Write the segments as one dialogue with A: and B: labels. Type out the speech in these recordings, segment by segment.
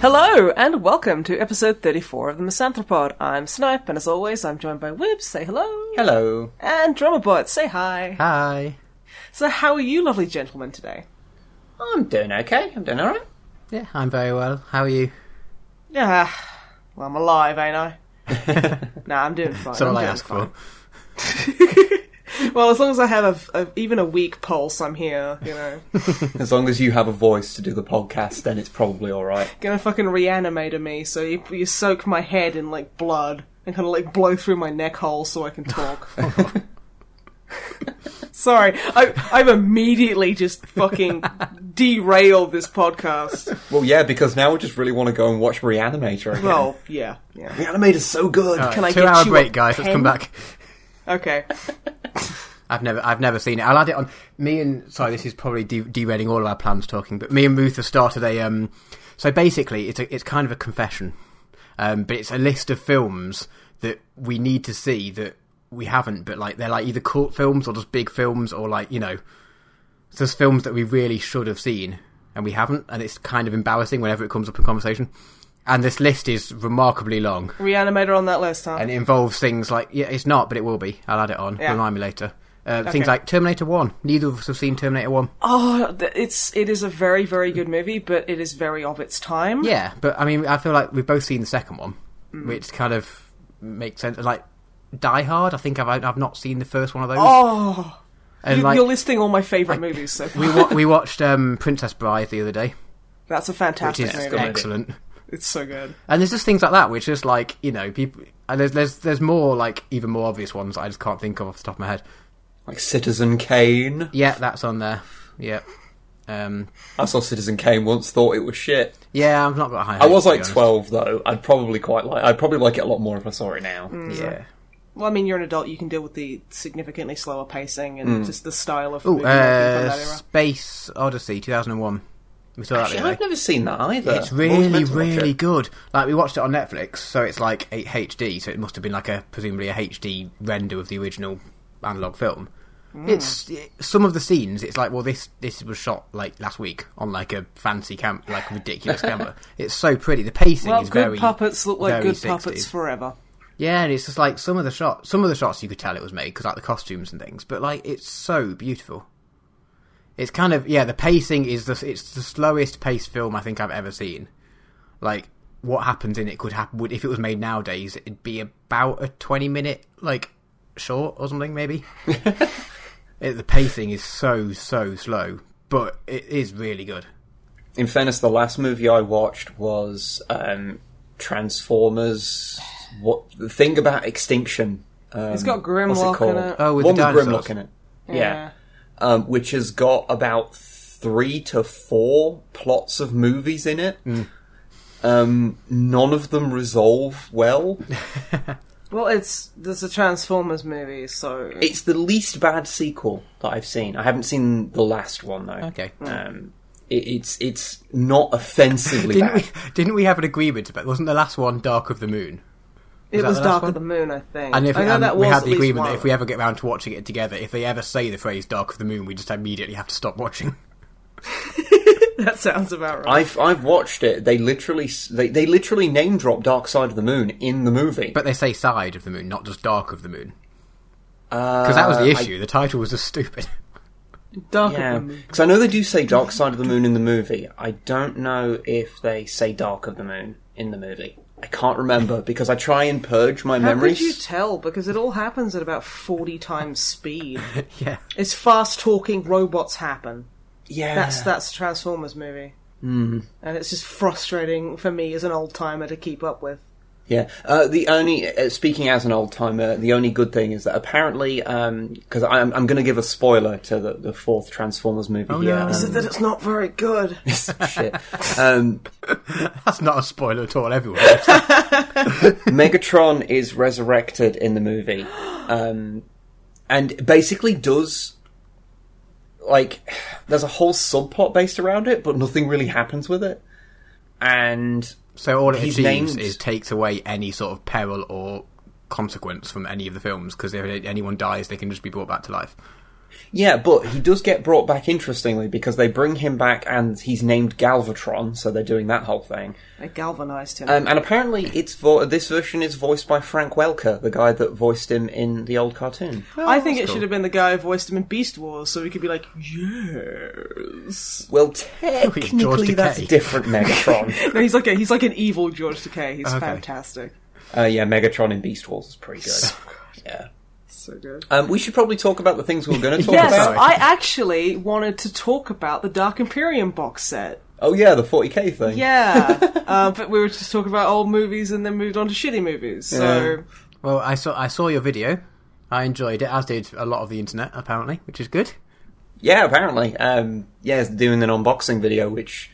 A: Hello, and welcome to episode 34 of the Misanthropod. I'm Snipe, and as always, I'm joined by Webs. Say hello.
B: Hello.
A: And Drummerbot. Say hi.
B: Hi.
A: So, how are you, lovely gentlemen, today?
B: I'm doing okay. I'm doing alright.
C: Yeah, I'm very well. How are you?
A: Yeah. Well, I'm alive, ain't I? nah, I'm doing fine.
C: That's all
A: I'm
C: I
A: doing
C: ask
A: fine.
C: for.
A: Well, as long as I have a, a, even a weak pulse, I'm here, you know.
B: As long as you have a voice to do the podcast, then it's probably alright.
A: Gonna fucking reanimate me, so you, you soak my head in, like, blood and kind of, like, blow through my neck hole so I can talk. Sorry, I, I've immediately just fucking derailed this podcast.
B: Well, yeah, because now we just really want to go and watch Reanimator again.
A: Well, yeah, yeah.
B: Reanimator's so good.
A: Can I
C: two
A: get
C: hour
A: you a
C: break, guys. Let's
A: pen?
C: come back.
A: Okay.
C: I've never, I've never seen it. I'll add it on. Me and sorry, this is probably de- derailing all of our plans talking. But me and Ruth have started a. Um, so basically, it's a, it's kind of a confession, um, but it's a list of films that we need to see that we haven't. But like they're like either cult films or just big films or like you know, just films that we really should have seen and we haven't. And it's kind of embarrassing whenever it comes up in conversation. And this list is remarkably long.
A: Reanimator on that list, huh?
C: and it involves things like yeah, it's not, but it will be. I'll add it on.
A: Yeah.
C: Remind me later. Uh,
A: Okay.
C: Things like Terminator One. Neither of us have seen Terminator One.
A: Oh, th- it's it is a very very good movie, but it is very of its time.
C: Yeah, but I mean, I feel like we've both seen the second one,
A: Mm.
C: which kind of makes sense. Like Die Hard, I think I've I've not seen the first one of those.
A: Oh,
C: and
A: you,
C: like
A: you're listing all my favorite movies. So far.
C: we wa- we watched um, Princess Bride the other day,
A: that's a
C: which
A: fantastic
C: is
A: movie.
B: good.
C: excellent.
A: It's so good.
C: And there's just things like that, which is like you know people. And there's there's there's more like even more obvious ones that I just can't think of off the top of my head.
B: Like Citizen Kane.
C: Yeah, that's on there. Yeah. Um,
B: I saw Citizen Kane once, thought it was shit.
C: yeah, I've not got high.
B: I was
C: hopes, to be
B: like 12
C: honest.
B: though. I'd probably quite like I'd probably like it a lot more if I saw it now.
C: Yeah.
A: Well, I mean, you're an adult; you can deal with the significantly slower pacing and just the style of
C: Oh,
A: movie making from
C: Mm. uh,
A: that era.
C: Space Odyssey 2001. We saw
B: Actually,
C: that. the other
B: I've
C: day.
B: never seen that either. I've always
C: It's really,
B: meant to watch it.
C: really good. Like we watched it on Netflix, so it's like a HD. So it must have been like a presumably a HD render of the original analog film.
A: Hmm.
C: It's it, some of the scenes. It's like, well, this this was shot like last week on like a fancy camp, like ridiculous camera. It's so pretty. The pacing
A: Well,
C: is
A: good
C: very
A: puppets look like
C: very
A: good
C: 60s.
A: puppets forever.
C: Yeah, and it's just like some of the shots. Some of the shots you could tell it was made because like the costumes and things. But like it's so beautiful. It's kind of yeah. The pacing is the it's the slowest paced film I think I've ever seen. Like what happens in it could happen would if it was made nowadays. It'd be about a twenty minute like short or something maybe. it, the pacing is so so slow, but it is really good.
B: In fairness, the last movie I watched was um, Transformers. What the thing about extinction? Um,
A: It's got Grimlock
B: what's
A: in
B: it called?
A: it.
C: Oh, with
B: One
C: the
B: with
C: dinosaurs.
B: Grimlock in it. Yeah, Um, which has got about three to four plots of movies in it.
C: Mm.
B: Um, none of them resolve well.
A: Well, it's there's a Transformers movie, so
B: it's the least bad sequel that I've seen. I haven't seen the last one though.
C: Okay.
B: Um, it, it's it's not offensively
C: Didn't
B: bad.
C: we, didn't we have an agreement about? Wasn't the last one Dark of the Moon?
A: it
C: that
A: was
C: the last
A: Dark
C: one?
A: of the Moon, I think.
C: And if
A: I know
C: and
A: that
C: we
A: was
C: had
A: at
C: the
A: least
C: agreement
A: one
C: that
A: of
C: if we ever get round to watching it together, if they ever say the phrase "Dark of the Moon," we just immediately have to stop watching.
A: them. that sounds about right.
B: I've I've watched it. They literally s- they, they literally name drop Dark Side of the Moon in the movie.
C: But they say "side of the moon," not just "dark of the moon,"
A: Uh,
C: because that was the issue. The title was just stupid.
A: Dark of
B: yeah,
A: the Moon.
B: because I know they do say Dark Side of the Moon in the movie. I don't know if they say Dark of the Moon in the movie. I can't remember because I try and purge my
A: How
B: memories.
A: could you tell? Because it all happens at about forty times speed.
C: yeah,
A: It's fast talking robots happen.
B: yeah,
A: That's that's a Transformers movie, mm. and it's just frustrating for me as an old timer to keep up with.
B: Yeah. Uh, the only uh, speaking as an old timer, the only good thing is that apparently, because I'm, I'm going to give a spoiler to the, the fourth Transformers movie.
C: Oh,
B: here.
C: no.
A: Is it that it's not very good?
B: Um, shit. Um,
C: That's not a spoiler at all, everyone.
B: Megatron is resurrected in the movie, um, and basically does like there's a whole subplot based around it, but nothing really happens with it. And
C: so all it
B: He's
C: achieves
B: named-
C: is takes away any sort of peril or consequence from any of the films because if anyone dies, they can just be brought back to life.
B: yeah, but he does get brought back interestingly because they bring him back, and he's named Galvatron, so they're doing that whole thing.
A: They galvanized
C: Uh,
A: him.
B: Um, and apparently, it's vo- this version is voiced by Frank Welker, the guy that voiced him in the old cartoon.
A: I think it
C: that's cool.
A: should have been the guy who voiced him in Beast Wars, so we could be like, yes.
B: Well,
C: it's George
B: technically, that's
C: Takei.
B: different Megatron.
A: No, he's like a, he's like an evil George Takei. He's
C: Okay.
A: fantastic.
B: uh, yeah, Megatron in Beast Wars is pretty good. Yeah.
A: So good.
B: Um, we should probably talk about the things we we're going to talk
A: Yes,
B: about.
A: I actually wanted to talk about the Dark Imperium box set.
B: Oh yeah, the 40k thing.
A: Yeah, uh, but we were just talking about old movies and then moved on to shitty movies. So
C: Well, I saw I saw your video. I enjoyed it, as did a lot of the internet, apparently, which is good.
B: Yeah, apparently. Um, yeah, it's doing an unboxing video, which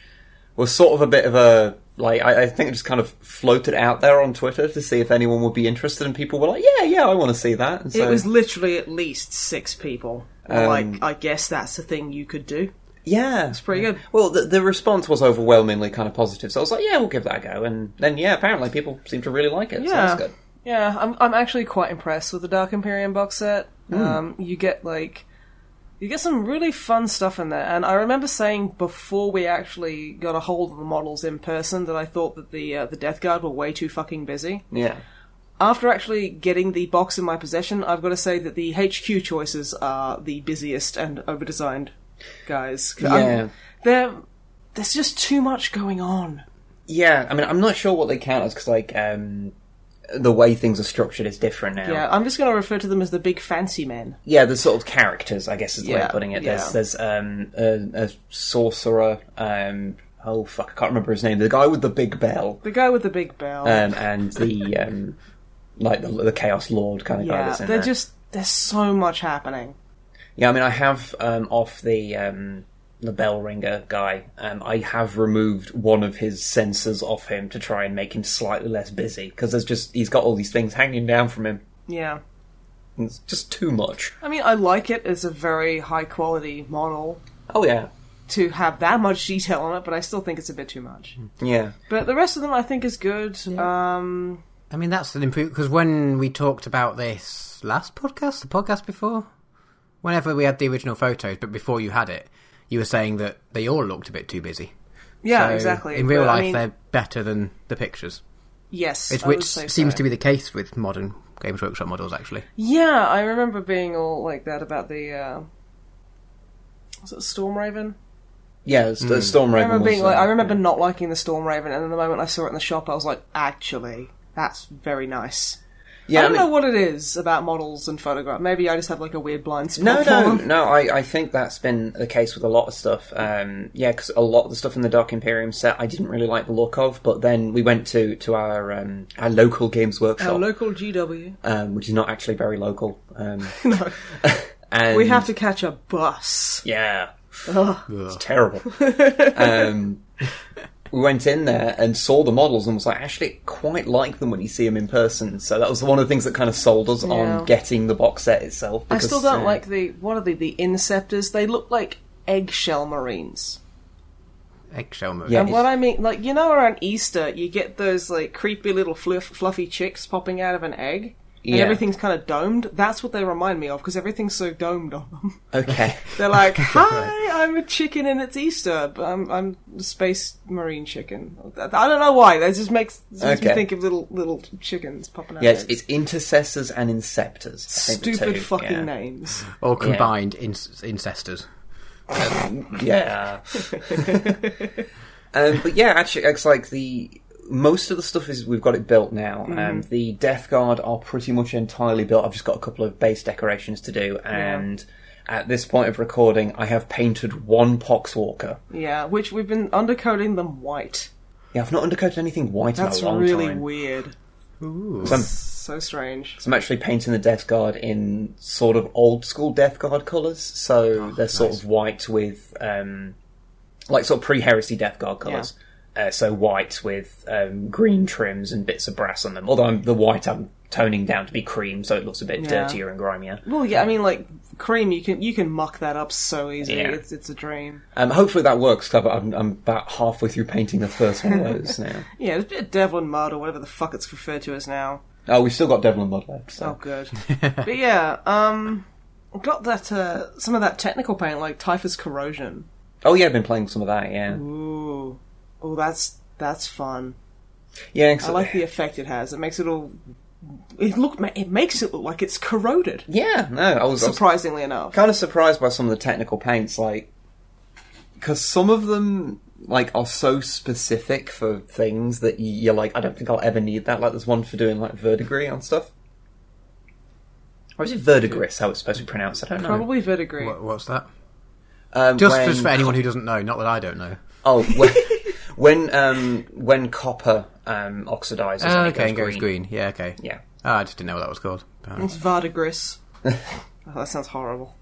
B: was sort of a bit of a like I, I think it just kind of floated out there on Twitter to see if anyone would be interested, and people were like, "Yeah, yeah, I want to see that." And so,
A: it was literally at least six people.
B: Um,
A: like, I guess that's the thing you could do.
B: yeah, it's
A: pretty good.
B: Well, the, the response was overwhelmingly kind of positive, so I was like, "Yeah, we'll give that a go." And then, yeah, apparently people seem to really like it. so
A: Yeah.
B: that's good.
A: Yeah, I'm I'm actually quite impressed with the Dark Imperium box set. Um, you get like you get some really fun stuff in there, and I remember saying before we actually got a hold of the models in person that I thought that the uh, the Death Guard were way too fucking busy.
B: Yeah.
A: After actually getting the box in my possession, I've got to say that the HQ choices are the busiest and overdesigned guys. 'Cause I'm-
B: Yeah.
A: they're, there's just too much going on.
B: Yeah, I mean, I'm not sure what they count as because like um, the way things are structured is different now.
A: Yeah, I'm just going to refer to them as the big fancy men.
B: yeah, the sort of characters, I guess, is the way
A: Yeah,
B: of putting it.
A: yeah.
B: There's there's um, a, a sorcerer. Um, oh fuck, I can't remember his name. The guy with the big bell,
A: The guy with the big bell.
B: um, and the um, like the, the chaos lord kind of guy.
A: Yeah,
B: That's in
A: they're
B: there.
A: just there's so much happening.
B: Yeah, I mean, I have um, off the um, the bell ringer guy. Um, I have removed one of his sensors off him to try and make him slightly less busy because there's just he's got all these things hanging down from him.
A: Yeah,
B: And it's just too much.
A: I mean, I like it as a very high quality model
B: Oh yeah,
A: to have that much detail on it, but I still think it's a bit too much.
C: Hmm.
B: yeah.
A: But the rest of them, I think, is good. Um,
C: I mean, that's an improvement because when we talked about this last podcast, the podcast before, whenever we had the original photos, but before you had it, you were saying that they all looked a bit too busy.
A: yeah,
C: So
A: exactly.
C: In real
A: But, I
C: life,
A: mean,
C: they're better than the pictures,
A: yes,
C: it's,
A: I would
C: which
A: say
C: seems
A: so.
C: to be the case with modern Games Workshop models, actually.
A: Yeah, I remember being all like that about the. Uh, was it Storm Raven?
B: Yeah, it's, the Storm
A: I
B: Raven.
A: remember being
B: was,
A: like,
B: uh,
A: I remember not liking the Storm Raven, and then the moment I saw it in the shop, I was like, actually, that's very nice.
B: Yeah,
A: I don't
B: mean-
A: know what it is about models and photograph. Maybe I just have like a weird blind spot.
B: No,
A: for
B: no,
A: them.
B: no. I, I think that's been the case with a lot of stuff. Um, yeah, because a lot of the stuff in the Dark Imperium set I didn't really like the look of, but then we went to to our um, our local games
A: Our
B: workshop,
A: local GW.
B: um, which is not actually very local. Um, and
A: We have to catch a bus.
B: yeah, it's
C: Ugh.
B: terrible. um, we went in there and saw the models and was like, actually, quite like them when you see them in person. So that was one of the things that kind of sold us
A: Yeah.
B: on getting the box set itself.
A: I
B: because,
A: still don't
B: uh,
A: like the what are they? The Inceptors. They look like eggshell marines.
C: Eggshell movie.
B: Yeah.
A: And what I mean, like you know, around Easter, you get those like creepy little fluff, fluffy chicks popping out of an egg, and
B: Yeah.
A: everything's kind of domed. That's what they remind me of because everything's so domed on them.
B: Okay.
A: They're like, "Hi, I'm a chicken and it's Easter, but I'm I'm a space marine chicken." I don't know why. That just makes, just makes me
B: Okay.
A: think of little little chickens popping out.
B: Yeah,
A: of
B: it's,
A: eggs.
B: it's intercessors and inceptors. I think the
A: stupid
B: two,
A: fucking
B: yeah.
A: names.
C: Or combined in- incestors.
B: Yeah. um, but yeah, actually, it's like the most of the stuff is we've got it built now.
A: Mm-hmm.
B: Um, the Death Guard are pretty much entirely built. I've just got a couple of base decorations to do, and at this point of recording, I have painted one Poxwalker.
A: Yeah, which we've been undercoating them white.
B: Yeah, I've not undercoated anything white
A: That's
B: in a long
A: really
B: time.
A: weird.
C: Ooh.
B: So I'm,
A: So strange.
B: so I'm actually painting the Death Guard in sort of old school Death Guard colours.
A: Oh,
B: So they're sort
C: nice.
B: of white with, um, like, sort of pre heresy Death Guard colours. Uh, so white with um, green trims and bits of brass on them. Although I'm, the white I'm toning down to be cream, so it looks a bit
A: Yeah.
B: dirtier and grimier.
A: Well, yeah, I mean, like cream, you can you can muck that up so easily.
B: Yeah.
A: It's it's a dream.
B: Um, hopefully that works. 'cause I'm, I'm about halfway through painting the first one of those now.
A: Yeah, it's a bit of devil and mud or whatever the fuck it's referred to as now.
B: Oh, we've still got Devil and Mud left.
A: Oh,
B: So.
A: good. but yeah, um, got that uh, some of that technical paint like typhus corrosion.
B: Oh yeah, I've been playing some of that. Yeah,
A: Ooh, oh, that's that's fun.
B: yeah. 'cause-
A: I like the effect it has. It makes it all. It look. ma- It makes it look like it's corroded.
B: Yeah, no, I was, I was
A: Surprisingly enough.
B: kind of surprised by some of the technical paints, like because some of them like are so specific for things that y- you're like, I don't think I'll ever need that. Like there's one for doing like verdigris on stuff, or is it verdigris? How it's supposed to be pronounced? I don't know.
A: Probably verdigris.
C: What, what's that?
B: Um,
C: Just,
B: when-
C: just for anyone who doesn't know, not that I don't know.
B: Oh, when when, um, when copper um, oxidizes,
C: Ah,
B: and it
C: okay, and
B: goes
C: goes green. Yeah, okay.
B: Yeah.
C: Ah, I just didn't know what that was called. Apparently.
A: It's verdigris. oh, that sounds horrible.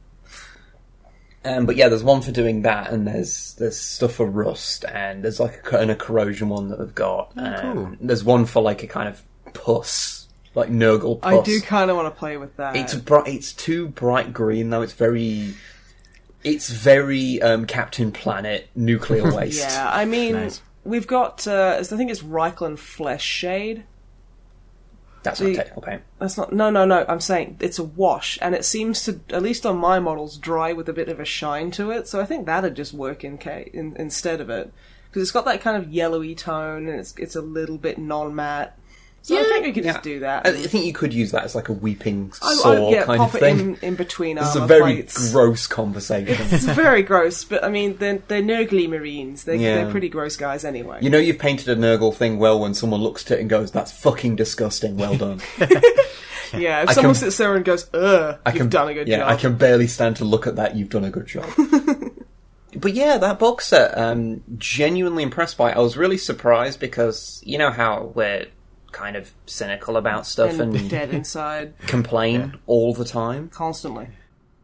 B: Um, but yeah, there's one for doing that, and there's there's stuff for rust, and there's like a, cor- and a corrosion one that they've got.
A: Oh,
B: um,
C: cool.
B: There's one for like a kind of pus, like Nurgle pus.
A: I do kind of want to play with that.
B: It's bright. It's too bright green though. It's very, it's very um, Captain Planet nuclear waste.
A: yeah, I mean,
C: Nice.
A: we've got. Uh, I think it's Reichland flesh shade.
B: that's
A: the-
B: not technical paint.
A: That's not. No, no, no. I'm saying it's a wash, and it seems to, at least on my models, dry with a bit of a shine to it. So I think that'd just work in, ca- in instead of it because it's got that kind of yellowy tone, and it's it's a little bit non-matte. So I think we could
B: Yeah.
A: just do that.
B: I I think you could use that as like a weeping
A: I- I-
B: sore
A: yeah,
B: kind of
A: pop it
B: thing.
A: in, in between
B: This is a
A: armor
B: very
A: plates.
B: gross conversation.
A: it's very gross, but I mean, they're, they're Nurgly Marines. They're,
B: Yeah.
A: they're pretty gross guys anyway.
B: you know you've painted a Nurgle thing well when someone looks at it and goes, "That's fucking disgusting." Well done.
A: yeah, if
B: I
A: someone
B: can-
A: sits there and goes, ugh,
B: I
A: you've
B: can,
A: done a good
B: yeah,
A: job.
B: I can barely stand to look at that. You've done a good job. but yeah, that box set, um, genuinely impressed by. It. I was really surprised because you know how we're kind of cynical about stuff
A: and
B: and,
A: dead inside
B: complain all the time.
A: constantly.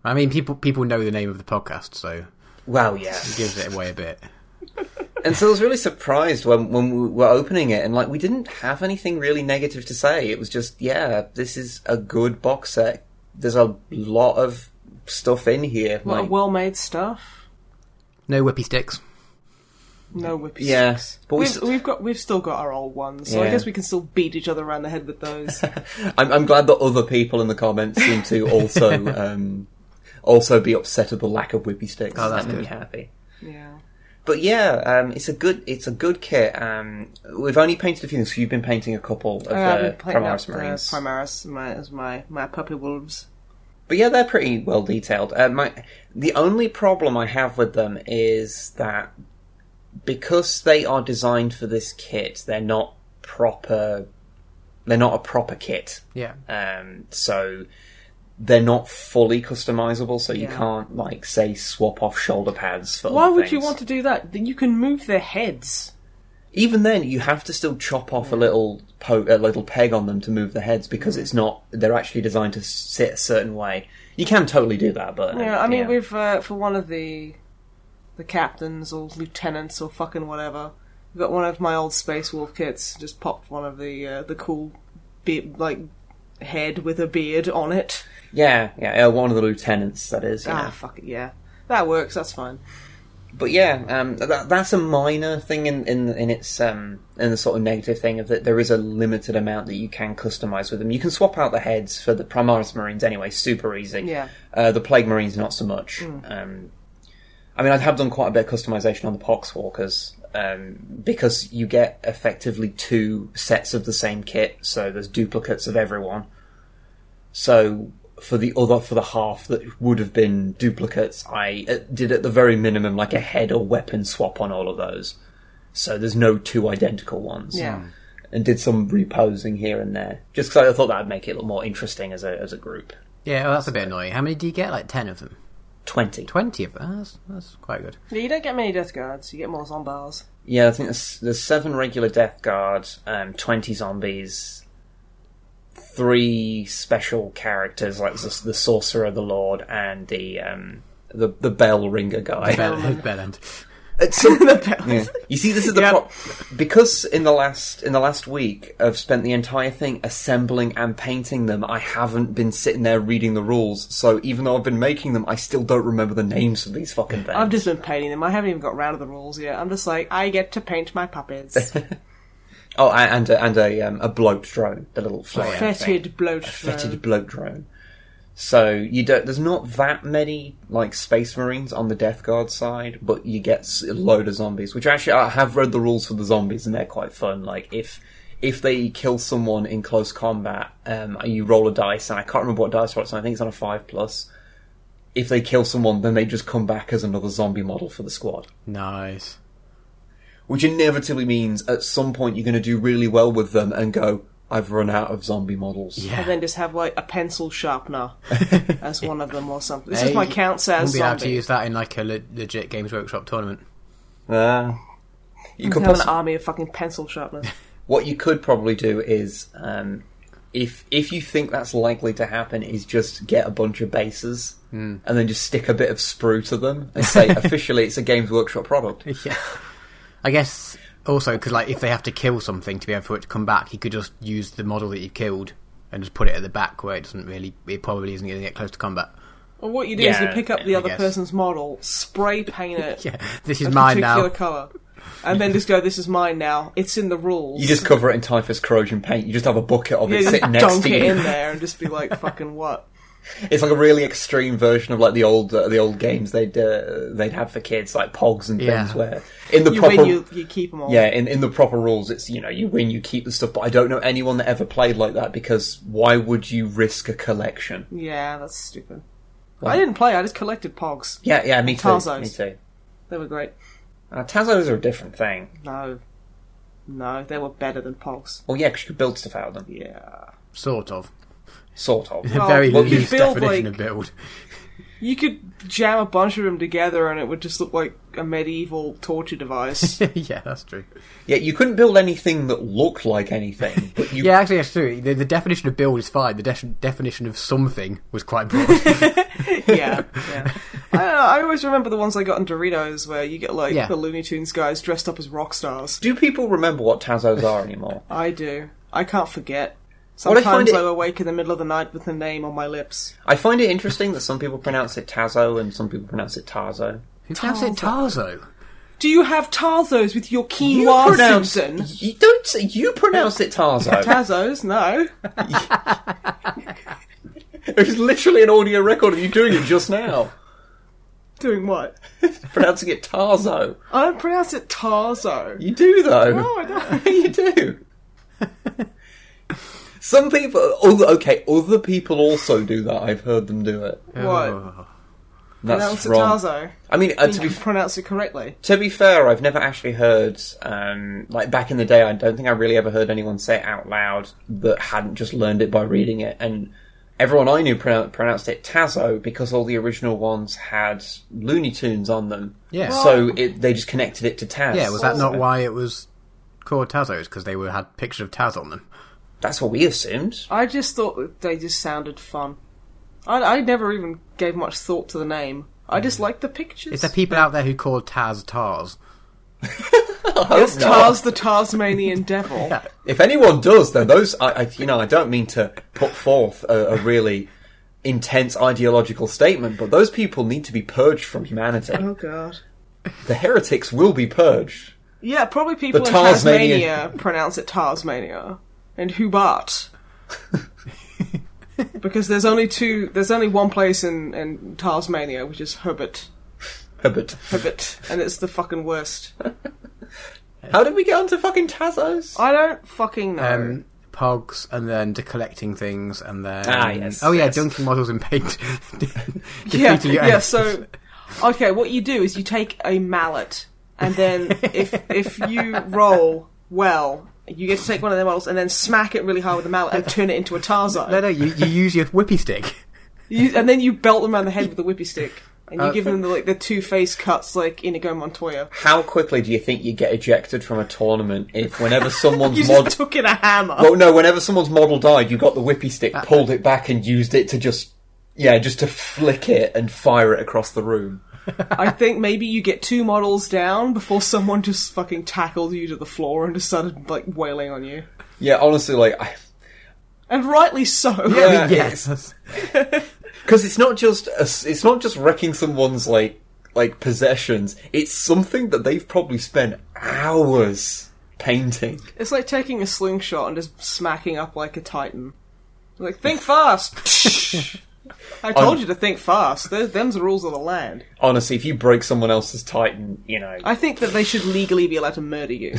C: I mean, people people know the name of the podcast, so
B: Well, yeah.
C: it gives it away a bit.
B: and so I was really surprised when when we were opening it, and like we didn't have anything really negative to say. It was just, yeah, this is a good box set. There's a lot of stuff in here.
A: Lot
B: like-
A: of well-made stuff.
C: No whippy sticks.
A: No whippy
B: Yeah,
A: sticks.
B: but we
A: we've,
B: st-
A: we've got we've still got our old ones, so I
B: Yeah.
A: guess we can still beat each other around the head with those.
B: I'm, I'm glad that other people in the comments seem to also um, also be upset at the lack of whippy sticks.
C: Oh, that's
B: that made me
C: good.
B: happy.
A: yeah.
B: But yeah, um, it's a good it's a good kit. Um, we've only painted a few things. So you've been painting a couple of
A: Uh, I've
B: the
A: been playing up
B: Primaris
A: the
B: Marines.
A: Primaris my, as my, my puppy wolves.
B: But yeah, they're pretty well detailed. Uh, my the only problem I have with them is that because they are designed for this kit, they're not proper. They're not a proper kit.
C: Yeah.
B: Um, so they're not fully customizable, so you
A: Yeah.
B: can't like say swap off shoulder pads for.
A: Why
B: other
A: would you
B: things.
A: want to do that? Then You can move their heads.
B: Even then, you have to still chop off a little po- a little peg on them to move the heads because
A: Mm.
B: it's not. They're actually designed to sit a certain way. You can totally do that, but
A: Yeah, I mean we've uh, for one of the the captains or lieutenants or fucking whatever. We've got one of my old space wolf kits. Just popped one of the uh, the cool be- like head with a beard on it.
B: yeah, yeah, uh, one of the lieutenants that is.
A: Ah,
B: Yeah.
A: fuck it, yeah, that works. That's fine.
B: But yeah, um, that, that's a minor thing in in in its um in the sort of negative thing of that there is a limited amount that you can customize with them. You can swap out the heads for the Primaris Marines anyway, super easy.
A: Yeah. Mm.
B: Uh, the Plague Marines not so much. Um, I mean, I have done quite a bit of customization on the Poxwalkers um, because you get effectively two sets of the same kit, so there's duplicates of everyone. So for the other for the half that would have been duplicates, I uh, did at the very minimum like a head or weapon swap on all of those. So there's no two identical ones.
A: Yeah.
B: And did some reposing here and there, just because I thought that'd make it look more interesting as a as a group.
C: Yeah, well, that's a bit annoying. How many do you get? Like 10 of them?
B: Twenty.
C: 20 of them? That's, that's quite good.
A: Yeah, you don't get many death guards. You get more zombars.
B: Yeah, I think there's, there's seven regular Death Guard, um, 20 zombies, three special characters, like the, the sorcerer, the lord, and the um, the the bell ringer guy.
C: Bellend. Bellend.
B: At some- Uh, Yeah. You see, this is the
A: Yeah.
B: pro- because in the last in the last week I've spent the entire thing assembling and painting them. I haven't been sitting there reading the rules, so even though I've been making them, I still don't remember the names of these fucking things.
A: I've just been painting them. I haven't even got round to the rules yet. I'm just like, I get to paint my puppets.
B: oh, a- and a, and a um, a bloat drone, the little fly
A: Fetid bloat.
B: fetid bloat drone. So you don't. There's not that many like space marines on the Death Guard side, but you get s- a load of zombies. Which actually, I have read the rules for the zombies, and they're quite fun. Like if if they kill someone in close combat, um, you roll a dice, and I can't remember what dice it's. on, I think it's on a five plus. If they kill someone, then they just come back as another zombie model for the squad
C: Nice.
B: which inevitably means at some point you're going to do really well with them and go, I've run out of zombie models.
C: Yeah.
A: And then just have like a pencil sharpener as one of them or something. This is my counts as
C: Wouldn't be allowed to
A: zombie.
C: use that in like a le- legit Games Workshop tournament.
B: Uh, you could
A: have
B: possi-
A: an army of fucking pencil sharpeners.
B: what you could probably do is, um, if if you think that's likely to happen, is just get a bunch of bases
A: Hmm.
B: and then just stick a bit of sprue to them and say officially it's a Games Workshop product.
C: Yeah. I guess also because like if they have to kill something to be able for it to come back, you could just use the model that you killed and just put it at the back where it doesn't really, it probably isn't going to get close to combat.
A: Well, what you do is you
B: Yeah,
A: pick up the
C: I
A: other
C: guess.
A: person's model, spray paint it
C: Yeah, this is
A: a
C: mine
A: particular
C: now.
A: color, and then just go, "This is mine now. It's in the rules."
B: You just cover it in typhus corrosion paint. You just have a bucket of
A: yeah,
B: it
A: just
B: sitting next
A: dunk
B: to
A: it
B: you.
A: in there and just be like, "Fucking what?"
B: It's like a really extreme version of like the old uh, the old games they'd uh, they'd have for kids, like Pogs and
C: Yeah.
B: things. Where in the
A: You
B: proper
A: win, you you keep them all.
B: yeah, in, in the proper rules, it's you know you win, you keep the stuff. But I don't know anyone that ever played like that because why would you risk a collection?
A: Yeah, that's stupid.
B: Well-
A: I didn't play. I just collected pogs.
B: Yeah, yeah, me too.
A: Tarzos.
B: Me too.
A: They were great.
B: Uh, Tazos are a different thing.
A: No, no, they were better than pogs.
B: Well, yeah, 'cause you could build stuff out of them,
A: Yeah,
C: Sort of.
B: sort of.
A: Well,
C: Very
A: you
C: loose
A: could build,
C: definition
A: like-
C: of build.
A: you could jam a bunch of them together, and it would just look like a medieval torture device.
C: yeah, that's true.
B: yeah, you couldn't build anything that looked like anything, but you
C: Yeah, actually, that's true. The, the definition of build is fine. The de- definition of something was quite broad.
A: yeah, yeah. I, don't know, I always remember the ones I got in Doritos where you get like
C: Yeah.
A: the Looney Tunes guys dressed up as rock stars.
B: do people remember what Tazos are anymore?
A: I do. I can't forget.
B: Well, I
A: Sometimes
B: find
A: I
B: it-
A: awake in the middle of the night with the name on my lips.
B: I find it interesting that some people pronounce it Tazo and some people pronounce it Tarzo.
C: Who pronounced it Tarzo?
A: Do you have Tarzos with your
B: You
A: quinoa,
B: pronounce
A: Susan?
B: you don't say you pronounce it Tarzo.
A: Tarzos? No.
B: There's literally an audio record of you doing it just now.
A: Doing what?
B: pronouncing it Tarzo.
A: I don't pronounce it Tarzo.
B: You do though.
A: No, I don't.
B: you do. Some people, oh, okay, other people also do that. I've heard them do it.
A: What?
C: Oh.
B: That's
A: Pronounce it
B: wrong.
A: Tarzo.
B: I mean, uh, to
A: You
B: be
A: pronounce it correctly.
B: to be fair, I've never actually heard um, like back in the day. I don't think I really ever heard anyone say it out loud that hadn't just learned it by reading it. And everyone I knew pronou- pronounced it Tazo because all the original ones had Looney Tunes on them.
C: Yeah.
B: So it, they just connected it to Taz.
C: Yeah, was that
B: So
C: not why it was called Tazo's? Because they were had pictures of Taz on them.
B: That's what we assumed.
A: I just thought that they just sounded fun. I, I never even gave much thought to the name. I
B: Mm.
A: just liked the pictures. Oh,
C: Is there people out there who call Taz Tars?
A: It's Tars the Tasmanian Devil.
B: If anyone does, then those, I, I, you know, I don't mean to put forth a, a really intense ideological statement, but those people need to be purged from humanity.
A: Oh god.
B: The heretics will be purged.
A: Yeah, probably people
B: The
A: in
B: Tasmanian-
A: Tasmania pronounce it Tasmania and Hubart. because there's only two there's only one place in, in Tasmania which is Herbert.
B: Herbert.
A: Herbert. And it's the fucking worst.
B: How did we get onto fucking Tazos?
A: I don't fucking know.
C: Um, pogs, and then de- collecting things, and then
B: Ah, yes,
C: oh yeah,
B: yes.
C: dunking models in paint. Defeating
A: yeah,
C: your
A: yeah,
C: enemies.
A: so okay, what you do is you take a mallet and then if if you roll well, you get to take one of their models and then smack it really hard with the mallet and turn it into a Tarzan.
C: no, no, you, you use your whippy stick.
A: You, and then you belt them around the head with a whippy stick. and you give them the, like the two face cuts like Inigo Montoya.
B: How quickly do you think you get ejected from a tournament if whenever
A: You
B: someone's
A: just
B: mod?
A: took in a hammer.
B: Well, no, whenever someone's model died, you got the whippy stick,
A: Uh-huh.
B: pulled it back, and used it to just yeah, just to flick it and fire it across the room.
A: I think maybe you get two models down before someone just fucking tackled you to the floor and just started like wailing on you,
B: Yeah, honestly, like. I...
A: and rightly so.
B: Yeah.
C: yes.
B: because it's not just a, it's not just wrecking someone's like like possessions. It's something that they've probably spent hours painting.
A: It's like taking a slingshot and just smacking up like a titan. Like think fast. I told you to think fast. Those, them's the rules of the land.
B: Honestly, if you break someone else's Titan, you know, I,
A: I think that they should legally be allowed to murder you.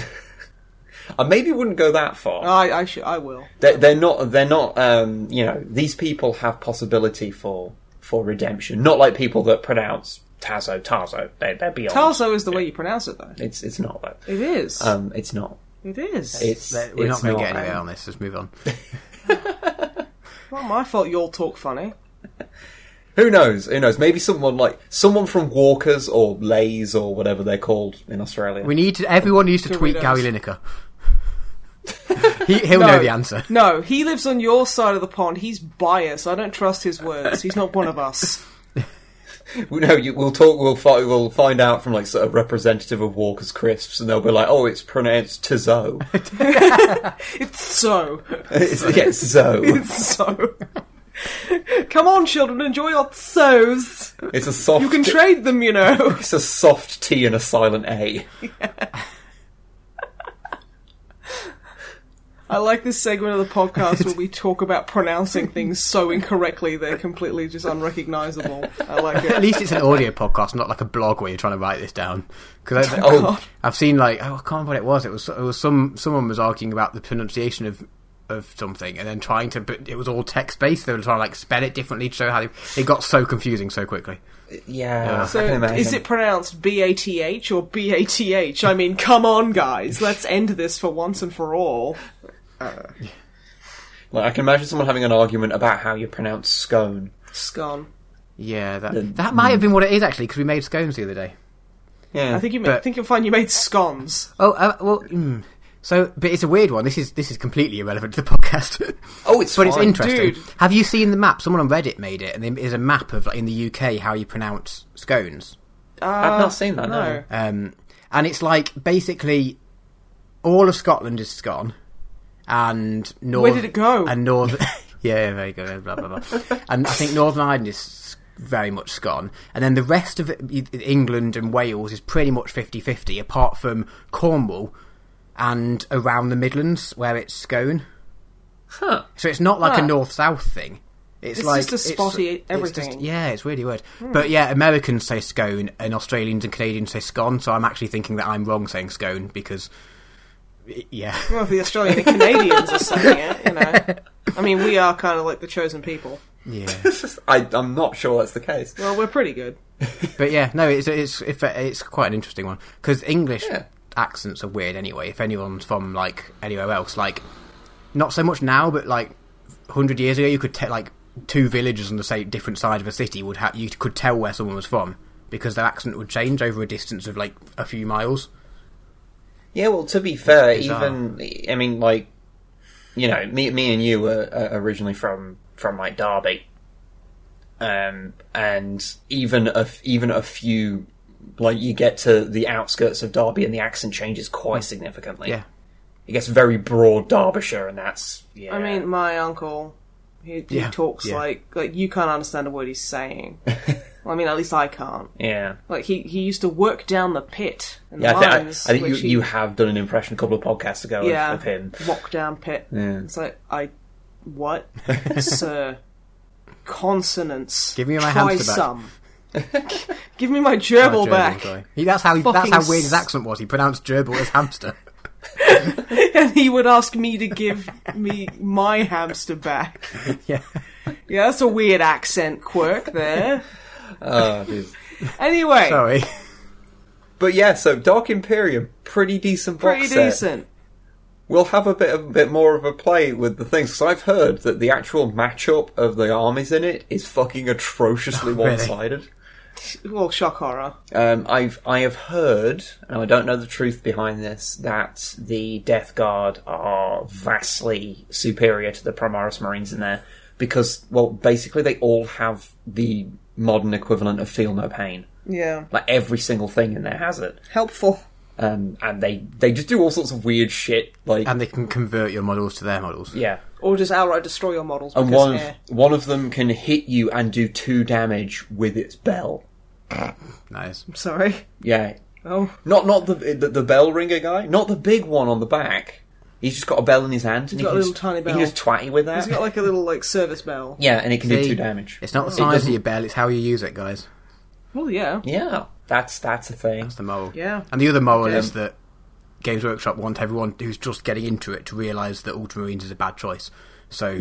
B: maybe wouldn't go that far.
A: I, I should. I will.
B: They're, they're not. They're not. Um, you know, these people have possibility for for redemption. Not like people that pronounce Tazo Tazo. They're, they're beyond.
A: Tarso is the way you pronounce it, though.
B: It's it's not though.
A: It is.
C: Uh,
B: Um, it's not.
A: it is. It's
B: It's
C: We're
B: it's
C: not going to get
B: um,
C: anywhere on this. Let's move on.
A: not my fault. You'll talk funny.
B: Who knows? Who knows? Maybe someone like someone from Walkers or Lays or whatever they're called in Australia.
C: We need to, everyone needs to
A: Doritos.
C: tweet Gary Lineker. he, he'll know the answer.
A: No, he lives on your side of the pond. He's biased. I don't trust his words. He's not one of us.
B: No, you, we'll talk. We'll find. We'll find out from like sort of representative of Walker's crisps, and they'll be like, "Oh, it's pronounced Tazo.
A: It's so.
B: it's, yeah, it's Zo.
A: It's so. Come on, children, enjoy your so's.
B: It's a soft.
A: You can trade them, you know.
B: It's a soft T and a silent A.
A: I like this segment of the podcast where we talk about pronouncing things so incorrectly they're completely just unrecognizable. I like
C: At
A: it.
C: least it's an audio podcast, not like a blog where you're trying to write this down. Because
B: Oh,
C: I've seen like oh, I can't remember what it was. It was it was some someone was arguing about the pronunciation of of something, and then trying to. But it was all text based. They were trying to like spell it differently to show how they, it got so confusing so quickly.
B: yeah. I can
A: So,
B: imagine.
A: is it pronounced B A T H or B A T H? I mean, come on, guys, let's end this for once and for all.
B: Like, I can imagine someone having an argument about how you pronounce scone.
A: Scone.
C: Yeah,
B: The- mm.
C: that that might have been what it is actually because we made scones the other day.
B: Yeah,
A: I think you. Ma-
C: But-
A: I think you'll find you made scones.
C: Oh uh, well, mm. so but it's a weird one. This is this is completely irrelevant to the podcast.
B: Oh, it's
C: but it's
B: fine.
C: interesting.
A: Dude.
C: Have you seen the map? Someone on Reddit made it, and there is a map of like in the UK how you pronounce scones.
B: I've
A: Uh,
B: not seen that. No.
A: No.
C: Um, and it's like basically all of Scotland is gone, and north.
A: Where did it go?
C: And north. yeah, there you go. Blah blah blah. and I think Northern Ireland is very much gone, and then the rest of it, England and Wales is pretty much 50-50, apart from Cornwall and around the Midlands where it's scone.
B: Huh.
C: So it's not like
A: Huh.
C: a north south thing. It's,
A: It's
C: like
A: just a
C: it's-
A: spotty
C: it's
A: everything. Hmm.
C: just- yeah, it's really weird. But yeah, Americans say scone and Australians and Canadians say scone. So I'm actually thinking that I'm wrong saying scone because yeah,
A: Well, if the Australian and Canadians are saying it, you know. I mean, we are kind of like the chosen people.
C: yeah.
B: I, I'm not sure that's the case.
A: Well, we're pretty good.
C: but yeah, no, it's it's if, it's quite an interesting one because English
B: Yeah.
C: accents are weird anyway. If anyone's from like anywhere else, like not so much now, but like hundred years ago, you could tell like two villages on the same different side of a city would have you could tell where someone was from because their accent would change over a distance of like a few miles.
B: Yeah, well, to be fair,
C: bizarre.
B: even I mean, like you know, me, me and you were uh, originally from from like Derby, um, and even a f- even a few like you get to the outskirts of Derby and the accent changes quite significantly.
C: Yeah.
B: it gets very broad Derbyshire, and that's yeah.
A: I mean, my uncle, he, he
C: Yeah,
A: talks
C: yeah.
A: like like you can't understand a word he's saying. well, I mean, at least I can't.
B: yeah,
A: Like he, he used to work down the pit in
B: yeah.
A: the
B: I think, I,
A: mines.
B: I think you,
A: which he-
B: you have done an impression a couple of podcasts ago of-
A: yeah,
B: of him.
A: walk down pit.
B: Yeah.
A: It's like I, what, sir? Consonants.
C: Give me my
A: Try
C: hamster back.
A: some. Give me my gerbil back.
C: Sorry. He, that's how he, that's
A: Fucking
C: how weird his
A: s-
C: accent was. He pronounced gerbil as hamster.
A: and he would ask me to give me my hamster back.
C: yeah.
A: Yeah, that's a weird accent quirk there.
B: Oh, dude.
A: Anyway,
C: Sorry.
B: but yeah, so Dark Imperium, pretty decent box
A: pretty
B: set.
A: decent.
B: We'll have a bit a bit more of a play with the things. 'cause I've heard that the actual matchup of the armies in it is fucking atrociously
C: Oh, really?
B: one sided.
A: Well, shock horror.
B: Um, I've I have heard, and I don't know the truth behind this, that the Death Guard are vastly superior to the Primaris Marines in there because, well, basically they all have the modern equivalent of feel no pain.
A: Yeah.
B: Like every single thing in there has it,
A: Helpful.
B: um, and they they just do all sorts of weird shit. Like
C: and they can convert your models to their models.
B: yeah,
A: Or just outright destroy your models.
B: and
A: because,
B: one of,
A: eh.
B: one of them can hit you and do two damage with its bell.
C: Nice.
A: Sorry.
B: Yeah,
A: Oh.
B: Not not the, the the bell ringer guy. Not the big one on the back. He's just got a bell in his hand. and he
A: got a
B: can
A: little
B: just,
A: tiny
B: He
A: bell.
B: can just twat you with
A: He's
B: that.
A: got like a little like service bell.
B: yeah, and it can do
C: See,
B: two damage.
C: It's not the
B: It
C: size of
B: doesn't-
C: your bell; it's how you use it, guys.
A: Well, yeah.
B: Yeah, that's that's a thing.
C: That's the moral.
A: Yeah.
C: And the other moral
B: Okay.
C: is that Games Workshop want everyone who's just getting into it to realise that Ultramarines is a bad choice. So,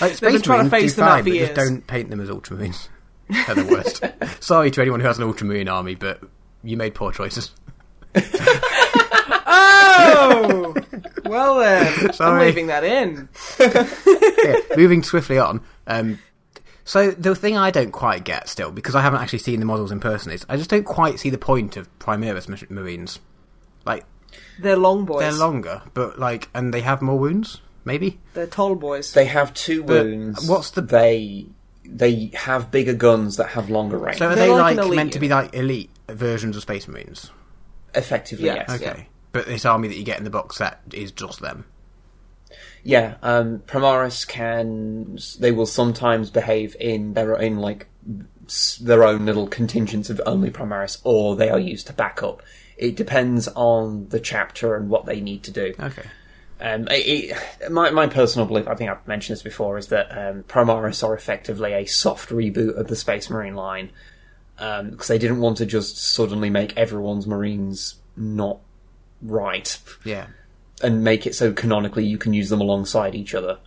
C: like Space
A: been trying to
C: Marines do
A: phase them out
C: fine,
A: for
C: but
A: years.
C: just don't paint them as Ultramarines. They're the worst. Sorry to anyone who has an Ultramarine army, but you made poor choices.
A: Oh. well then. I'm
C: Sorry.
A: leaving that in.
C: Yeah, moving swiftly on. Um, so the thing I don't quite get still, because I haven't actually seen the models in person, is I just don't quite see the point of Primaris Mar- Marines. Like
A: They're long boys.
C: they're longer, but like, and they have more wounds, maybe.
A: They're tall boys.
B: They have two
C: But
B: wounds.
C: what's the-
B: they? They have bigger guns that have longer range.
C: So are
A: They're
C: they
A: like
C: like,
A: an elite
C: meant to be like elite versions of Space Marines?
B: Effectively,
A: Yeah.
B: yes.
C: Okay. But this army that you get in the box set is just them.
B: Yeah, um, Primaris can. They will sometimes behave in their in like s- their own little contingents of only Primaris, or they are used to back up. It depends on the chapter and what they need to do.
C: Okay.
B: Um, it, it- my my personal belief, I think I've mentioned this before, is that um, Primaris are effectively a soft reboot of the Space Marine line because they didn't want to just suddenly make everyone's Marines not right
C: Yeah.
B: and make it so canonically you can use them alongside each other.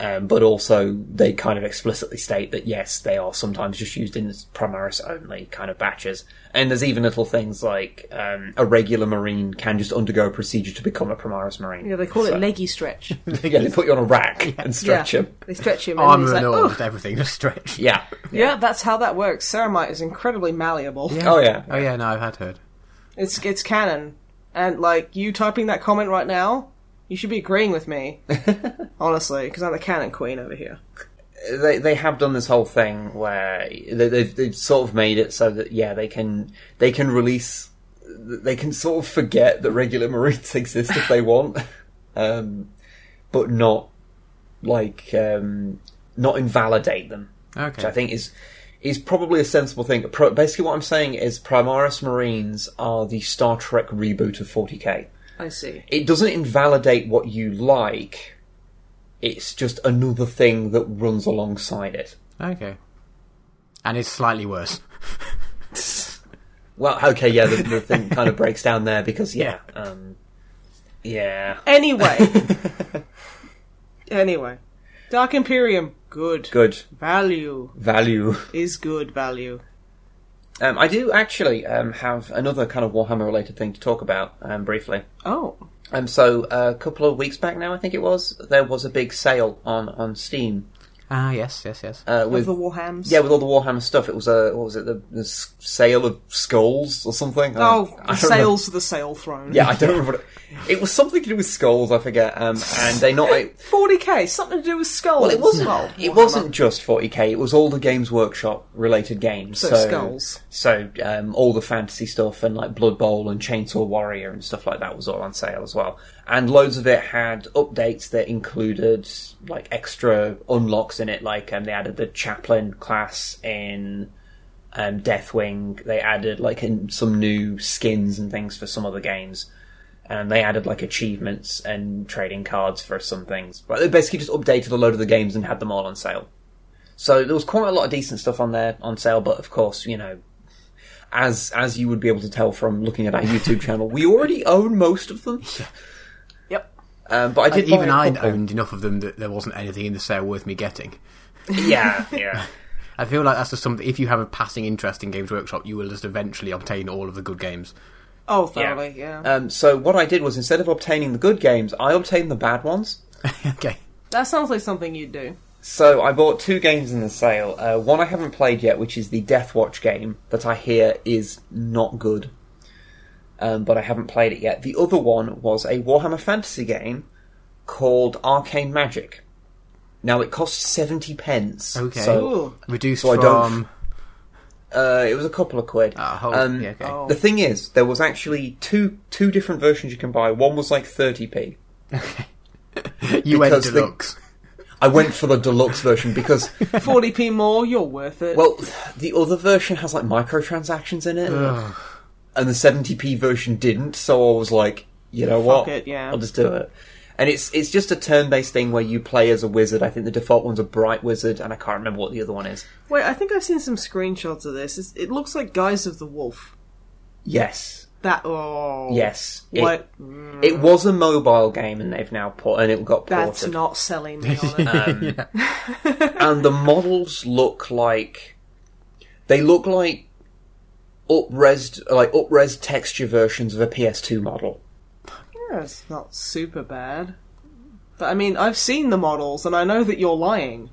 B: Um, but also, they kind of explicitly state that yes, they are sometimes just used in Primaris only kind of batches. And there's even little things like um, a regular Marine can just undergo a procedure to become a Primaris Marine.
A: yeah, they call
B: So-
A: it leggy stretch.
B: Yeah, they put you on a rack and stretch
A: yeah.
B: you.
A: They stretch him. and he's
C: Armour
A: like,
C: and all,
A: "Oh."
C: just everything, just stretch.
B: Yeah.
A: Yeah, that's how that works. Ceramite is incredibly malleable.
B: Oh, yeah.
C: Oh yeah, no, I had heard.
A: It's it's canon. And like you typing that comment right now, you should be agreeing with me. Honestly, because I'm the canon queen over here.
B: they they have done this whole thing where they, they've, they've sort of made it so that yeah they can they can release they can sort of forget that regular marines exist if they want, um, but not like um, not invalidate them,
C: Okay.
B: which I think is is probably a sensible thing. Pro- basically, what I'm saying is Primaris Marines are the Star Trek reboot of 40k.
A: I see.
B: it doesn't invalidate what you like. It's just another thing that runs alongside it.
C: Okay. And it's slightly worse.
B: Well, okay, yeah, the, the thing kind of breaks down there because yeah, um, yeah,
A: Anyway. anyway. Dark Imperium, good.
B: good
A: Value
B: value.
A: is good value.
B: Um, I do actually um, have another kind of Warhammer-related thing to talk about um, briefly.
A: Oh.
B: Um, so a couple of weeks back now, I think it was, there was a big sale on on Steam
C: Ah, yes, yes, yes.
B: uh,
A: With
B: with
A: the Warhams.
B: yeah, with all the Warhammer stuff. It was a what was it the, the s- sale of skulls or something? I don't-
A: Oh,
B: I don't remember.
A: sales to the sale throne.
B: Yeah, I don't remember. What it, it was something to do with skulls, I forget. Um, and they not. It,
A: 40k, something to do with skulls.
B: well, it wasn't.
A: Well,
B: it
A: Warhammer.
B: wasn't just 40k. It was all the Games Workshop related games.
A: So
B: So,
A: skulls.
B: So um, all the fantasy stuff and like Blood Bowl and Chainsaw Warrior and stuff like that was all on sale as well. And loads of it had updates that included like extra unlocks in it. Like um, they added the Chaplain class in um, Deathwing. They added like in some new skins and things for some other games, and they added like achievements and trading cards for some things. But they basically just updated a load of the games and had them all on sale. So there was quite a lot of decent stuff on there on sale. But of course, you know, as as you would be able to tell from looking at our YouTube channel, we already own most of them.
A: Yep.
B: Um, but I did
C: Like, even
B: buy a
C: I
B: couple.
C: owned enough of them that there wasn't anything in the sale worth me getting.
B: Yeah, yeah.
C: I feel like that's just something. If you have a passing interest in Games Workshop, you will just eventually obtain all of the good games.
A: Oh, thoroughly, yeah.
B: Um, so what I did was instead of obtaining the good games, I obtained the bad ones.
C: okay.
A: that sounds like something you'd do.
B: So I bought two games in the sale. Uh, one I haven't played yet, which is the Death Watch game that I hear is not good, um, but I haven't played it yet. The other one was a Warhammer Fantasy game called Arcane Magic. Now it costs seventy pence.
C: Okay.
B: So
A: Ooh.
C: Reduced
B: So I don't-
C: from.
B: uh, it was a couple of quid. Um,
C: Ah, whole- yeah, okay.
A: Oh.
B: The thing is, there was actually two two different versions you can buy. One was like thirty p.
C: You went
B: because the-
C: deluxe.
B: I went for the deluxe version because
A: 40p more, you're worth it.
B: Well, the other version has like microtransactions in it, and the 70p version didn't. So I was like, you know what?
A: it, yeah.
B: I'll just do it. And it's it's just a turn-based thing where you play as a wizard. I think the default one's a bright wizard, and I can't remember what the other one is.
A: wait, I think I've seen some screenshots of this. It's, it looks like Guise of the Wolf.
B: Yes,
A: That oh
B: yes. It,
A: What?
B: It was a mobile game, and they've now put and it got ported.
A: That's not selling me on it.
B: and the models look like they look like up-res like up-res texture versions of a PS2 model.
A: Yeah, it's not super bad. But I mean, I've seen the models, and I know that you're lying.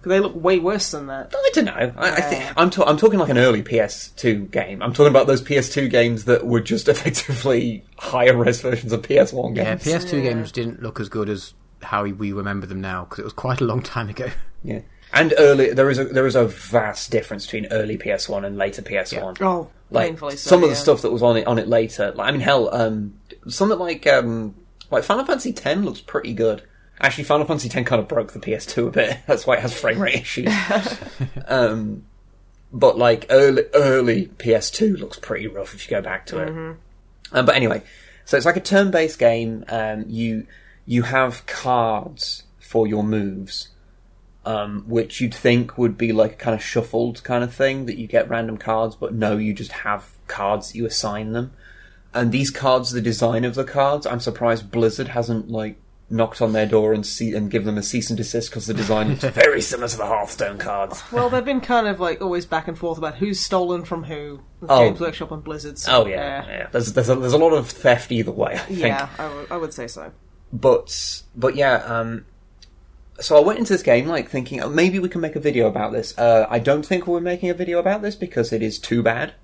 A: 'Cause they look way worse than that.
B: I don't know. I, I
A: Yeah.
B: think I'm, ta- I'm talking like an early PS2 game. I'm talking about those PS2 games that were just effectively higher res versions of PS1
C: Yeah,
B: games.
C: PS2 games didn't look as good as how we remember them now because it was quite a long time ago.
B: Yeah. And early, there is a there is a vast difference between early PS1 and later PS1.
A: Oh,
B: Like,
A: painfully. So,
B: some of the
A: yeah.
B: stuff that was on it on it later. Like, I mean, hell, um, something like um, like Final Fantasy X looks pretty good. Actually, Final Fantasy X kind of broke the PS2 a bit. That's why it has frame rate issues. um, but like early early PS2 looks pretty rough if you go back to it.
A: Mm-hmm.
B: Um, but anyway, so it's like a turn-based game. Um, you you have cards for your moves, um, which you'd think would be like a kind of shuffled kind of thing that you get random cards, but no, you just have cards that you assign them. And these cards, the design of the cards, I'm surprised Blizzard hasn't like knocked on their door and see and give them a cease and desist because the design is very similar to the Hearthstone cards.
A: Well, they've been kind of like always back and forth about who's stolen from who. With
B: Oh.
A: Games Workshop and Blizzard. so,
B: Oh yeah, yeah. There's there's a, there's a lot of theft either way. I think.
A: yeah, I would- I would say so.
B: but but yeah um so i went into this game like thinking oh, maybe we can make a video about this uh i don't think we're making a video about this because it is too bad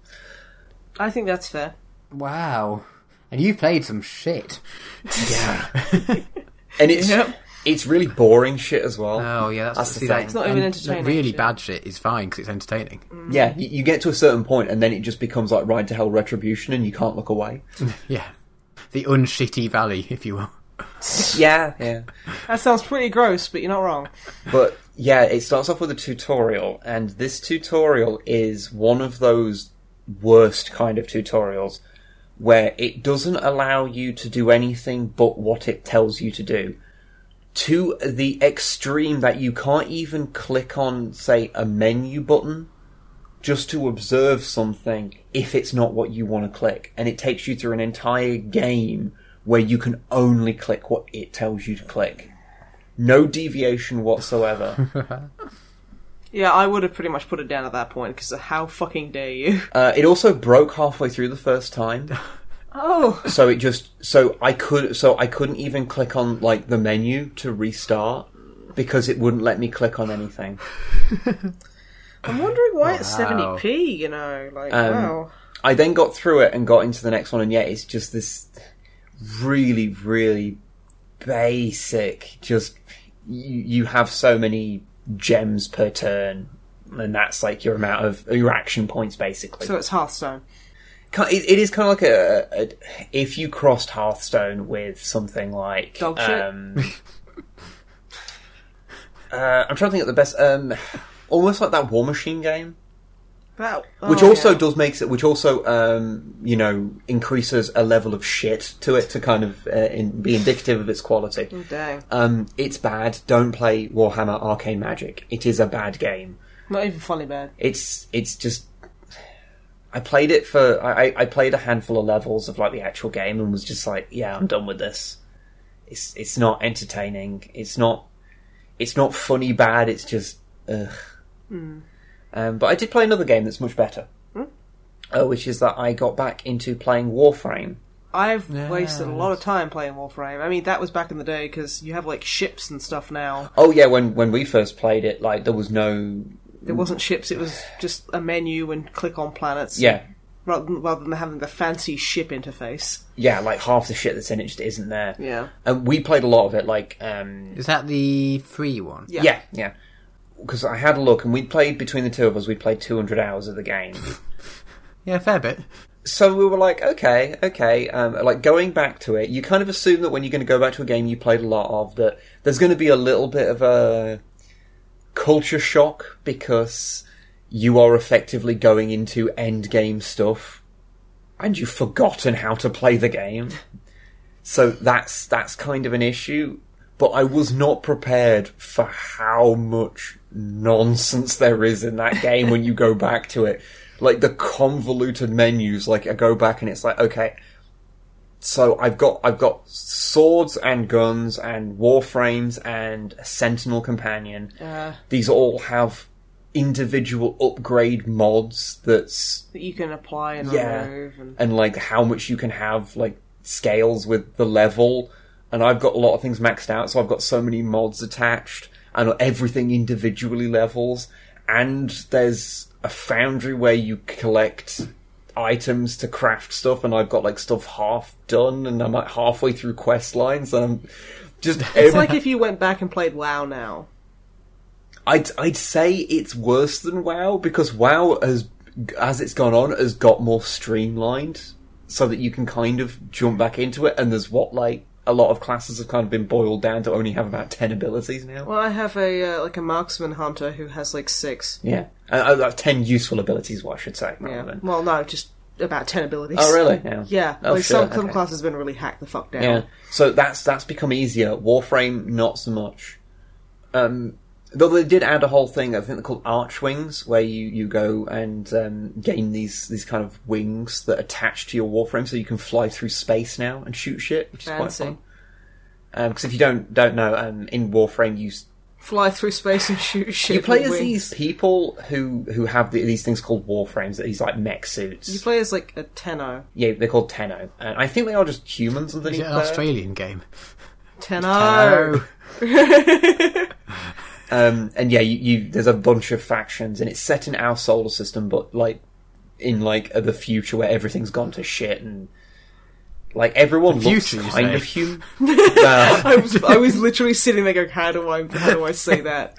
A: I think that's fair.
C: Wow. And you played some shit.
B: and it's
A: Yep.
B: it's really boring shit as well
C: Oh yeah, that's,
B: That's the
C: see,
B: thing.
C: that-
B: It's
A: not even
C: and
A: entertaining,
C: Really
A: actually.
C: bad shit is fine because it's entertaining.
B: yeah you, you get to a certain point and then it just becomes like ride to hell retribution and you can't look away
C: Yeah, the unshitty valley, if you will.
B: yeah yeah
A: That sounds pretty gross, but you're not wrong.
B: but yeah it starts off with a tutorial and this tutorial is one of those worst kind of tutorials where it doesn't allow you to do anything but what it tells you to do to the extreme that you can't even click on say a menu button just to observe something if it's not what you want to click and it takes you through an entire game where you can only click what it tells you to click no deviation whatsoever
A: Yeah, I would have pretty much put it down at that point because how fucking dare you?
B: Uh, it also broke halfway through the first time,
A: Oh,
B: so it just so I could so I couldn't even click on like the menu to restart because it wouldn't let me click on anything.
A: I'm wondering why it's
C: Wow.
A: 70p. You know, like
B: Um,
A: wow.
B: I then got through it and got into the next one, and yet it's just this really, really basic. Just you, you have so many gems per turn, and that's like your amount of your action points basically.
A: So it's Hearthstone.
B: Ki- it, it is kind of like a, a if you crossed Hearthstone with something like
A: Dog shit?
B: Um, uh, I'm trying to think of the best. Um, almost like that War Machine game,
A: That, oh,
B: which also
A: yeah.
B: does makes it, which also um, you know increases a level of shit to it to kind of uh, in, be indicative of its quality.
A: dang,
B: Um, it's bad. Don't play Warhammer Arcane Magic. It is a bad game
A: not even funny bad.
B: it's it's just I played it for I, I- I played a handful of levels of like the actual game and was just like, yeah, I'm done with this. It's it's not entertaining. It's not it's not funny bad. It's just ugh. Um, but I did play another game that's much better, uh, which is that I got back into playing Warframe
A: I've
B: Yeah,
A: wasted a lot of time playing Warframe. I mean, that was back in the day because you have like ships and stuff now.
B: Oh yeah, when when we first played it, like there was no
A: There wasn't ships; it was just a menu and click on planets.
B: yeah
A: rather than, rather than having the fancy ship interface.
B: yeah like half the shit that's in it just isn't there.
A: Yeah.
B: and we played a lot of it. Like um
C: Is that the free one?
A: Yeah.
B: yeah yeah because I had a look and we played between the two of us. We played two hundred hours of the game.
C: Yeah, fair bit.
B: so we were like, okay, okay, um, like going back to it, you kind of assume that when you're going to go back to a game you played a lot of, that there's going to be a little bit of a culture shock because you are effectively going into end game stuff and you've forgotten how to play the game. So that's that's kind of an issue. But I was not prepared for how much nonsense there is in that game when you go back to it. Like the convoluted menus, like I go back and it's like, okay, so I've got I've got swords and guns and warframes and a sentinel companion.
A: Uh,
B: These all have individual upgrade mods that's
A: that you can apply and
B: yeah
A: remove. And,
B: and like how much you can have like scales with the level and i've got a lot of things maxed out so i've got so many mods attached and everything individually levels and there's a foundry where you collect items to craft stuff and i've got like stuff half done and i'm like halfway through quest lines and i'm just
A: it's like if you went back and played WoW now.
B: I'd I'd say it's worse than WoW because WoW has as it's gone on has got more streamlined so that you can kind of jump back into it and there's what like a lot of classes have kind of been boiled down to only have about 10 abilities now.
A: Well, I have a uh, like a marksman hunter who has like six.
B: Yeah. Uh, uh, 10 useful abilities, what I should say. rather
A: Yeah.
B: than-
A: Well, no, just about ten abilities.
B: Oh really? Yeah.
A: Yeah.
B: Oh,
A: like
B: sure,
A: some some
B: okay.
A: classes have been really hacked the fuck down.
B: Yeah. So that's that's become easier. Warframe, not so much. Um, though they did add a whole thing. I think they're called arch wings, where you, you go and um, gain these these kind of wings that attach to your warframe, so you can fly through space now and shoot shit, which is
A: Fancy.
B: quite fun. Because if you don't don't know, um, in Warframe you s-
A: Fly through space and shoot shit.
B: you play
A: with
B: as
A: wings.
B: these people who who have the, these things called warframes, these like mech suits.
A: You play as like a tenno.
B: yeah, they're called Tenno, and I think they are just humans
C: Is
B: underneath.
C: it an
B: there.
C: Australian game?
A: Tenno.
B: Um, and yeah, you, you there's a bunch of factions, and it's set in our solar system, but like in like the future where everything's gone to shit, and like everyone
C: The
B: looks
C: future, you
B: kind
C: say?
B: of human. well,
A: I was I was literally sitting there going, how do I how do I say that?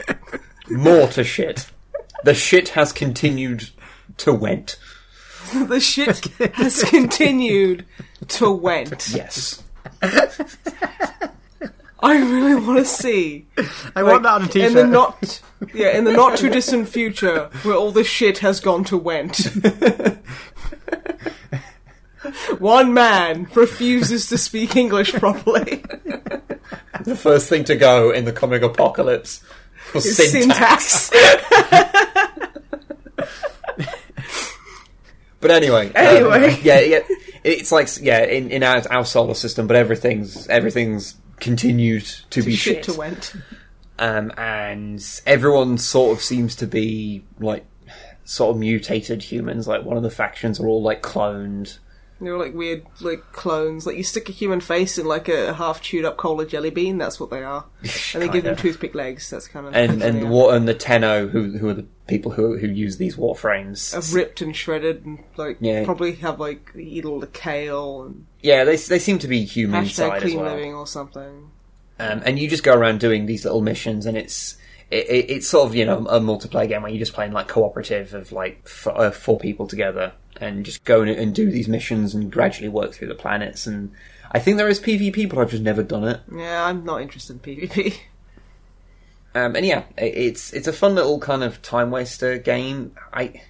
B: more to shit. The shit has continued to went.
A: the shit has continued to went.
B: Yes,
A: I really want to see
C: I
A: like,
C: want that on a t-shirt.
A: in the not yeah in the not too distant future where all the shit has gone to went. One man refuses to speak English properly.
B: the first thing to go in the comic apocalypse was
A: His
B: syntax.
A: syntax.
B: But anyway,
A: Anyway.
B: um, yeah, yeah, it's like yeah, in, in our, our solar system, but everything's everything's continued to, be
A: shit to went.
B: um, and everyone sort of seems to be like sort of mutated humans. Like one of the factions are all like cloned.
A: They were like weird, like clones. Like you stick a human face in like a half chewed up cola jelly bean. That's what they are. And they give them
B: Kinda.
A: toothpick legs. That's kind of
B: and
A: what
B: and
A: they
B: the
A: are.
B: war and the Tenno who who are the people who who use these warframes.
A: Are ripped and shredded and like
B: Yeah.
A: probably have like eat all the kale and
B: Yeah, they they seem to be human
A: hashtag
B: inside as
A: clean
B: well.
A: living or something.
B: Um, and you just go around doing these little missions, and it's it, it, it's sort of you know a multiplayer game where you're just playing like cooperative of like f- uh, four people together, and just go and, and do these missions and gradually work through the planets. And I think there is PvP, but I've just never done it.
A: Yeah, I'm not interested in PvP.
B: Um, and yeah, i- it's it's a fun little kind of time waster game. I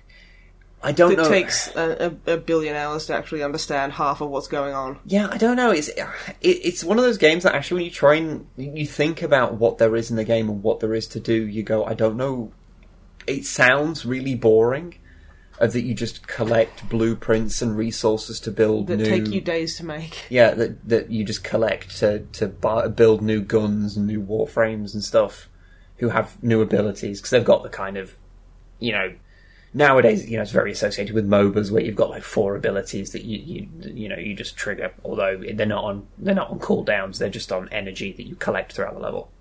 B: I don't
A: It
B: know.
A: takes a, a, a billion hours to actually understand half of what's going on.
B: Yeah, I don't know. It's it, it's one of those games that actually, when you try and you think about what there is in the game and what there is to do, you go, I don't know. It sounds really boring, of that you just collect blueprints and resources to build
A: That
B: new.
A: take you days to make.
B: yeah, that that you just collect to to buy, build new guns and new warframes and stuff, who have new abilities because they've got the kind of, you know, nowadays, you know, it's very associated with MOBAs where you've got like four abilities that you you, you know you just trigger. Although they're not on they're not on cooldowns, they're just on energy that you collect throughout the level.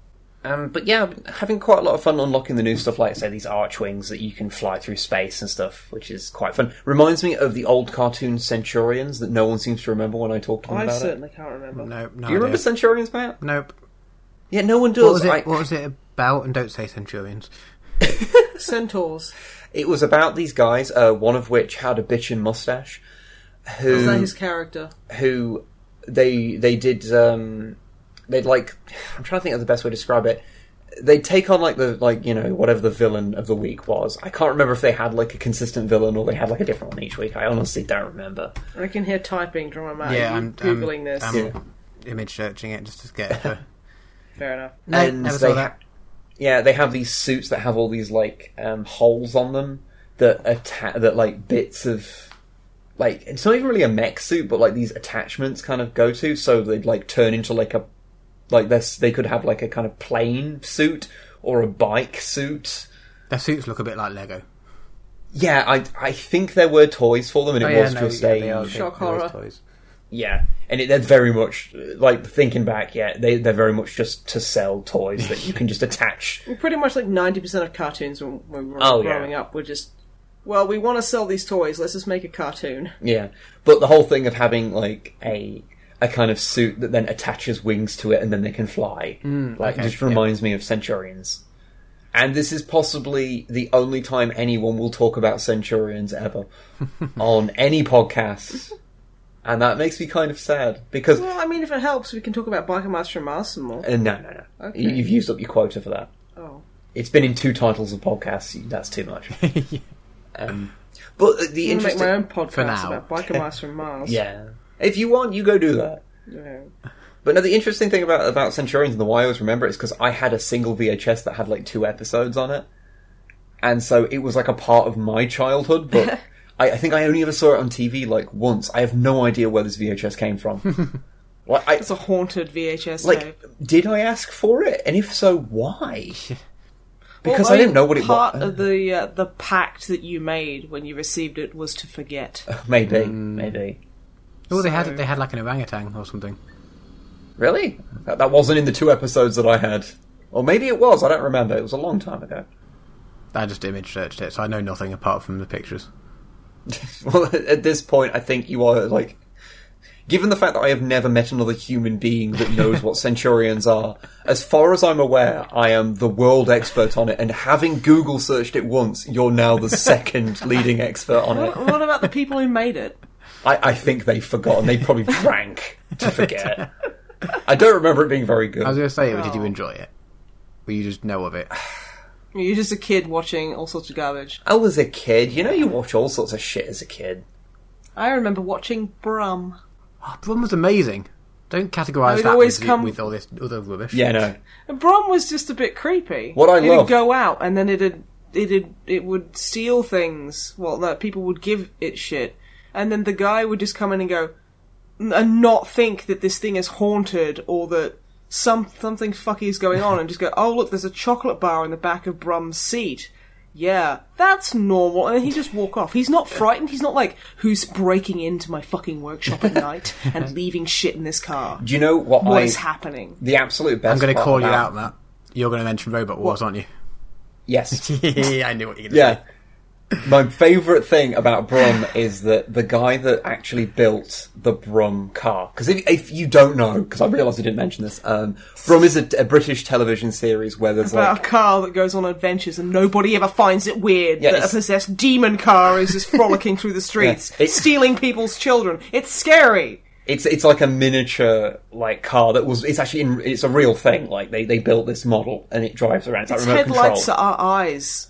B: Um, but yeah, I've been having quite a lot of fun unlocking the new stuff, like say these arch wings that you can fly through space and stuff, which is quite fun. Reminds me of the old cartoon Centurions that no one seems to remember when I talk to them
A: I
B: about it.
A: certainly can't remember.
C: No,
B: Do
C: no.
B: you remember
C: idea.
B: Centurions, Matt?
C: Nope.
B: Yeah, no one does.
C: What was it?
B: I-
C: What was it about? And don't say centurions.
A: Centaurs.
B: It was about these guys, uh, one of which had a bitchin' mustache, who
A: Is Oh, that his character?
B: who they they did um, they'd like I'm trying to think of the best way to describe it. They'd take on like the like you know whatever the villain of the week was. I can't remember if they had like a consistent villain or they had like a different one each week. I honestly don't remember.
A: I can hear typing drawing out.
C: yeah,
A: you
C: I'm
A: googling
C: I'm,
A: this.
C: I'm
B: Yeah.
C: image searching it just to get. The...
A: Fair enough.
C: no,
B: And
C: never
B: they-
C: saw that.
B: Yeah, they have these suits that have all these like um, holes on them that atta- that like bits of like it's not even really a mech suit, but like these attachments kind of go to, so they'd like turn into like a like this. They could have like a kind of plane suit or a bike suit.
C: Their suits look a bit like Lego.
B: Yeah, I I think there were toys for them, and it
C: Oh, yeah,
B: was
C: no,
B: just
C: yeah,
B: a
C: they are, they,
A: Shock
C: they're always
A: horror.
C: toys.
B: yeah, and it, they're very much like thinking back. Yeah, they they're very much just to sell toys that you can just attach
A: Well, pretty much like 90% of cartoons when when we were
B: Oh, yeah.
A: growing up were just, well, we want to sell these toys, let's just make a cartoon.
B: Yeah, but the whole thing of having like a a kind of suit that then attaches wings to it and then they can fly,
A: Mm,
B: like
C: okay,
B: just reminds me of Centurions. And this is possibly the only time anyone will talk about Centurions ever on any podcast, and that makes me kind of sad because
A: Well, I mean, if it helps, we can talk about Biker Mice from Mars some more.
B: uh, no, no, no,
A: Okay.
B: You- you've used up your quota for that.
A: Oh.
B: It's been in two titles of podcasts. you- That's too much. um, but
A: I'm
B: uh, the
A: going to
B: interesting,
A: make my own podcast
C: now.
A: about Biker Mice from Mars.
B: yeah. If you want, you go do that.
A: Yeah.
B: But no, the interesting thing about about Centurions and the why I always remember it is because I had a single VHS that had like two episodes on it, and so it was like a part of my childhood. But I, I think I only ever saw it on TV like once. I have no idea where this VHS came from. like, I,
A: It's a haunted VHS
B: like,
A: tape.
B: did I ask for it? And if so, why?
A: Well,
B: Because I didn't know what it
A: part
B: was.
A: Part of the, uh, the pact that you made when you received it was to forget.
B: Maybe,
A: Hmm.
B: maybe.
C: Oh, they
A: So-
C: had they had like an orangutan or something.
B: Really? That, that wasn't in the two episodes that I had, or maybe it was. I don't remember. It was a long time ago.
C: I just image searched it, so I know nothing apart from the pictures.
B: Well, at this point, I think you are like, given the fact that I have never met another human being that knows what centurions are. As far as I'm aware, I am the world expert on it, and having Google searched it once, you're now the second leading expert on it.
A: what about the people who made it?
B: I, I think they forgot, and they probably drank to forget. I don't remember it being very
C: I
B: good.
C: was going to say, did you enjoy it? Or you just know of it?
A: You're just a kid watching all sorts of garbage.
B: I was a kid. You know, you watch all sorts of shit as a kid.
A: I remember watching Brum.
C: Oh, Brum was amazing. Don't categorise
A: It
C: that
A: always
C: with,
A: come-
C: with all this other rubbish.
B: Yeah, no.
A: And Brom was just a bit creepy.
B: What I
A: it'd
B: love-
A: go out and then it'd it'd it would steal things. Well, no, people would give it shit, and then the guy would just come in and go and not think that this thing is haunted or that some something fucky is going on, and just go, oh look, there's a chocolate bar in the back of Brum's seat. Yeah, that's normal. And then he just walk off. He's not frightened. He's not like, who's breaking into my fucking workshop at night and leaving shit in this car?
B: Do you know what,
A: What
B: I?
A: is happening?
B: the absolute best.
C: I'm going to
B: part
C: call you
B: about-
C: out, Matt. You're going to mention Robot Wars, aren't you?
B: Yes.
C: I knew what you were going to
B: Yeah. My favourite thing about Brum is that the guy that actually built the Brum car, because if, if you don't know, because I realised I didn't mention this, um, Brum is a, a British television series where there's
A: about
B: like.
A: a car that goes on adventures and nobody ever finds it weird
B: Yeah,
A: that a
B: it's-
A: possessed demon car is just frolicking through the streets,
B: Yeah, it's-
A: stealing people's children. It's scary.
B: It's it's like a miniature like car that was it's actually in, it's a real thing like they, they built this model and it drives around it's,
A: Its
B: like remote
A: headlights
B: control.
A: are our eyes.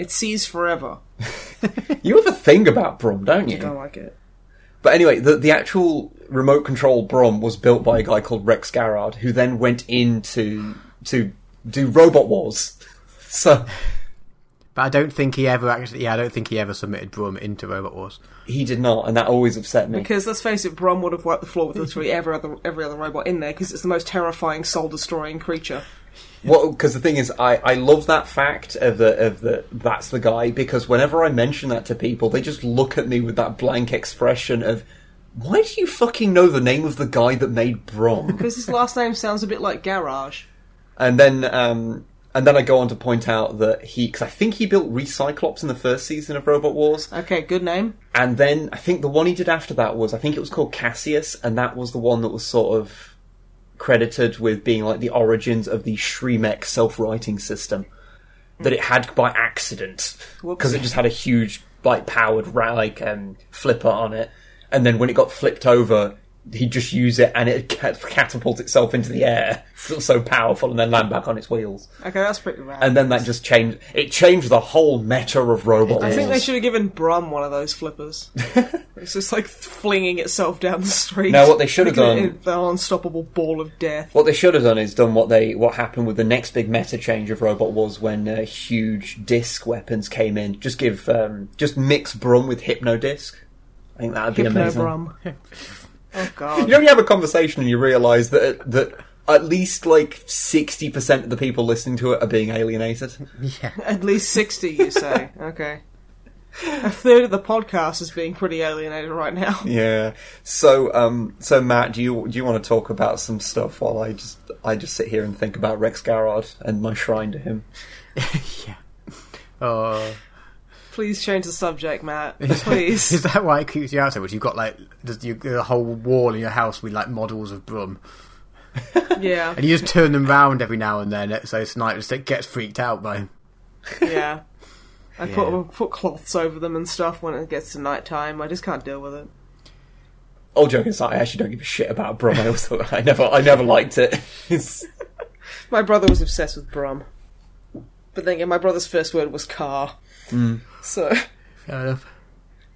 A: It sees forever.
B: You have a thing about Brum, don't
A: I don't
B: you?
A: like it.
B: But anyway, the the actual remote control Brum was built by a guy called Rex Garrard, who then went in to to do Robot Wars. So
C: But I don't think he ever actually. Yeah, I don't think he ever submitted Brum into Robot Wars.
B: He did not, and that always upset me.
A: Because let's face it, Brom would have wiped the floor with literally every other every other robot in there because it's the most terrifying, soul destroying creature.
B: Well, because the thing is, I, I love that fact of the of the that's the guy because whenever I mention that to people, they just look at me with that blank expression of, why do you fucking know the name of the guy that made Brom?
A: Because his last name sounds a bit like Garage.
B: and then um and then I go on to point out that he because I think he built Recyclops in the first season of Robot Wars,
A: Okay, good name.
B: and then I think the one he did after that was I think it was called Cassius, and that was the one that was sort of credited with being like the origins of the Shremek self-writing system that it had by accident
A: Whoops.
B: because it just had a huge like powered ra- like um, flipper on it, and then when it got flipped over. He'd just use it and it cat- catapult itself into the air. It was so powerful, and then land back on its wheels.
A: Okay, that's pretty rad.
B: And then that just changed. It changed the whole meta of robot.
A: I think they
B: wars.
A: should have given Brum one of those flippers. it's just like flinging itself down the street.
B: No, what they should have
A: Making
B: done-
A: it The unstoppable ball of death.
B: What they should have done is done what they what happened with the next big meta change of Robot Wars when uh, huge disc weapons came in. Just give um, just mix Brum with Hypno Disc. I think that'd be
A: Hypno
B: amazing.
A: Brum. oh
B: You
A: god.
B: know, when you have a conversation and you realise that that at least like sixty percent of the people listening to it are being alienated.
A: At least 60, you say. Okay. A third of the podcast is being pretty alienated right now.
B: Yeah. So um, so Matt, do you do you want to talk about some stuff while I just I just sit here and think about Rex Garrard and my shrine to him?
C: yeah. Oh.
A: Please change the subject, Matt.
C: Is
A: Please.
C: that why it keeps you out so much? You've got like there's you, a whole wall in your house with like models of Brum,
A: yeah.
C: and you just turn them round every now and then. So Snipe just like, gets freaked out by him.
A: Yeah. I
C: Yeah.
A: put put cloths over them and stuff when it gets to night time. I just can't deal with it.
B: All joking aside, I actually don't give a shit about Brum. I also I never I never liked it. It's-
A: My brother was obsessed with Brum. But then again, my brother's first word was car.
C: Hmm.
A: So,
C: Fair enough.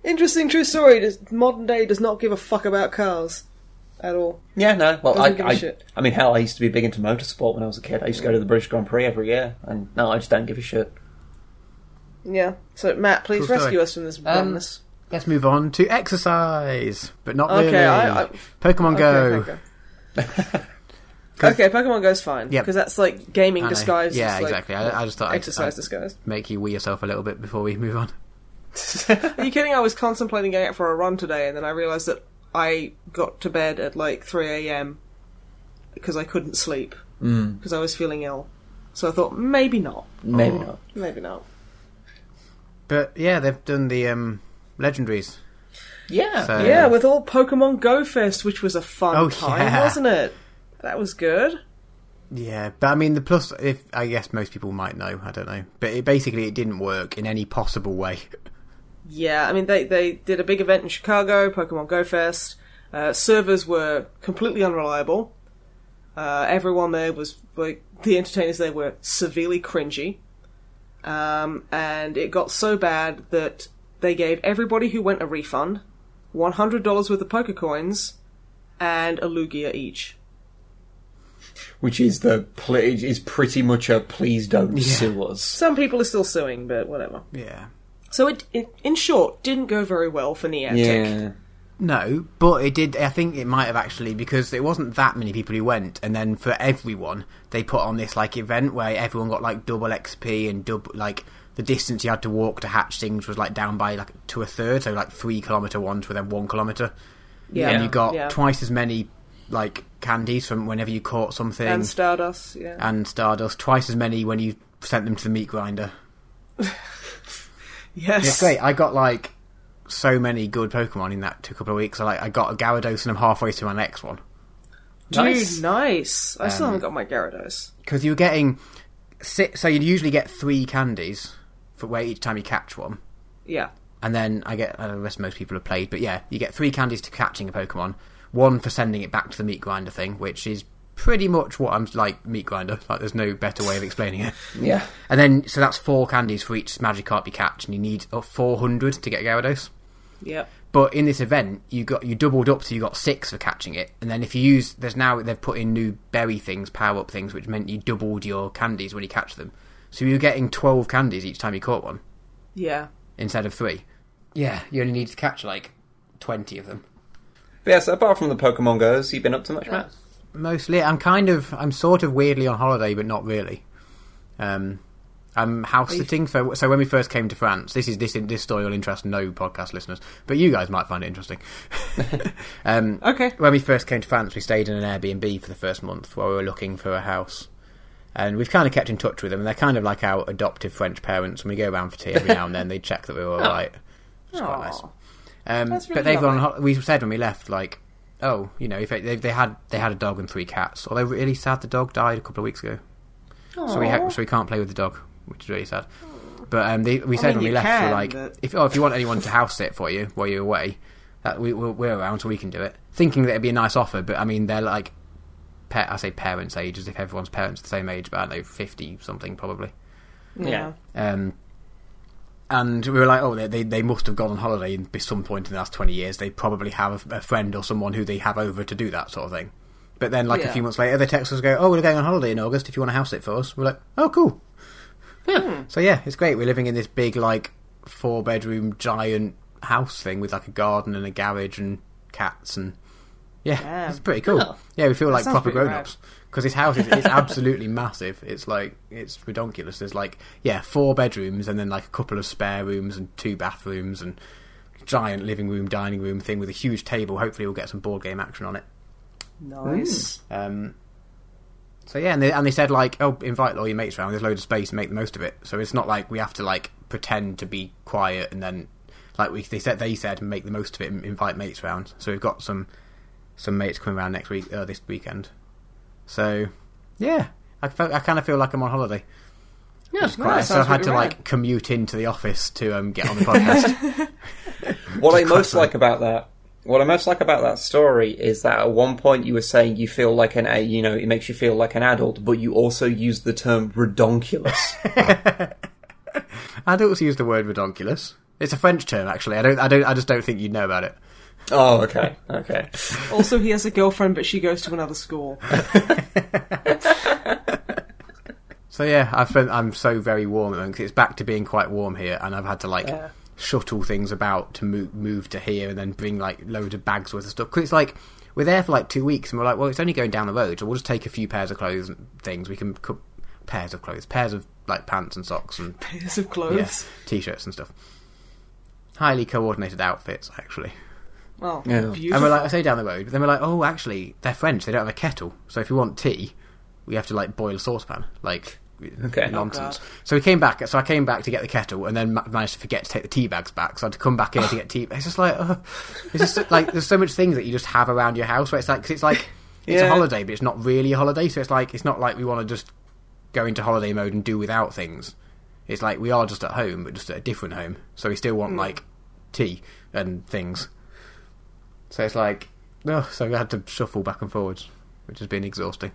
A: interesting true story. Does, modern day does not give a fuck about cars at all.
B: yeah, no. Well, I,
A: Doesn't give a
B: I,
A: shit.
B: I mean, hell, I used to be big into motorsport when I was a kid. I used to go to the British Grand Prix every year, and no, I just don't give a shit.
A: Yeah. So, Matt, please
C: Cool story.
A: rescue us from this brumness.
C: Let's move on to exercise, but not
A: Okay,
C: really.
A: I- I-
C: Pokemon Go.
A: Okay, okay. okay, Pokemon Go's fine.
C: Yep.
A: Because that's like gaming
C: I know.
A: disguised.
C: Yeah,
A: as, like,
C: exactly. I, I just thought I'd-
A: Exercise
C: I'd,
A: disguised.
C: make you wee yourself a little bit before we move on.
A: Are you kidding? I was contemplating going out for a run today, and then I realised that I got to bed at like 3 a.m. because I couldn't sleep
C: Mm.
A: because I was feeling ill. So I thought maybe not,
B: Maybe
C: Oh.
B: not.
A: maybe not.
C: But yeah, they've done the um, legendaries.
B: Yeah.
C: So-
A: yeah, with all Pokemon Go Fest, which was a fun
C: Oh,
A: time,
C: yeah.
A: wasn't it? That was good.
C: Yeah, but I mean the plus. If I guess most people might know, I don't know. But it, basically, it didn't work in any possible way.
A: Yeah, I mean they they did a big event in Chicago, Pokemon Go Fest. Uh, servers were completely unreliable. Uh, everyone there was like the entertainers there were severely cringy, um, and it got so bad that they gave everybody who went a refund, one hundred dollars worth of Poke coins, and a Lugia each.
B: Which is the pl- is pretty much a please don't sue us.
A: Some people are still suing, but whatever.
C: Yeah.
A: So it, it in short didn't go very well for Niantic.
C: No, but it did. I think it might have actually because it wasn't that many people who went, and then for everyone they put on this like event where everyone got like double XP and double like the distance you had to walk to hatch things was like down by like to a third, so like three kilometer ones were then one kilometer,
A: Yeah,
C: and you got
A: yeah.
C: twice as many like candies from whenever you caught something
A: and Stardust. Yeah.
C: and Stardust, twice as many when you sent them to the meat grinder.
A: yes.
C: It's great. I got like so many good Pokemon in that two couple of weeks. I like I got a Gyarados and I'm halfway through my next one.
A: Dude,
B: Nice.
A: nice. I still haven't got my Gyarados.
C: because you're getting six, so you'd usually get three candies for where each time you catch one
A: Yeah.
C: and then i get i don't know the rest most people have played but yeah you get three candies to catching a pokemon one for sending it back to the meat grinder thing which is pretty much what i'm like meat grinder like there's no better way of explaining it
B: Yeah.
C: and then so that's four candies for each magikarp you catch and you need uh, 400 to get a gyarados
A: Yep.
C: but in this event, you got you doubled up, so you got six for catching it. And then if you use, there's now they've put in new berry things, power up things, which meant you doubled your candies when you catch them. So you were getting twelve candies each time you caught one
A: Yeah.
C: instead of three. Yeah, you only need to catch like twenty of them.
B: But yeah. So apart from the Pokemon goes, you been up to much, Matt?
C: mostly. it. I'm kind of, I'm sort of weirdly on holiday, but not really. Um, I'm house sitting. So, so when we first came to France, this is this this story will interest no podcast listeners, but you guys might find it interesting. um,
A: Okay.
C: when we first came to France, we stayed in an Airbnb for the first month while we were looking for a house. And we've kind of kept in touch with them, and they're kind of like our adoptive French parents. And we go around for tea every now and then. They check that we're all right. It's quite nice.
A: Aw.
C: Um,
A: Oh, That's really
C: but they've gone.
A: lovely.
C: on hol- We said when we left, like, oh, you know, if they, they, they had they had a dog and three cats. Although really sad, the dog died a couple of weeks ago, so we ha-
A: Aw.
C: so we can't play with the dog, which is really sad. But um, they, we
A: I
C: said
A: mean,
C: when we
A: you
C: left,
A: can,
C: we're like,
A: but-
C: if oh, if you want anyone to house sit for you while you're away, that we we're, we're around, so we can do it. Thinking that it'd be a nice offer, but I mean, they're like, pa- I say parents' age, as if everyone's parents are the same age, but I don't know fifty something probably.
A: Yeah.
C: Um, and we were like, oh, they, they they must have gone on holiday in- at some point in the last 20 years. They probably have a, a friend or someone who they have over to do that sort of thing. But then, like a
A: Yeah.
C: few months later, they text us go, oh, we're going on holiday in August if you want to house it for us. We're like, oh, cool. So yeah, it's great. We're living in this big, like, four bedroom giant house thing with like a garden and a garage and cats and yeah,
A: Damn.
C: it's pretty cool.
B: Oh.
C: Yeah, we feel like
A: sounds
C: proper
A: pretty rad.
C: grown ups because this house is it's absolutely massive. It's like it's redonkulous. There's like yeah, four bedrooms and then like a couple of spare rooms and two bathrooms and giant living room, dining room thing with a huge table. Hopefully, we'll get some board game action on it.
A: Nice.
C: Um, so yeah, and they, and they said like, oh, invite all your mates round. There's loads of space. Make the most of it. So it's not like we have to like pretend to be quiet and then like we they said they said make the most of it and invite mates round. So we've got some some mates coming round next week uh, this weekend. So yeah, I felt, I kind of feel like I'm on holiday.
B: Yeah,
C: It's quite-
A: that
C: so I
A: sounds
C: had
A: really
C: to like commute into the office to um, get on the podcast.
B: What I most
C: classic.
B: like about that, what I most like about that story is that at one point you were saying you feel like an, a- you know, it makes you feel like an adult, but you also used the term redonkulous.
C: Adults use the word redonkulous. It's a French term actually. I don't I don't I just don't think you'd know about it.
B: oh, okay, okay.
A: also, he has a girlfriend, but she goes to another school.
C: So yeah, I've been, I'm so very warm at the moment 'cause it's back to being quite warm here, and I've had to like
A: Yeah.
C: shuttle things about to move, move to here and then bring like loads of bags worth of stuff. Because it's like we're there for like two weeks, and we're like, well, it's only going down the road, so we'll just take a few pairs of clothes and things. We can cook pairs of clothes, pairs of like pants and socks and
A: Pairs of
C: yeah,
A: clothes.
C: t-shirts and stuff. Highly coordinated outfits, actually.
A: Well,
B: Yeah.
A: Oh, beautiful.
C: And we're like, I say down the road, but then we're like, oh, actually, they're French. They don't have a kettle, so if you want tea, we have to like boil a saucepan. Like,
B: Okay.
C: nonsense.
A: Oh,
C: so we came back. So I came back to get the kettle, and then ma- managed to forget to take the tea bags back. So I had to come back here to get tea. It's just like, uh, it's just like there's so much things that you just have around your house where it's like, cause it's like it's a
B: Yeah.
C: holiday, but it's not really a holiday. So it's like it's not like we want to just go into holiday mode and do without things. It's like we are just at home, but just at a different home. So we still
B: Hmm.
C: want like tea and things. So it's like, oh, so we had to shuffle back and forwards, which has been exhausting.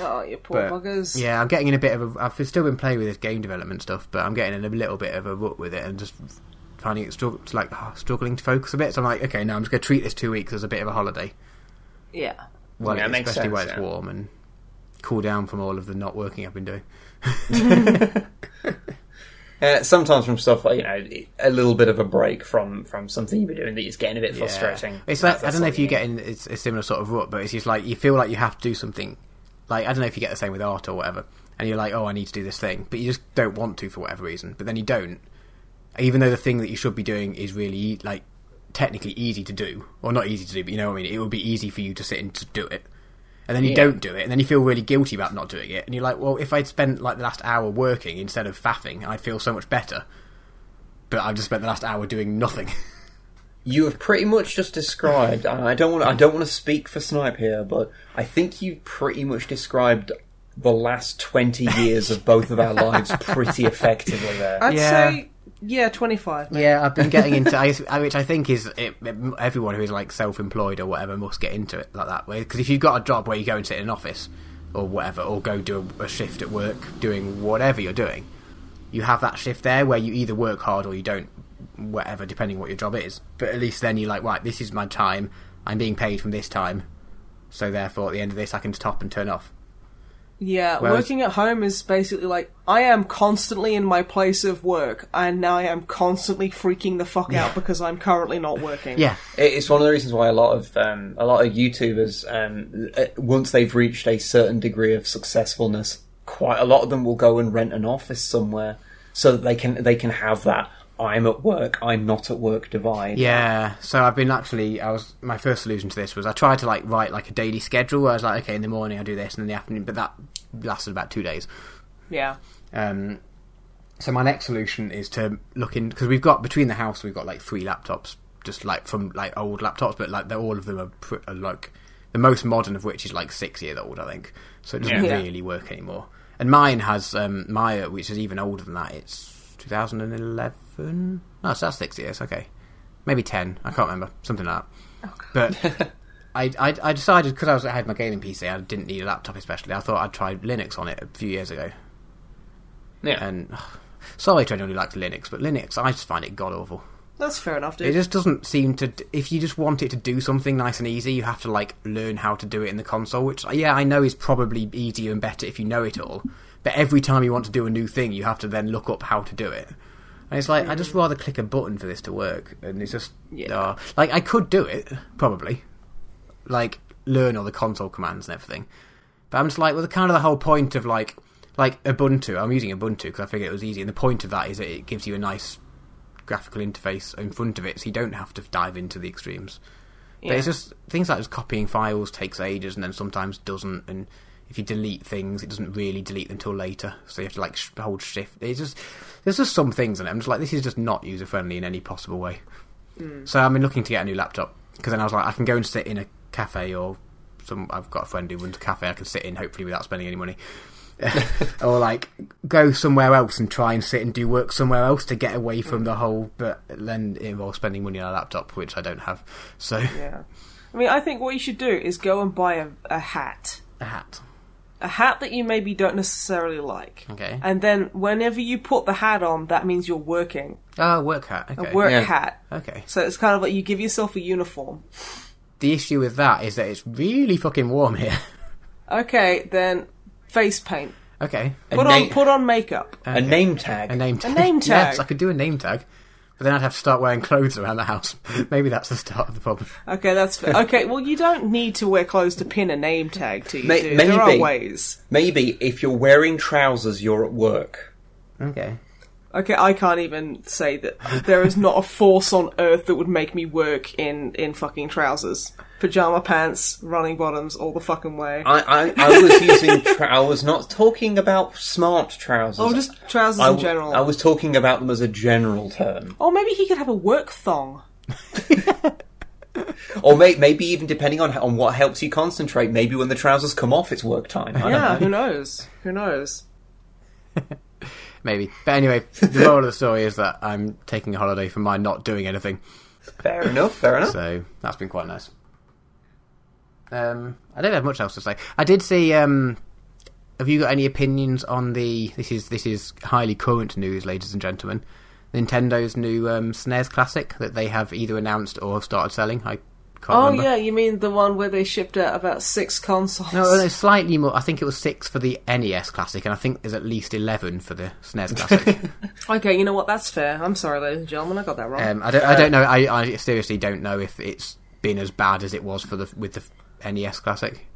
A: oh, you poor
C: but-
A: buggers.
C: Yeah, I'm getting in a bit of a. I've still been playing with this game development stuff, but I'm getting in a little bit of a rut with it and just finding it strugg- it's like ah, struggling to focus a bit. So I'm like, okay, no, I'm just going to treat this two weeks as a bit of a holiday.
A: Yeah.
C: Well,
B: Yeah, it makes
C: especially
B: sense,
C: where it's
B: yeah.
C: warm and cool down from all of the not working I've been doing.
B: Uh, sometimes from stuff like you know a little bit of a break from from something you've been doing that is getting a bit frustrating.
C: It's like
B: That's-
C: I
B: that's
C: don't know
B: what
C: if you
B: mean.
C: get in it's a similar sort of rut, but it's just like you feel like you have to do something. Like I don't know if you get the same with art or whatever, and you're like, oh, I need to do this thing, but you just don't want to for whatever reason. But then you don't, even though the thing that you should be doing is really e, like technically easy to do, or not easy to do, but you know what I mean. It would be easy for you to sit and to do it. And then you
B: Yeah.
C: don't do it, and then you feel really guilty about not doing it. And you're like, well, if I'd spent like the last hour working instead of faffing, I'd feel so much better. But I've just spent the last hour doing nothing.
B: You have pretty much just described, and I don't want I don't want to speak for Snipe here, but I think you've pretty much described the last twenty years of both of our lives pretty effectively there.
A: I'd
C: Yeah.
A: say, yeah, 25. mate.
C: Yeah, I've been getting into I, I- which I think is it, everyone who is like self-employed or whatever must get into it like that way. Because if you've got a job where you go and sit in an office or whatever, or go do a, a shift at work doing whatever you're doing, you have that shift there where you either work hard or you don't, whatever, depending what your job is. But at least then you're like, right, this is my time. I'm being paid from this time, so therefore at the end of this I can stop and turn off.
A: Yeah,
C: Whereas-
A: working at home is basically like I am constantly in my place of work, and now I am constantly freaking the fuck out because I'm currently not working.
C: Yeah,
B: It- It's one of the reasons why a lot of um, a lot of YouTubers, um, uh, once they've reached a certain degree of successfulness, quite a lot of them will go and rent an office somewhere so that they can they can have that "I'm at work, I'm not at work" divide.
C: yeah. So I've been actually, I was my first solution to this was I tried to like write like a daily schedule. Where I was like, okay, in the morning I do this, and in the afternoon, but that lasted about two days.
A: yeah,
C: Um, so my next solution is to look in because we've got between the house we've got like three laptops, just like from like old laptops, but like they're all of them are, pr- are like the most modern of which is like six years old, I think. So it doesn't
A: Yeah.
C: really work anymore. And mine has um, Maya, which is even older than that. It's 2011. No, so that's six years. Okay, maybe ten. I can't remember something like that. but I, I, I decided because I was I had my gaming PC, I didn't need a laptop especially. I thought I'd try Linux on it a few years ago.
B: yeah.
C: And sorry to anyone who likes Linux, but Linux, I just find it god awful.
A: that's fair enough, dude.
C: It just doesn't seem to. d- If you just want it to do something nice and easy, you have to like learn how to do it in the console. Which, uh, yeah, I know is probably easier and better if you know it all. But every time you want to do a new thing, you have to then look up how to do it. And it's like I just rather click a button for this to work. And it's just
A: Yeah.
C: ah. like I could do it probably, like learn all the console commands and everything. But I'm just like, well, the kind of the whole point of like, like Ubuntu. I'm using Ubuntu because I figured it was easy, and the point of that is that it gives you a nice graphical interface in front of it, so you don't have to dive into the extremes.
A: Yeah.
C: But it's just things like just copying files takes ages, and then sometimes doesn't. And if you delete things, it doesn't really delete them till later, so you have to like sh- hold shift. It's just there's just some things in it. I'm just like, this is just not user friendly in any possible way.
A: Mm.
C: So I've been looking to get a new laptop because then I was like, I can go and sit in a cafe or some. I've got a friend who runs a cafe I can sit in, hopefully without spending any money. or like go somewhere else and try and sit and do work somewhere else to get away
A: Mm.
C: from the whole. But then it involves spending money on a laptop, which I don't have. So
A: yeah, I mean, I think what you should do is go and buy a, a hat,
C: a hat.
A: a hat that you maybe don't necessarily like,
C: Okay.
A: and then whenever you put the hat on, that means you're working
C: Ah, work hat.
A: a
C: Okay.
A: work
B: Yeah.
A: hat.
C: okay.
A: So it's kind of like you give yourself a uniform.
C: The issue with that is that it's really fucking warm here.
A: Okay, then face paint.
C: okay.
B: A,
A: Put on
B: name,
A: put on makeup.
B: a name tag.
C: A name tag.
A: name
C: Yes,
A: tag.
C: I could do a name tag, but then I'd have to start wearing clothes around the house. Maybe that's the start of the problem.
A: Okay, that's fair. okay. Well, you don't need to wear clothes to pin a name tag to you.
B: May-
A: dude. There are
B: maybe.
A: ways.
B: Maybe if you're wearing trousers, you're at work.
C: Okay.
A: Okay, I can't even say that there is not a force on earth that would make me work in in fucking trousers, pajama pants, running bottoms, all the fucking way.
B: I, I, I was using. Tra- I was not talking about smart trousers.
A: Oh, just trousers
B: I
A: in
B: w-
A: general.
B: I was talking about them as a general term.
A: oh, maybe he could have a work thong.
B: Or may, maybe even depending on on what helps you concentrate. Maybe when the trousers come off, it's work time. I don't
A: Yeah,
B: know.
A: who knows? Who knows?
C: Maybe. But anyway, the moral of the story is that I'm taking a holiday from my not doing anything.
B: fair enough. Fair enough.
C: So that's been quite nice. Um, I don't have much else to say. I did see. Um, have you got any opinions on the? This is this is highly current news, ladies and gentlemen. Nintendo's new um, SNES Classic that they have either announced or have started selling. I can't
A: Oh
C: remember.
A: yeah, you mean the one where they shipped out about six consoles?
C: No, no, slightly more. I think it was six for the NES Classic, and I think there's at least eleven for the SNES Classic.
A: Okay, you know what? That's fair. I'm sorry, ladies and gentlemen, I got that wrong.
C: um, I don't, I don't know. I, I seriously don't know if it's been as bad as it was for the with the NES Classic.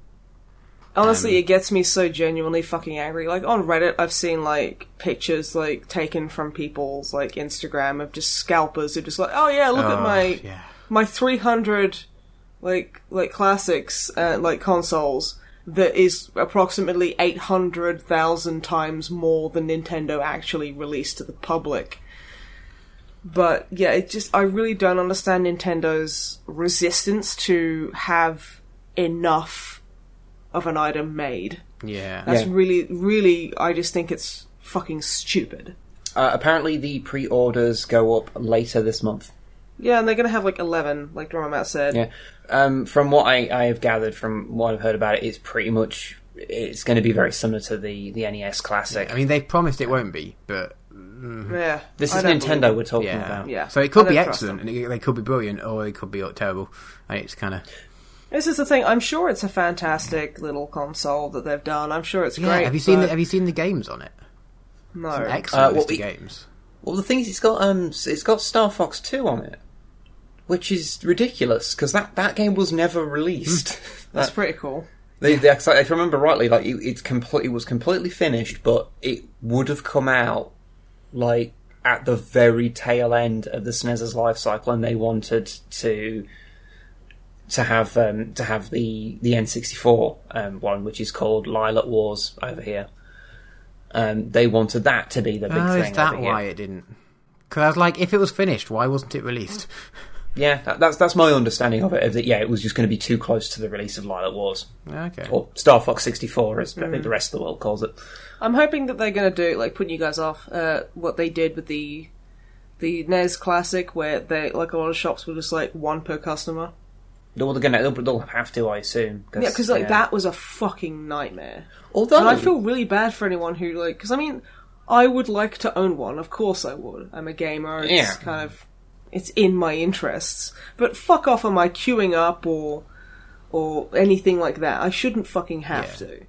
A: Honestly, it gets me so genuinely fucking angry. Like on Reddit, I've seen like pictures like taken from people's like Instagram of just scalpers who just like, oh yeah, look at
C: Oh,
A: my
C: yeah.
A: my three hundred like like classics uh, like consoles that is approximately eight hundred thousand times more than Nintendo actually released to the public. But yeah, it just I really don't understand Nintendo's resistance to have enough of an item made.
C: Yeah.
A: That's
B: Yeah.
A: really, really. I just think it's fucking stupid.
B: Uh, apparently, the pre-orders go up later this month.
A: Yeah, and they're gonna have like eleven, like Drama Matt said.
B: Yeah. Um, from what I, I have gathered, from what I've heard about it, it's pretty much it's going to be very similar to the, the NES Classic.
C: I mean, they've promised it won't be, but
A: Yeah,
B: this
A: I
B: is
A: don't
B: Nintendo
A: believe-
B: we're talking
C: yeah,
B: about.
A: Yeah.
C: So it
A: I
C: could be
A: don't trust
C: excellent, and it, they could be brilliant, or they could be uh, terrible. And it's kind of
A: This is the thing. I'm sure it's a fantastic little console that they've done. I'm sure it's
C: Yeah,
A: great.
C: have you seen
A: but
C: the, Have you seen the games on it?
A: no.
C: Some excellent
B: Uh, what
C: list
B: we-
C: of games.
B: Well, the thing is, it's got um, s- it's got Star Fox Two on it, which is ridiculous because that, that game was never released.
A: That's
B: That-
A: pretty cool.
B: They, they, if I remember rightly, like it, it's complete, it was completely finished, but it would have come out like at the very tail end of the SNES's life cycle, and they wanted to to have um, to have the the N64 um, one, which is called Lilac Wars over here. Um, they wanted that to be the big
C: Oh,
B: thing.
C: is that
B: over here.
C: why it didn't? Because I was like, if it was finished, why wasn't it released?
B: Yeah, that, that's that's my understanding of it. Of that, yeah, it was just going to be too close to the release of Lilac Wars
C: Okay.
B: or Star Fox 64, as
C: Mm.
B: I think the rest of the world calls it.
A: I'm hoping that they're going to do like putting you guys off. Uh, what they did with the the NES Classic, where they like a lot of shops were just like one per customer.
B: They're all gonna, they'll, they'll have to, I assume.
A: Yeah, because like that was a fucking nightmare.
B: Although
A: And I feel really bad for anyone who like because I mean I would like to own one. Of course I would. I'm a gamer. It's
B: Yeah.
A: kind of it's in my interests. But fuck off on my queuing up or or anything like that. I shouldn't fucking have
C: Yeah.
A: to.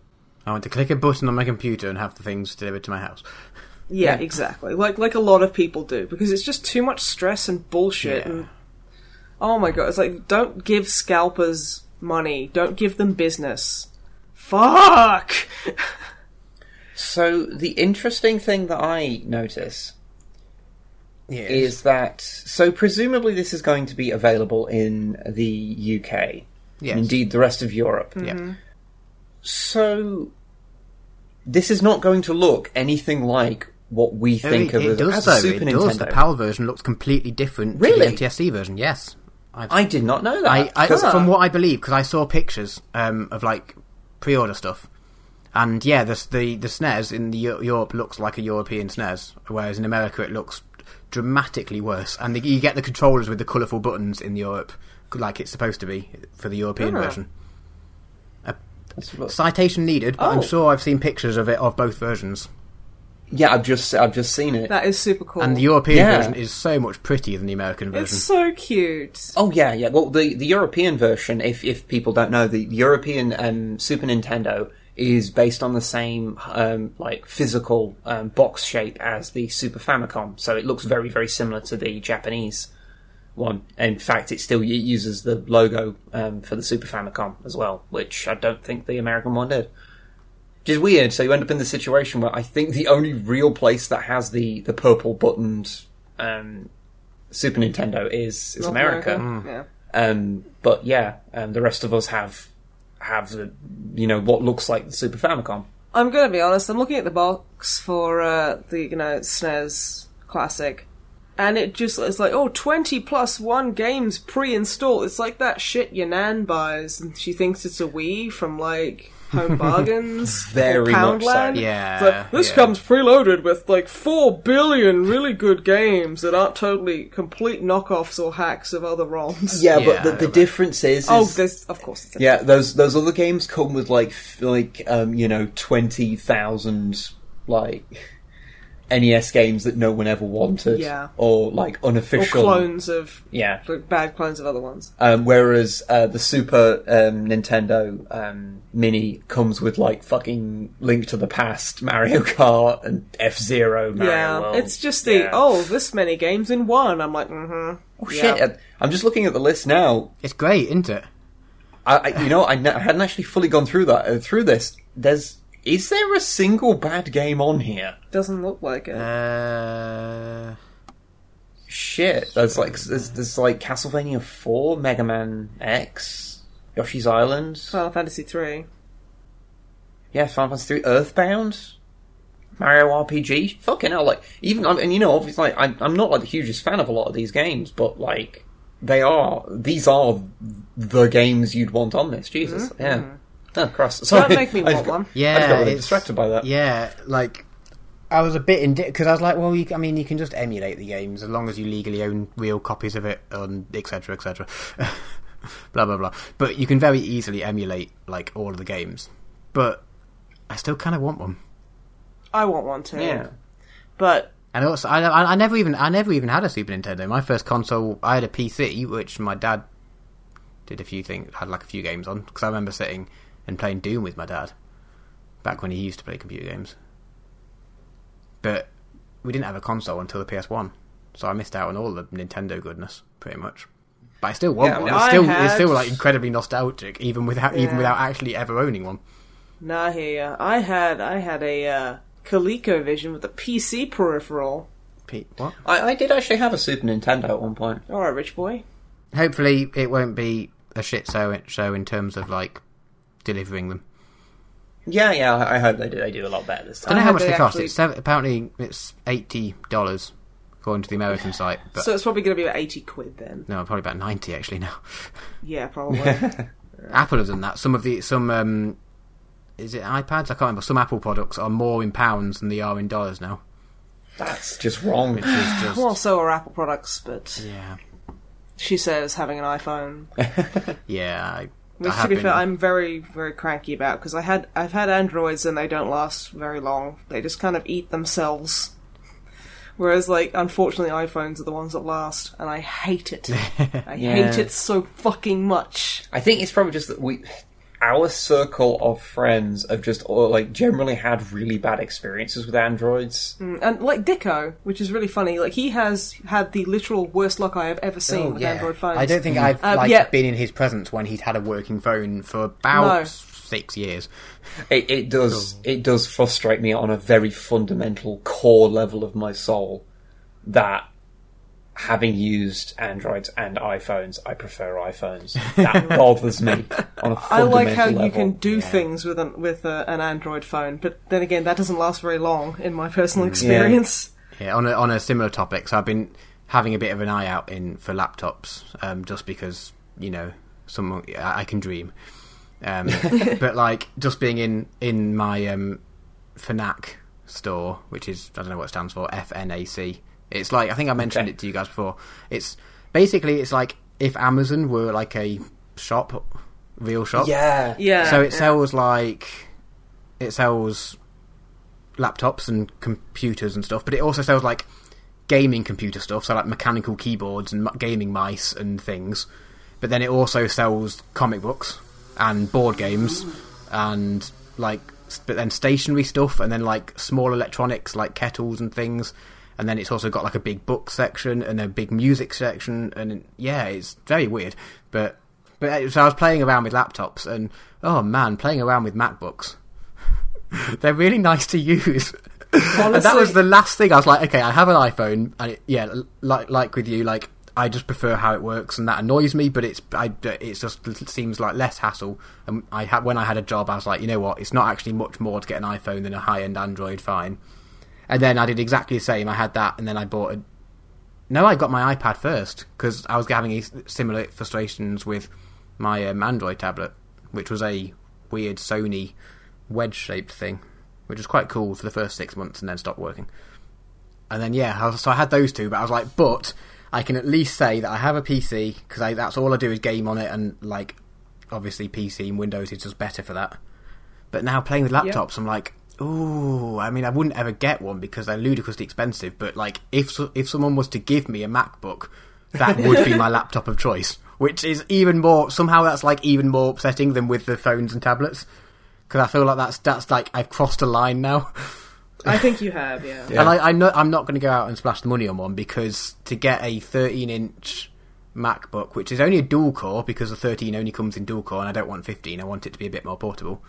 C: I want to click a button on my computer and have the things delivered to my house.
A: Yeah,
B: Yeah.
A: exactly. Like like a lot of people do because it's just too much stress and bullshit
C: Yeah.
A: and oh my god, it's like don't give scalpers money. Don't give them business. Fuck.
B: so the interesting thing that I notice
C: Yeah.
B: is that so presumably this is going to be available in the UK,
C: yes.
B: and indeed the rest of Europe.
C: Yeah.
B: So this is not going to look anything like what we
C: No,
B: think
C: it,
B: of
C: it
B: as,
C: does
B: as
C: though.
B: a Super
C: it does. The
B: Nintendo.
C: PAL version looks completely different
B: Really?
C: to the NTSC version. Yes. I've,
B: I ah. did not know that.
C: I, I
B: 'Cause-
C: from what I believe, because I saw pictures um, of like pre-order stuff, and yeah, the the, the SNES in the Eu- Europe looks like a European SNES, whereas in America it looks dramatically worse. And the, you get the controllers with the colourful buttons in Europe, like it's supposed to be for the European
A: Ah.
C: version.
B: That's what-
C: Citation needed, but
A: Oh.
C: I'm sure I've seen pictures of it of both versions.
B: yeah, I've just I've just seen it.
A: That is super cool.
C: And the European
B: Yeah.
C: version is so much prettier than the American version.
A: Oh. It's so cute.
B: Oh yeah, yeah. Well, the, the European version, if if people don't know, the European um, Super Nintendo is based on the same um, like physical um, box shape as the Super Famicom, so it looks very very similar to the Japanese one. In fact, it still it uses the logo um, for the Super Famicom as well, which I don't think the American one did. Which is weird. So you end up in the situation where I think the only real place that has the the purple buttoned. Um, Super Nintendo is is
A: North
B: America.
A: Yeah.
B: Um, but yeah, um, the rest of us have have the, you know what looks like the Super Famicom.
A: I'm gonna be honest. I'm looking at the box for uh, the you know SNES Classic, and it just it's like oh 20 plus one games pre-installed. It's like that shit your nan buys, and she thinks it's a Wii from like Home Bargains,
B: Very
A: or
B: much so.
A: Poundland.
C: Yeah,
A: It's like, this
C: yeah.
A: comes preloaded with like four billion really good games that aren't totally complete knockoffs or hacks of other ROMs.
B: Yeah,
C: Yeah,
B: but the,
C: I
B: the
C: know.
B: difference is, is-
A: Oh, there's of course. It's a-
B: yeah, those those other games come with like f- like um, you know twenty thousand like NES games that no one ever wanted,
A: Yeah.
B: or like
A: Or
B: unofficial,
A: clones of
B: yeah.
A: like, bad clones of other ones.
B: Um, whereas uh, the Super um, Nintendo um, Mini comes with like fucking Link to the Past, Mario Kart, and F Zero.
A: yeah, it's just the oh, this many games in one. I'm like, mm-hmm.
B: Oh shit! I- I'm just looking at the list now.
C: It's great, isn't it?
B: I, I you know, I, ne- I hadn't actually fully gone through that uh, through this. There's is there a single bad game on here?
A: Doesn't look like it.
C: Uh,
B: Shit! There's like there's, there's like Castlevania Four, Mega Man X, Yoshi's Island,
A: Final Fantasy three.
B: yeah, Final Fantasy Three, Earthbound, Mario RPG. Fucking hell! Like even I'm- and you know, obviously, like, I'm I'm not like the hugest fan of a lot of these games, but like they are these are the games you'd want on this. Jesus, yeah. Oh, Christ. Sorry.
A: Don't Mm-hmm, make me
B: I just
A: want
B: got-
A: one.
B: I just got
C: Yeah,
B: really
C: it's-
B: distracted by that.
C: Yeah, like I was a bit indifferent because I was like, well, you, I mean, you can just emulate the games as long as you legally own real copies of it, and etc. etc. blah blah blah. But you can very easily emulate like all of the games. But I still kind of want one.
A: I want one too.
B: Yeah.
A: But
C: And also, I, I I never even I never even had a Super Nintendo. My first console, I had a PC, which my dad did a few things, had like a few games on because I remember sitting and playing Doom with my dad back when he used to play computer games. But we didn't have a console until the PS1, so I missed out on all the Nintendo goodness pretty much. But I still want
B: Yeah,
C: one.
A: well,
C: It's
A: I
C: still,
A: had-
C: it's still like incredibly nostalgic, even without even
A: Yeah.
C: without actually ever owning one.
A: Nah, I hear ya. I had I had a uh, ColecoVision with a PC peripheral.
C: Pete, what?
B: I, I did actually have a Super Nintendo at one point.
A: All right, rich boy.
C: hopefully it won't be a shit show, show in terms of like delivering them.
B: Yeah, yeah, I I hope they do. They do a lot better this
C: I
B: time.
C: don't know
A: had
C: how much
A: they
C: they cost.
A: actually-
C: It's seven, apparently it's eighty dollars according to the American site, but
A: So it's probably going to be about eighty quid then.
C: no, probably about ninety actually now.
A: Yeah, probably.
C: Apple have done that. Some of the some um, is it iPads? I can't remember. Some Apple products are more in pounds than they are in dollars now,
B: That's just wrong.
C: which is just
A: well, so are Apple products, but
C: yeah,
A: she says having an iPhone,
C: yeah. I, I
A: which to
C: have
A: be
C: been-
A: fair, I'm very very cranky about because I had I've had Androids and they don't last very long. They just kind of eat themselves. Whereas, like, unfortunately, iPhones are the ones that last, and I hate it. I hate
B: Yeah.
A: it so fucking much.
B: I think it's probably just that we, our circle of friends, have just all, like generally had really bad experiences with androids.
A: And like Dicko, which is really funny, like he has had the literal worst luck I have ever seen
C: Oh,
A: with
C: yeah.
A: Android phones.
C: I don't think I've
A: Uh,
C: like,
A: yeah.
C: been in his presence when he'd had a working phone for about
A: No.
C: six years.
B: It, it
A: Oh.
B: does. It does frustrate me on a very fundamental core level of my soul that. Having used androids and iPhones, I prefer iPhones. That bothers me on a fundamental
A: I like how
B: level.
A: you can do things with an with a, an Android phone, but then again, that doesn't last very long in my
C: Mm.
A: personal experience.
C: Yeah, on a, on a similar topic, so I've been having a bit of an eye out in for laptops, um, just because you know, someone I, I can dream, um, but like just being in in my um, FNAC store, which is I don't know what it stands for, FNAC. It's like I think I mentioned
B: Okay.
C: it to you guys before. It's basically it's like if Amazon were like a shop, real shop.
B: Yeah.
A: Yeah.
C: So it sells like it sells laptops and computers and stuff, but it also sells like gaming computer stuff, so like mechanical keyboards and m- gaming mice and things. But then it also sells comic books and board games and like s- but then stationary stuff and then like small electronics like kettles and things. And then it's also got like a big book section and a big music section and yeah, it's very weird. But but uh, so I was playing around with laptops and oh man, playing around with MacBooks. They're really nice to use. and that
A: Honestly-
C: was the last thing I was like, okay, I have an iPhone, and it, yeah, l- like like with you, like I just prefer how it works, and that annoys me. But it's I it's just it seems like less hassle. And I had when I had a job, I was like, you know what, it's not actually much more to get an iPhone than a high end Android. Fine. And then I did exactly the same. I had that, and then I bought a. No, I got my iPad first because I was having these similar frustrations with my um, Android tablet, which was a weird Sony wedge-shaped thing, which was quite cool for the first six months, and then stopped working. And then yeah, I was, so I had those two, but I was like, but I can at least say that I have a PC because that's all I do is game on it, and like obviously PC and Windows is just better for that. But now playing with laptops, I'm like, ooh. I mean, I wouldn't ever get one because they're ludicrously expensive. But like, if so- if someone was to give me a MacBook, that would be my laptop of choice. Which is even more somehow that's like even more upsetting than with the phones and tablets because I feel like that's that's like I've crossed a line now.
A: I think you have, yeah.
C: And I, I know I'm not going to go out and splash the money on one because to get a 13 inch MacBook, which is only a dual core because the 13 only comes in dual core, and I don't want 15. I want it to be a bit more portable.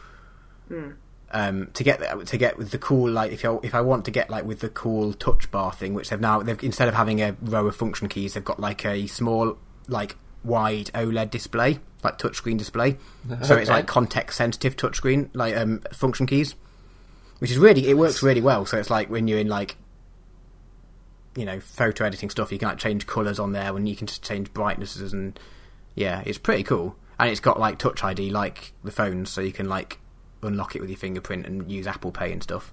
C: Um, to get the- to get with the cool like if I if I want to get like with the cool touch bar thing, which they've now they've instead of having a row of function keys, they've got like a small like wide OLED display, like touchscreen display. So it's
B: Okay.
C: like context sensitive touchscreen, like um, function keys which is really it works really well. So it's like when you're in like you know photo editing stuff, you can like change colors on there, and you can just change brightnesses, and yeah, it's pretty cool. And it's got like Touch ID, like the phones, so you can like unlock it with your fingerprint and use Apple Pay and stuff.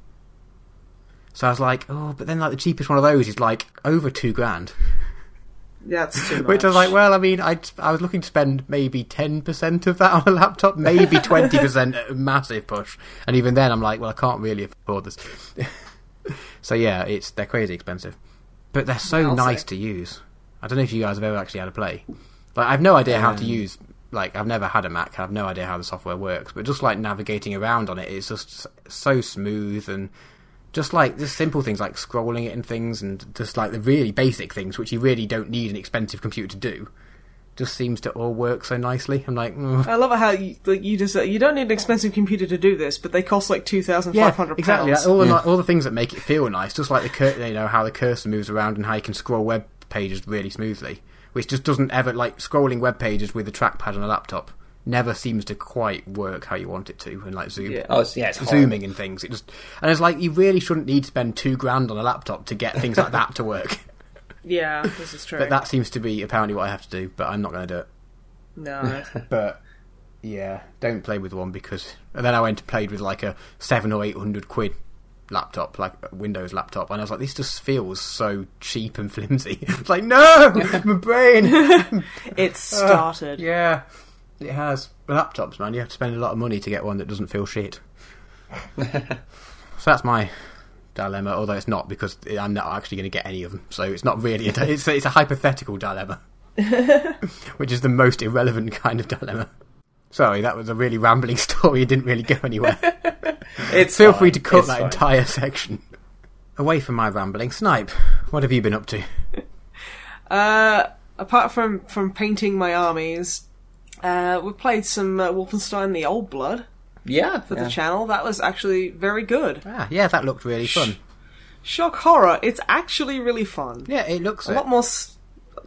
C: So I was like, oh, but then like the cheapest one of those is like over two grand,
A: That's too much.
C: which I was like, well, I mean, I I was looking to spend maybe ten percent of that on a laptop, maybe twenty percent, massive push, and even then, I'm like, well, I can't really afford this. so yeah, it's they're crazy expensive, but they're so
A: I'll
C: nice
A: say.
C: to use. I don't know if you guys have ever actually had a play. Like, I've no idea how to use like I've never had a Mac. I have no idea how the software works, but just like navigating around on it, it's just so smooth and just like just simple things like scrolling it and things, and just like the really basic things which you really don't need an expensive computer to do. Just seems to all work so nicely. I'm like, mm.
A: I love it how you, like, you just uh, you don't need an expensive computer to do this, but they cost like two thousand
C: yeah,
A: five hundred
C: exactly.
A: pounds.
C: Like, all the ni- all the things that make it feel nice, just like the cur- you know how the cursor moves around and how you can scroll web pages really smoothly, which just doesn't ever like scrolling web pages with a trackpad on a laptop never seems to quite work how you want it to, and like zoom.
A: Yeah.
B: Oh, it's, yeah, it's horrible.
C: Zooming and things, it just and it's like you really shouldn't need to spend two grand on a laptop to get things like that to work.
A: Yeah, this is true.
C: oh. But that seems to be apparently what I have to do. But I'm not going to do it.
A: no,
C: But yeah, don't play with one because. And then I went and played with like a seven or eight hundred quid laptop, like a Windows laptop, and I was like, this just feels so cheap and flimsy. it's like, no, my brain.
A: it started.
C: Ah. yeah, it has. But laptops, man, you have to spend a lot of money to get one that doesn't feel shit. so that's my dilemma. Although it's not because I'm not actually going to get any of them, so it's not really. A, it's it's a hypothetical dilemma, which is the most irrelevant kind of dilemma. Sorry, that was a really rambling story. It didn't really go anywhere.
B: It's
C: Feel
B: fine.
C: free to cut
B: It's
C: that
B: fine.
C: entire section. Away from my rambling, Snipe, what have you been up to?
A: Uh, apart from from painting my armies, uh, we played some uh, Wolfenstein: The Old Blood
B: Yeah,
A: for
B: yeah.
A: the channel. That was actually very good.
C: Ah, yeah, that looked really fun.
A: Shock horror. It's actually really fun.
C: Yeah, it looks
A: A lot more. s-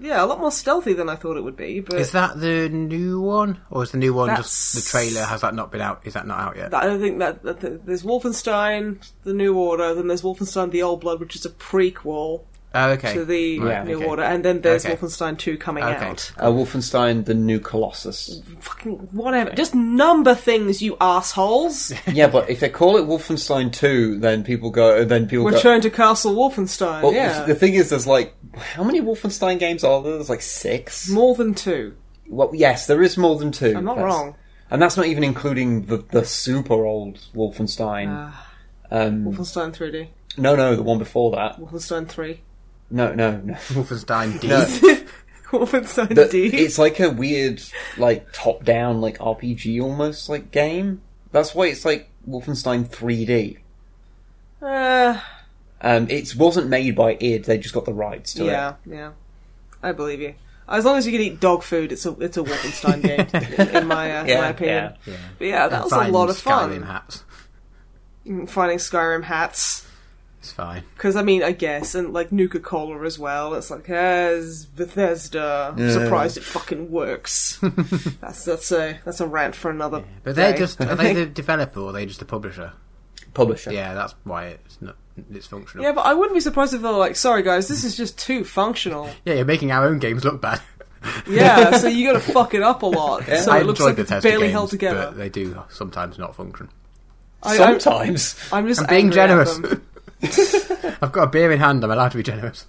A: Yeah, a lot more stealthy than I thought it would be. But
C: Is that the new one, or is the new one just
A: That's-
C: the trailer? Has that not been out? Is that not out yet?
A: I don't think that, that that- there's Wolfenstein: The New Order, then there's Wolfenstein: The Old Blood, which is a prequel
C: oh, okay.
A: to the
B: Right,
A: New
C: okay.
A: Order, and then there's
C: Okay.
A: Wolfenstein 2 coming
C: Okay.
A: out.
B: Uh, Wolfenstein: The New Colossus.
A: Fucking whatever. Just number things, you assholes.
B: yeah, but if they call it Wolfenstein Two, then people go. Then people go.
A: Return to Castle Wolfenstein.
B: Well,
A: yeah,
B: The thing is, there's like how many Wolfenstein games are there? There's like six.
A: more than two.
B: Well, yes, there is more than two.
A: I'm not
B: That's-
A: wrong.
B: and that's not even including the the super old Wolfenstein.
A: Ah.
B: um,
A: Uh, Wolfenstein 3D,
B: no, no, the one before that.
A: Wolfenstein 3,
B: No, no, no.
C: Wolfenstein D.
B: no.
A: Wolfenstein
B: The-
A: D.
B: it's like a weird, like top down, like RPG almost like game. That's why it's like Wolfenstein 3D.
A: Uh,
B: Um, it wasn't made by id; they just got the rights to it.
A: yeah, yeah. I believe you. As long as you can eat dog food, it's a it's a Wolfenstein game, in my uh,
B: Yeah,
A: my opinion.
B: yeah.
A: But yeah, that was a
C: Fine
A: lot of fun.
C: Skyrim hats.
A: Mm, Finding Skyrim hats.
C: It's fine.
A: Because I mean, I guess, and like Nuka Cola as well. It's like, as Bethesda, I'm surprised it fucking works. that's that's a that's a rant for another.
C: But they're
A: day.
C: just are they the developer or are they just the publisher?
B: Publisher.
C: Yeah, that's why it's not it's functional.
A: yeah, but I wouldn't be surprised if they're like, sorry guys, this is just too functional.
C: Yeah, you're making our own games look bad.
A: Yeah, so you got to fuck it up a lot. So
C: I
A: it looks
C: enjoy
A: like it's
C: Bethesda
A: barely
C: games,
A: held together.
C: but they do sometimes not function.
A: I, I'm,
B: Sometimes.
A: I'm just
C: I'm being
A: angry at
C: generous.
A: them.
C: I've got a beer in hand. I'm allowed to be generous.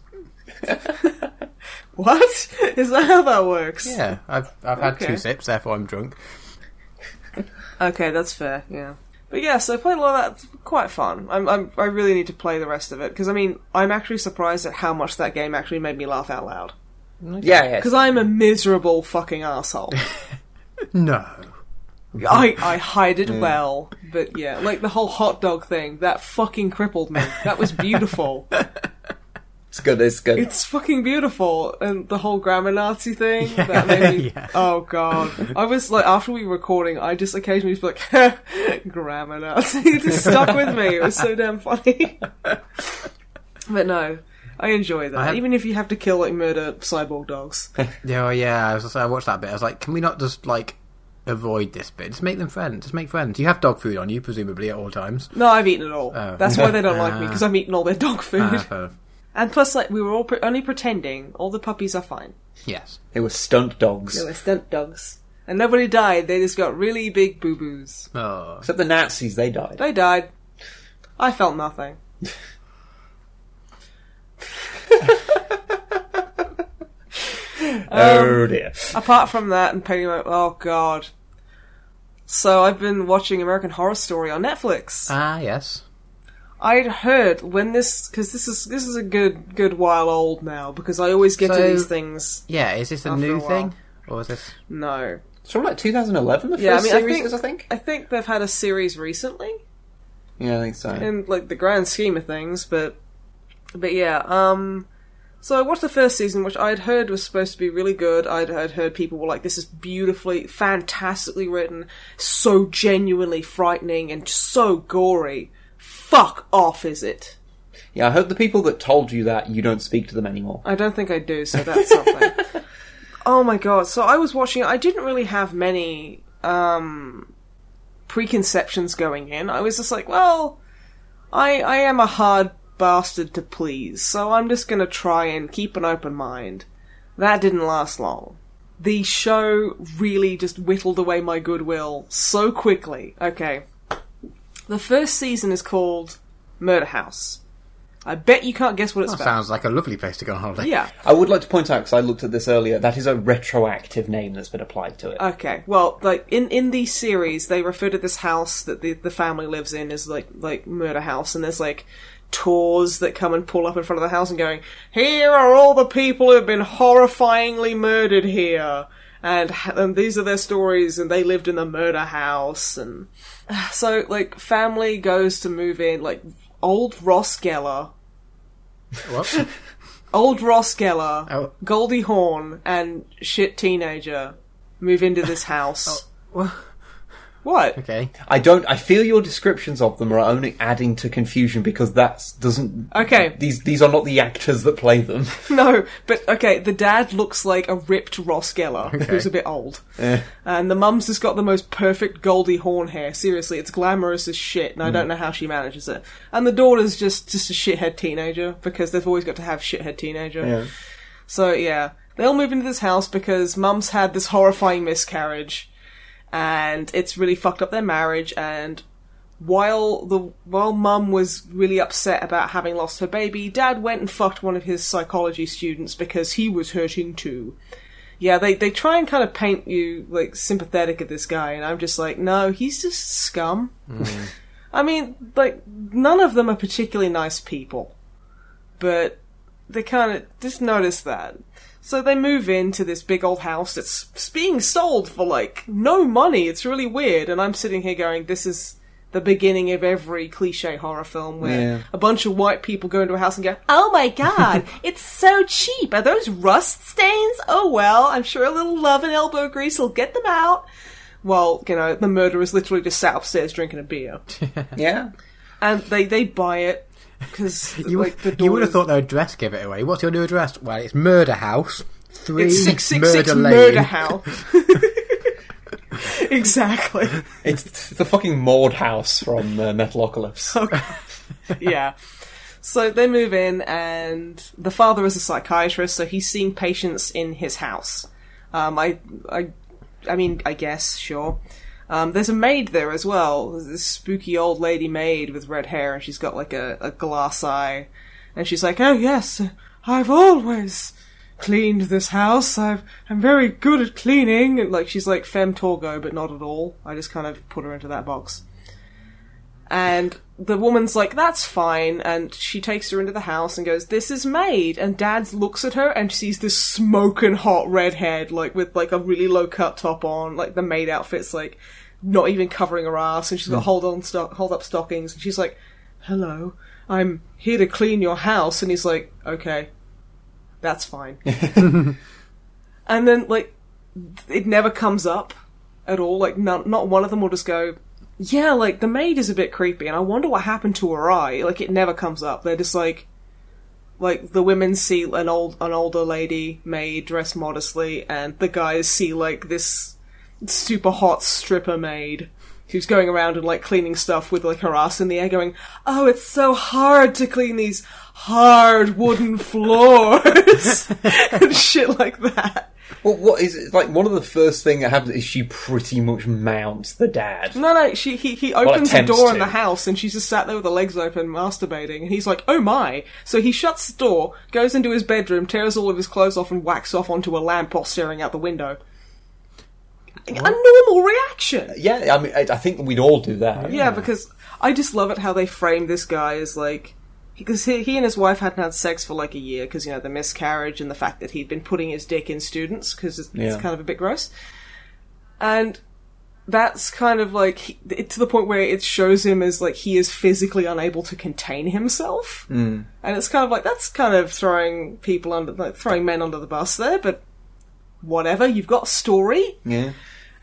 A: What is that how that works?
C: Yeah, I've I've had
A: Okay.
C: two sips, therefore I'm drunk.
A: Okay, that's fair. Yeah. But yeah, so I played a lot of that. It's Quite fun. I'm, I'm, I really need to play the rest of it because I mean, I'm actually surprised at how much that game actually made me laugh out loud.
B: Yeah, yeah.
A: Because I'm a miserable fucking asshole.
C: No,
A: I, I hide it well, but yeah, like the whole hot dog thing that fucking crippled me. That was beautiful.
B: It's good. It's good.
A: it's fucking beautiful, and the whole grammar Nazi thing that made me.
C: yeah.
A: Oh god, I was like after we were recording, I just occasionally was like grammar Nazi. It just stuck with me. It was so damn funny. but no. I enjoy that,
C: I have-
A: even if you have to kill like murder cyborg dogs.
C: Yeah, well, yeah. I was I watched that bit. I was like, can we not just like avoid this bit? Just make them friends. Just make friends. You have dog food on you, presumably at all times.
A: No, I've eaten it all.
C: Oh.
A: That's why they don't like me because I'm eating all their dog food.
C: Ah, fair enough.
A: And plus, like, we were all pre- only pretending. All the puppies are fine.
C: yes.
B: They were stunt dogs.
A: They were stunt dogs. And nobody died. They just got really big boo boos.
C: Oh,
B: Except the Nazis, they died.
A: They died. I felt nothing. Um,
B: oh dear.
A: Apart from that, and painting my. Oh, God. So I've been watching American Horror Story on Netflix.
B: Uh.
C: ah, yes.
A: I'd heard when this because this is this is a good good while old now because I always get
C: So-
A: to these things.
C: Yeah, is this a
A: After
C: new
A: a while.
C: thing, or is this?
A: No,
B: It's from like 2011. The first
A: Yeah, I mean, I
B: series
A: think-
B: is, I think.
A: I think they've had a series recently
B: Yeah, I think so.
A: in like the grand scheme of things, but but yeah. Um, so I watched the first season, which I'd heard was supposed to be really good. I'd, I'd heard people were like, "This is beautifully, fantastically written, so genuinely frightening, and so gory." Fuck off, is it?
B: Yeah, I hope the people that told you that you don't speak to them anymore.
A: I don't think I do, so that's something. oh my god. So I was watching I didn't really have many um preconceptions going in. I was just like, well, I I am a hard bastard to please, so I'm just going to try and keep an open mind. That didn't last long. The show really just whittled away my goodwill so quickly. Okay. The first season is called Murder House. I bet you can't guess what it's
C: That
A: about.
C: sounds like a lovely place to go on holiday.
A: Yeah.
B: I would like to point out because I looked at this earlier. That is a retroactive name that's been applied to it.
A: Okay. Well, like in in the series, they refer to this house that the the family lives in as like like murder house, and there's like tours that come and pull up in front of the house and going, "Here are all the people who've been horrifyingly murdered here." And, and these are their stories, and they lived in the murder house, and so like family goes to move in, like old Ross Geller,
C: What?
A: old Ross Geller,
C: Oh.
A: Goldie Hawn, and shit teenager move into this house.
C: well,
A: What?
C: Oh. okay.
B: I don't. I feel your descriptions of them are only adding to confusion because that doesn't.
A: Okay,
B: These these are not the actors that play them.
A: no, but okay, the dad looks like a ripped Ross Geller, who's a bit old. And the mum's just got the most perfect Goldie Hawn hair. Seriously, it's glamorous as shit, and I don't know how she manages it. And the daughter's just, just a shithead teenager, because they've always got to have shithead teenager. So yeah, they'll move into this house because mum's had this horrifying miscarriage, and it's really fucked up their marriage. And while the while mum was really upset about having lost her baby, dad went and fucked one of his psychology students because he was hurting too. Yeah, they they try and kind of paint you like sympathetic of this guy, and I'm just like, no, he's just scum. I mean, like none of them are particularly nice people, but they kind of just notice that. So they move into this big old house that's s- being sold for like no money. It's really weird. And I'm sitting here going, this is the beginning of every cliche horror film where
B: Yeah.
A: a bunch of white people go into a house and go, oh my god, it's so cheap. Are those rust stains? Oh well, I'm sure a little love and elbow grease will get them out. Well, you know, the murderer's literally just sat upstairs drinking a beer.
B: Yeah.
A: and they, they buy it because
C: You,
A: like, the
C: you would
A: daughter's-
C: have thought their address gave it away. What's your new address? Well, it's Murder House. Three
A: It's six six
C: Murder
A: six
C: Lane.
A: murder house. exactly.
B: It's the fucking Maud House from uh, Metalocalypse.
A: Oh, Yeah. So they move in, and the father is a psychiatrist, so he's seeing patients in his house. Um, I, I, I mean, I guess sure. Um, there's a maid there as well. There's this spooky old lady maid with red hair, and she's got like a, a glass eye, and she's like, "Oh yes, I've always cleaned this house. I've, I'm very good at cleaning." And like, she's like Femme Torgo, but not at all. I just kind of put her into that box. And the woman's like, that's fine. And she takes her into the house and goes, this is made. And dad looks at her and sees this smoking hot redhead, like with like a really low cut top on, like the maid outfit's like not even covering her ass. And she's got hold on, stock, hold up stockings. And she's like, hello, I'm here to clean your house. And he's like, okay, that's fine. and then like, it never comes up at all. Like, not, not one of them will just go, yeah, like the maid is a bit creepy, and I wonder what happened to her eye. Like it never comes up. They're just like, like the women see an old, an older lady maid dressed modestly, and the guys see like this super hot stripper maid who's going around and like cleaning stuff with like her ass in the air, going, "Oh, it's so hard to clean these hard wooden floors and shit like that."
B: well, what is it? Like one of the first thing that happens is she pretty much mounts the dad.
A: No, no. She he he opens the
B: attempts
A: door in
B: to.
A: the house, and she's just sat there with her legs open, masturbating. And he's like, "Oh my!" So he shuts the door, goes into his bedroom, tears all of his clothes off, and whacks off onto a lamp while staring out the window. A normal reaction.
B: Yeah, I mean, I, I think we'd all do that.
A: Yeah, because I just love it how they frame this guy as like because he, he and his wife hadn't had sex for like a year because you know the miscarriage and the fact that he'd been putting his dick in students because it's, it's
B: Yeah.
A: kind of a bit gross. and that's kind of like he- it, to the point where it shows him as like he is physically unable to contain himself, mm. and it's kind of like that's kind of throwing people under, like, throwing men under the bus there, but whatever. You've got a story.
B: Yeah.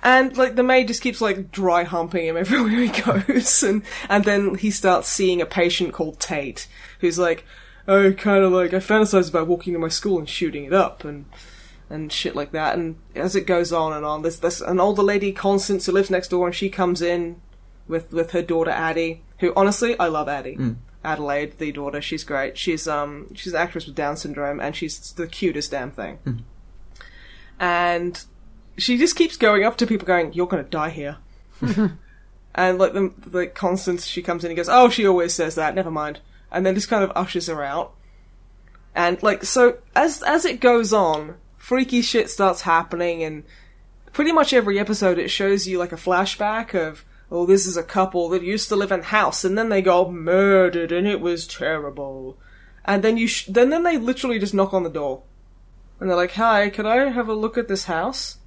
A: And like the maid just keeps like dry humping him everywhere he goes, and and then he starts seeing a patient called Tate, who's like, oh, kind of like I fantasize about walking to my school and shooting it up, and and shit like that. And as it goes on and on, there's there's an older lady Constance who lives next door, and she comes in with with her daughter Addie, who honestly I love Addie. Adelaide, the daughter, she's great. She's um she's an actress with Down syndrome, and she's the cutest damn thing. And she just keeps going up to people, going, "You're going to die here." and like the like Constance, she comes in and goes, "Oh, she always says that. Never mind." And then just kind of ushers her out. And like so, as as it goes on, freaky shit starts happening, and pretty much every episode it shows you like a flashback of. Oh, this is a couple that used to live in a house, and then they got murdered, and it was terrible. And then you, sh- then then they literally just knock on the door, and they're like, "Hi, could I have a look at this house?"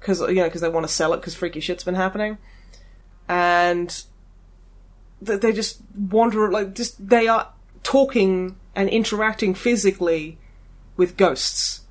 A: because you know because they want to sell it because freaky shit's been happening, and th- they just wander like just they are talking and interacting physically with ghosts,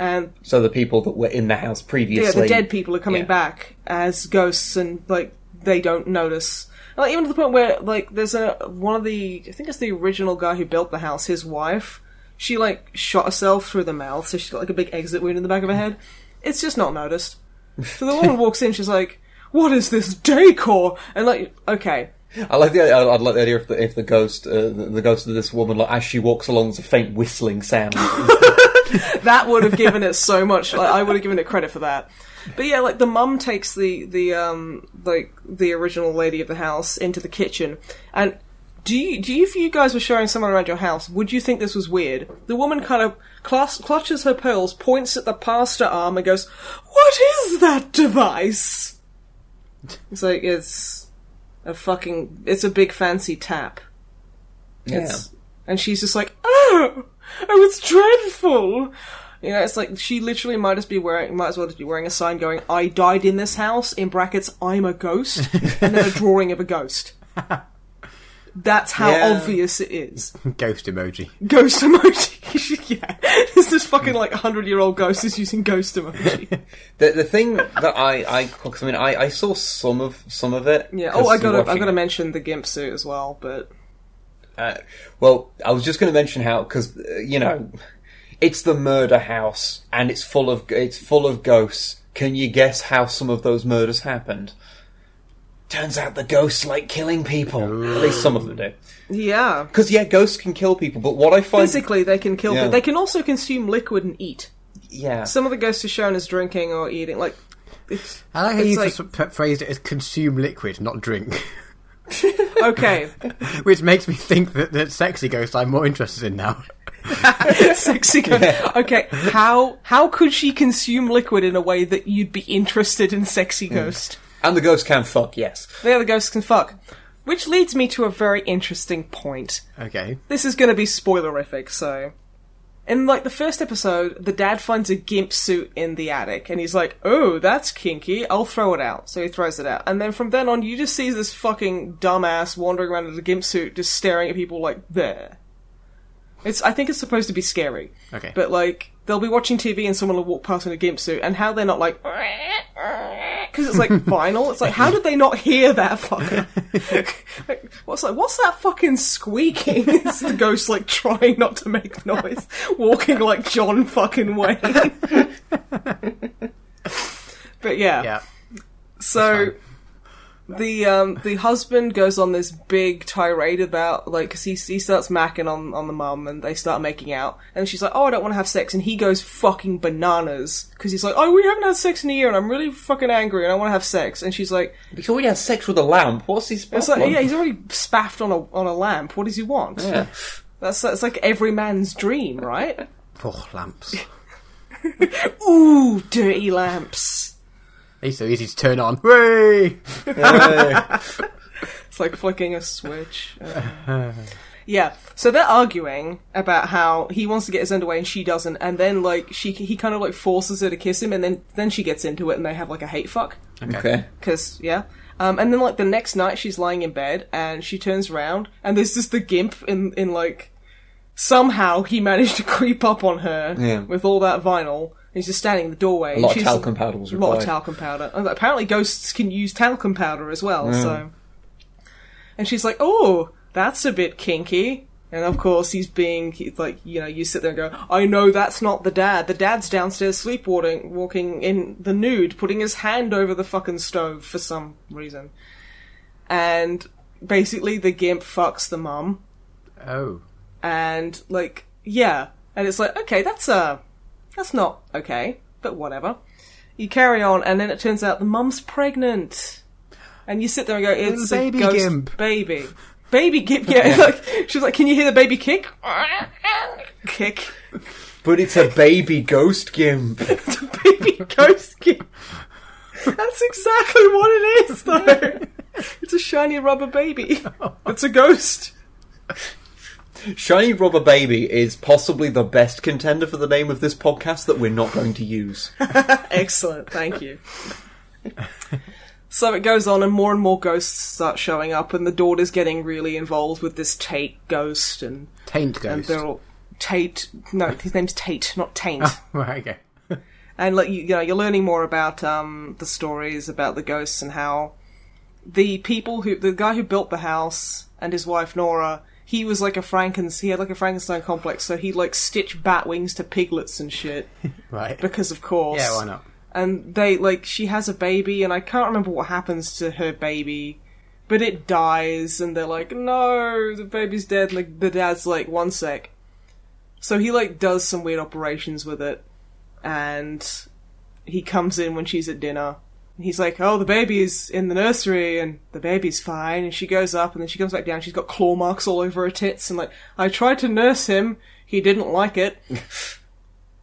A: and
B: So the people that were in the house
A: yeah,
B: previously.
A: the dead people are coming
B: yeah.
A: back as ghosts, and like they don't notice. Like even to the point where like there's a one of the I think it's the original guy who built the house, his wife. She like shot herself through the mouth, so she's got like a big exit wound in the back of her head. It's just not noticed. So the woman walks in, she's like, "What is this decor?" And like, okay,
B: I like the I, I'd like the idea if the if the ghost uh, the, the ghost of this woman like as she walks along there's a faint whistling sound.
A: that would have given it so much. Like, I would have given it credit for that. But yeah, like the mum takes the the um like the original lady of the house into the kitchen, and do you do you, if you guys were showing someone around your house, would you think this was weird? The woman kind of clas- clutches her pearls, points at the pasta arm, and goes, "What is that device?" It's like it's a fucking it's a big fancy tap.
B: yeah.
A: It's- And she's just like, oh, oh, it's dreadful. You know, it's like she literally might as be wearing, might as well just be wearing a sign going, "I died in this house." In brackets, I'm a ghost, and then a drawing of a ghost. That's how
B: Yeah.
A: obvious it is.
C: Ghost emoji.
A: Ghost emoji. yeah, it's this fucking like hundred year old ghost is using ghost emoji.
B: The the thing that I I 'cause I mean I, I saw some of some of it.
A: Yeah.
B: 'cause
A: Oh, I
B: you're
A: gotta, I
B: watching
A: gotta
B: it.
A: mention the gimp suit as well, but
B: Uh, well, I was just going to mention how because uh, you know it's the murder house and it's full of it's full of ghosts. Can you guess how some of those murders happened? Turns out the ghosts like killing people. At least some of them do.
A: yeah,
B: Because yeah, ghosts can kill people, but what I find
A: physically they can kill,
B: Yeah.
A: but they can also consume liquid and eat.
B: yeah,
A: Some of the ghosts are shown as drinking or eating. Like, it's,
C: I like how
A: It's
C: you
A: like-
C: sort of phrased it as consume liquid, not drink,
A: okay,
C: which makes me think that, that sexy ghost I'm more interested in now.
A: sexy ghost. Okay, how how could she consume liquid in a way that you'd be interested in sexy ghost?
B: and the ghosts can fuck. Yes,
A: The other ghosts can fuck. Which leads me to a very interesting point.
C: Okay.
A: This is going to be spoilerific, so. In like the first episode, the dad finds a gimp suit in the attic, and he's like, "Oh, that's kinky. I'll throw it out." So he throws it out, and then from then on, you just see this fucking dumbass wandering around in a gimp suit, just staring at people like there. It's. I think it's supposed to be scary.
C: Okay.
A: But like, they'll be watching TV and someone will walk past in a gimp suit, and how they're not like, because it's like vinyl. It's like, how did they not hear that fucker? like, what's like, what's that fucking squeaking? it's the ghost like trying not to make noise, walking like John fucking Wayne. but yeah,
C: yeah.
A: so the um the husband goes on this big tirade about like because he he starts macking on on the mum and they start making out and she's like oh I don't want to have sex and he goes fucking bananas because he's like oh we haven't had sex in a year and I'm really fucking angry and I want to have sex and she's like
B: he's already had sex with a lamp. What's his
A: it's like
B: problem?
A: yeah he's already spaffed on a on a lamp what does he want
B: Yeah.
A: that's that's like every man's dream right
C: Oh, lamps.
A: ooh dirty lamps
C: These are easy to turn on. Whey!
A: It's like flicking a switch. Uh, Yeah. So they're arguing about how he wants to get his underway and she doesn't, and then like she he kind of like forces her to kiss him, and then then she gets into it, and they have like a hate fuck.
B: Okay.
A: Cause yeah. Um, and then like the next night, she's lying in bed and she turns around, and there's just the gimp in in like somehow he managed to creep up on her
B: Yeah.
A: with all that vinyl. And he's just standing in the doorway.
B: A lot of talcum powder was
A: A lot of
B: required.
A: talcum powder. And apparently, ghosts can use talcum powder as well. So, and she's like, "Oh, that's a bit kinky." And of course, he's being he's like, you know, you sit there and go, "I know that's not the dad. The dad's downstairs sleepwalking, walking in the nude, putting his hand over the fucking stove for some reason." And basically, the gimp fucks the mum
C: Oh.
A: and like yeah and it's like okay that's uh that's not okay but whatever you carry on and then it turns out the mum's pregnant and you sit there and go it's
C: Little baby
A: a ghost
C: gimp.
A: baby baby gimp yeah, it's like she's like can you hear the baby kick kick
B: But it's a baby ghost gimp.
A: baby ghost gimp that's exactly what it is though it's a shiny rubber baby it's a ghost
B: Shiny Rubber Baby is possibly the best contender for the name of this podcast that we're not going to use.
A: Excellent, thank you. so it goes on, and more and more ghosts start showing up, and the daughter's getting really involved with this Tate ghost, and,
C: Taint
A: and
C: ghost.
A: they're all Tate. No, his name's Tate, not Taint.
C: Right, okay.
A: and like you, you know, you're learning more about um, the stories about the ghosts and how the people who the guy who built the house and his wife Nora. He was like a Frankenstein. He had like a Frankenstein complex, so he'd like stitch bat wings to piglets and shit.
C: Right.
A: Because of course,
C: Yeah, why not?
A: and they like she has a baby and i can't remember what happens to her baby but it dies and they're like no the baby's dead and the, the dad's like one sec so he like does some weird operations with it and he comes in when she's at dinner and he's like oh the baby's in the nursery and the baby's fine and she goes up and then she comes back down she's got claw marks all over her tits and like i tried to nurse him he didn't like it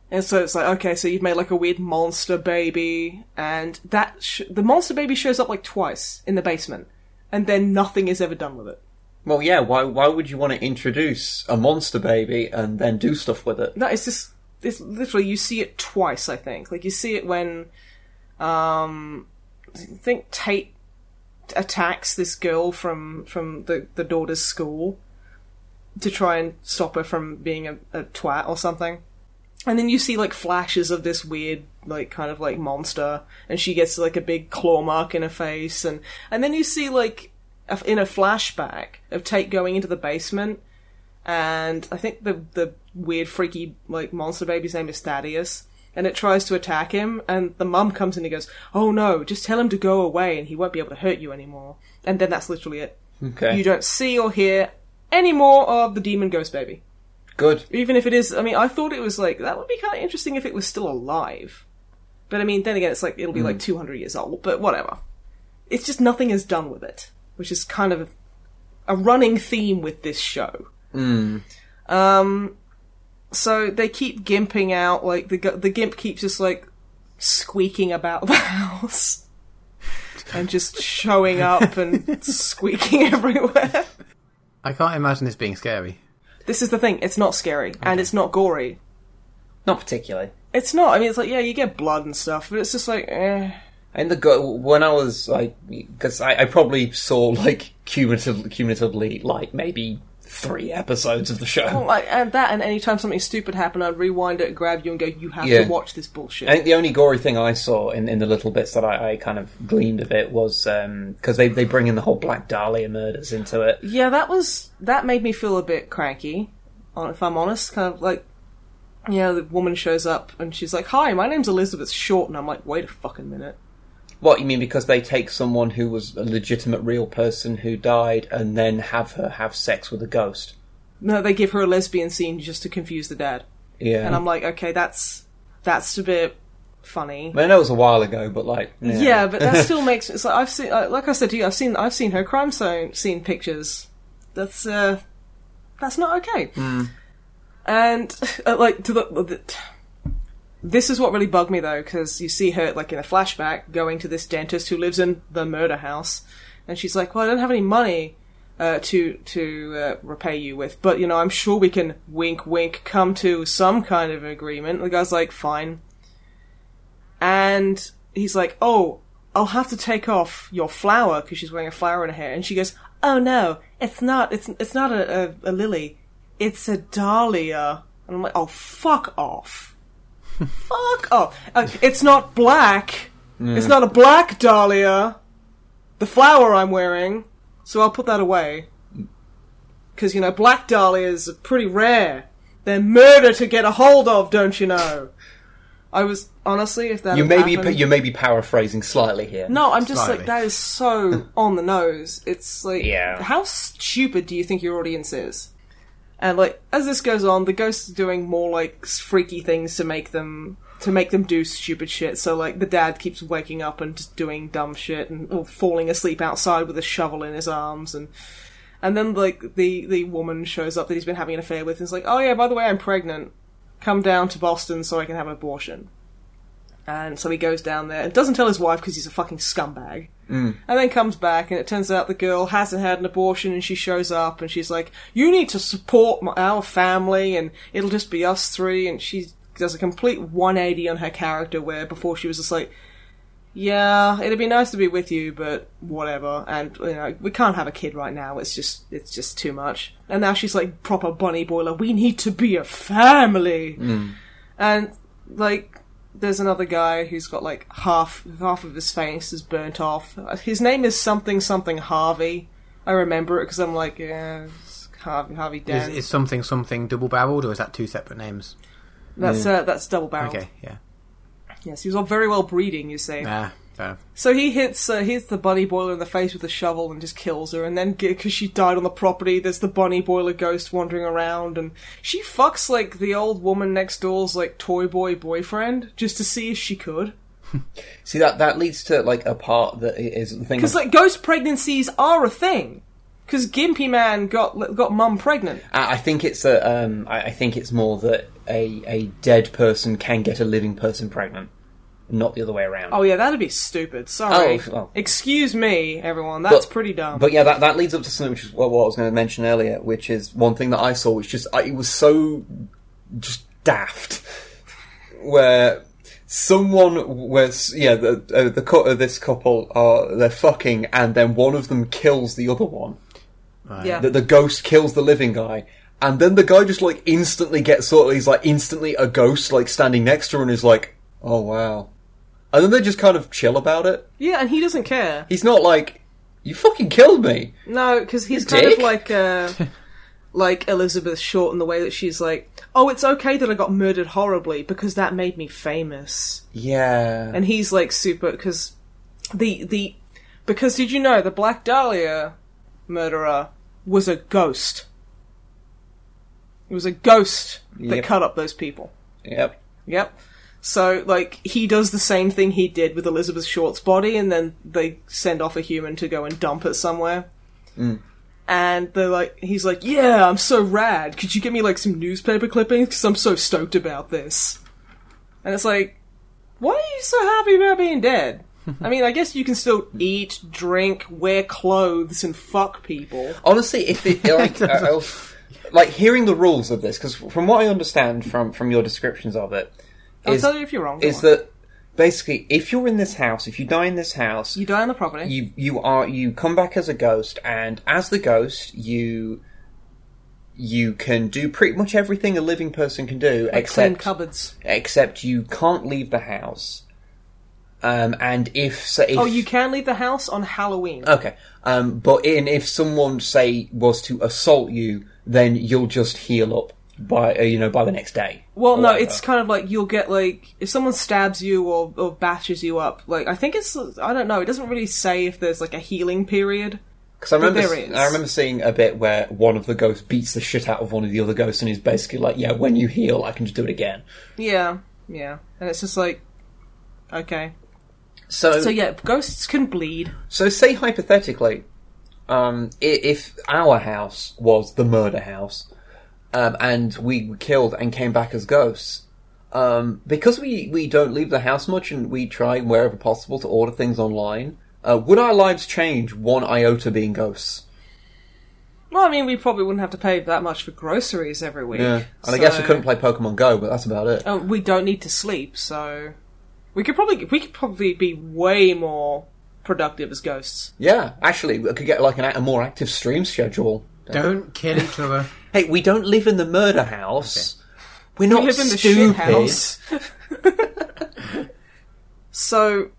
A: and so it's like, okay, so you've made like a weird monster baby, and that sh- the monster baby shows up like twice in the basement, and then nothing is ever done with it.
B: Well, yeah, why, why would you want to introduce a monster baby and then do stuff with it?
A: No, it's just it's literally you see it twice. I think like you see it when, um, I think Tate attacks this girl from from the the daughter's school to try and stop her from being a, a twat or something. And then you see like flashes of this weird like kind of like monster, and she gets like a big claw mark in her face, and and then you see like a, in a flashback of Tate going into the basement and I think the the weird freaky like monster baby's name is Thaddeus. And it tries to attack him, and the mum comes in and goes, "Oh no, just tell him to go away, and he won't be able to hurt you anymore." And then that's literally it.
B: Okay.
A: You don't see or hear any more of the demon ghost baby,
B: Good.
A: even if it is. I mean, I thought it was like that would be kind of interesting if it was still alive, but I mean, then again, it's like it'll be like two hundred years old. But whatever, it's just nothing is done with it, which is kind of a running theme with this show. Um, so they keep gimping out. Like the gu- the gimp keeps just like squeaking about the house and just showing up and squeaking everywhere.
C: I can't imagine this being scary.
A: This is the thing. It's not scary and it's not gory.
B: Not particularly.
A: It's not. I mean, it's like yeah, you get blood and stuff, but it's just like eh.
B: And the go- when I was like, because I, I probably saw like cumulatively, cumulatively like maybe three episodes of the show.
A: Like, and that, and anytime something stupid happened, I'd rewind it, grab you, and go, "You have
B: Yeah.
A: to watch this bullshit."
B: I think the only gory thing I saw in, in the little bits that I, I kind of gleaned of it was because they they bring in the whole Black Dahlia murders into it.
A: Yeah, that was that made me feel a bit cranky. on- If I'm honest, kind of like, yeah, the woman shows up and she's like, "Hi, my name's Elizabeth Short," and I'm like, "Wait a fucking minute."
B: What you mean? Because they take someone who was a legitimate real person who died and then have her have sex with a ghost.
A: No, they give her a lesbian scene just to confuse the dad,
B: Yeah,
A: and I'm like, "Okay, that's that's a bit funny."
B: I mean, that was a while ago, but like, yeah,
A: Yeah, but that still makes it's like I've seen, like, like I said to you, I've seen I've seen her crime scene scene pictures. That's uh, that's not okay. And uh, like to the, the this is what really bugged me though, because you see her like in a flashback going to this dentist who lives in the murder house, and she's like, "Well, I don't have any money." uh, to to uh, repay you with. But you know, I'm sure we can wink, wink, come to some kind of agreement. The guy's like, fine, and he's like, oh, I'll have to take off your flower because she's wearing a flower in her hair, and she goes, oh no, it's not, it's it's not a, a, a lily, it's a dahlia, and I'm like, oh fuck off, fuck off, uh, it's not black, it's not a black dahlia, the flower I'm wearing. So I'll put that away. Because, you know, black dahlias are pretty rare. They're murder to get a hold of, don't you know? I was, honestly, if that
B: You
A: had
B: may be
A: happened-
B: you may be paraphrasing slightly here.
A: No, I'm just
C: Slightly.
A: like, that is so on the nose. It's like,
B: Yeah.
A: how stupid do you think your audience is? And like, as this goes on, the ghosts are doing more like s- freaky things to make them, to make them do stupid shit. So like, the dad keeps waking up and just doing dumb shit and or falling asleep outside with a shovel in his arms and, and then like the, the woman shows up that he's been having an affair with and is like, oh yeah, by the way, I'm pregnant. Come down to Boston so I can have an abortion. And so he goes down there and doesn't tell his wife because he's a fucking scumbag. And then comes back, and it turns out the girl hasn't had an abortion, and she shows up, and she's like, "You need to support my, our family, and it'll just be us three. And she does a complete 180 on her character, where before she was just like, "Yeah, it'd be nice to be with you, but whatever." And you know, we can't have a kid right now. It's just, it's just too much. And now she's like proper bunny boiler. We need to be a family.
C: Mm.
A: And like there's another guy who's got like half half of his face is burnt off. His name is something something Harvey. I remember it because I'm like, yeah, it's Harvey Harvey
C: Is,
A: Dan.
C: is something something double barreled, or is that two separate names?
A: that's uh, that's double barrel.
C: Okay, yeah.
A: Yes, he was all very well breeding, you see.
C: Ah, fair enough.
A: So he hits uh, hits the bunny boiler in the face with a shovel and just kills her. And then because she died on the property, there's the bunny boiler ghost wandering around, and she fucks like the old woman next door's like toy boy boyfriend just to see if she could.
B: See that that leads to like a part that is the thing.
A: Because like ghost pregnancies are a thing. Because Gimpy Man got got mum pregnant.
B: I I think it's a, um, I I think it's more that a a dead person can get a living person pregnant, not the other way around.
A: Oh yeah, that'd be stupid. Sorry.
B: Oh, well.
A: Excuse me, everyone. That's
B: But-
A: pretty dumb.
B: But yeah, that, that leads up to something which is what, what I was going to mention earlier, which is one thing that I saw, which just I, it was so just daft, where someone was yeah the uh, the cut of this couple are they're fucking and then one of them kills the other one.
A: yeah.
B: That the ghost kills the living guy. And then the guy just like instantly gets sort of, he's like instantly a ghost like standing next to her and is like, oh wow. And then they just kind of chill about it.
A: yeah, and he doesn't care.
B: He's not like, you fucking killed me.
A: No, because he's
B: You
A: kind
B: dick.
A: of like uh, like Elizabeth Short in the way that she's like, oh, it's okay that I got murdered horribly because that made me famous.
B: Yeah.
A: and he's like super because the the because did you know the Black Dahlia murderer was a ghost. It was a ghost that
B: Yep.
A: cut up those people.
B: Yep.
A: Yep. So like he does the same thing he did with Elizabeth Short's body, and then they send off a human to go and dump it somewhere.
B: Hmm.
A: And they're like, he's like, yeah, I'm so rad. Could you give me like some newspaper clippings? Because I'm so stoked about this. And it's like, why are you so happy about being dead? I mean, I guess you can still eat, drink, wear clothes, and fuck people.
B: Honestly, if it, like, I- I'll- like hearing the rules of this, because from what I understand from from your descriptions of it,
A: I'll
B: is,
A: tell you if you're wrong. go
B: is
A: on.
B: that basically if you're in this house, if you die in this house,
A: you die on the property?
B: you you are you come back as a ghost and as the ghost you you can do pretty much everything a living person can do
A: clean
B: except
A: cupboards.
B: except you can't leave the house um and if so if
A: Oh, you can leave the house on Halloween.
B: okay um but in if someone say was to assault you then you'll just heal up by uh, you know by the next day
A: Well,
B: or
A: no,
B: whatever.
A: it's kind of like you'll get like if someone stabs you or or bashes you up. Like I think it's I don't know. It doesn't really say if there's like a healing period.
B: Because I remember,
A: there is.
B: I remember seeing a bit where one of the ghosts beats the shit out of one of the other ghosts, and is basically like, "Yeah, when you heal, I can just do it again."
A: Yeah, yeah, and it's just like okay.
B: So,
A: So
B: so,
A: yeah, ghosts can bleed.
B: say hypothetically, um, i- if our house was the murder house, um, and we were killed and came back as ghosts, um, because we we don't leave the house much and we try wherever possible to order things online, uh, would our lives change one iota being ghosts?
A: Well, I mean, we probably wouldn't have to pay that much for groceries every week.
B: Yeah. And I guess we
A: so-
B: couldn't play Pokemon Go, but that's about it.
A: Oh, we don't need to sleep, so we could probably we could probably be way more productive as ghosts.
B: Yeah, actually, we could get like an, a more active stream schedule.
C: Don't kill each other.
B: Hey, we don't live in the murder house. We're not
A: We live in the shit
B: stupid.
A: house. So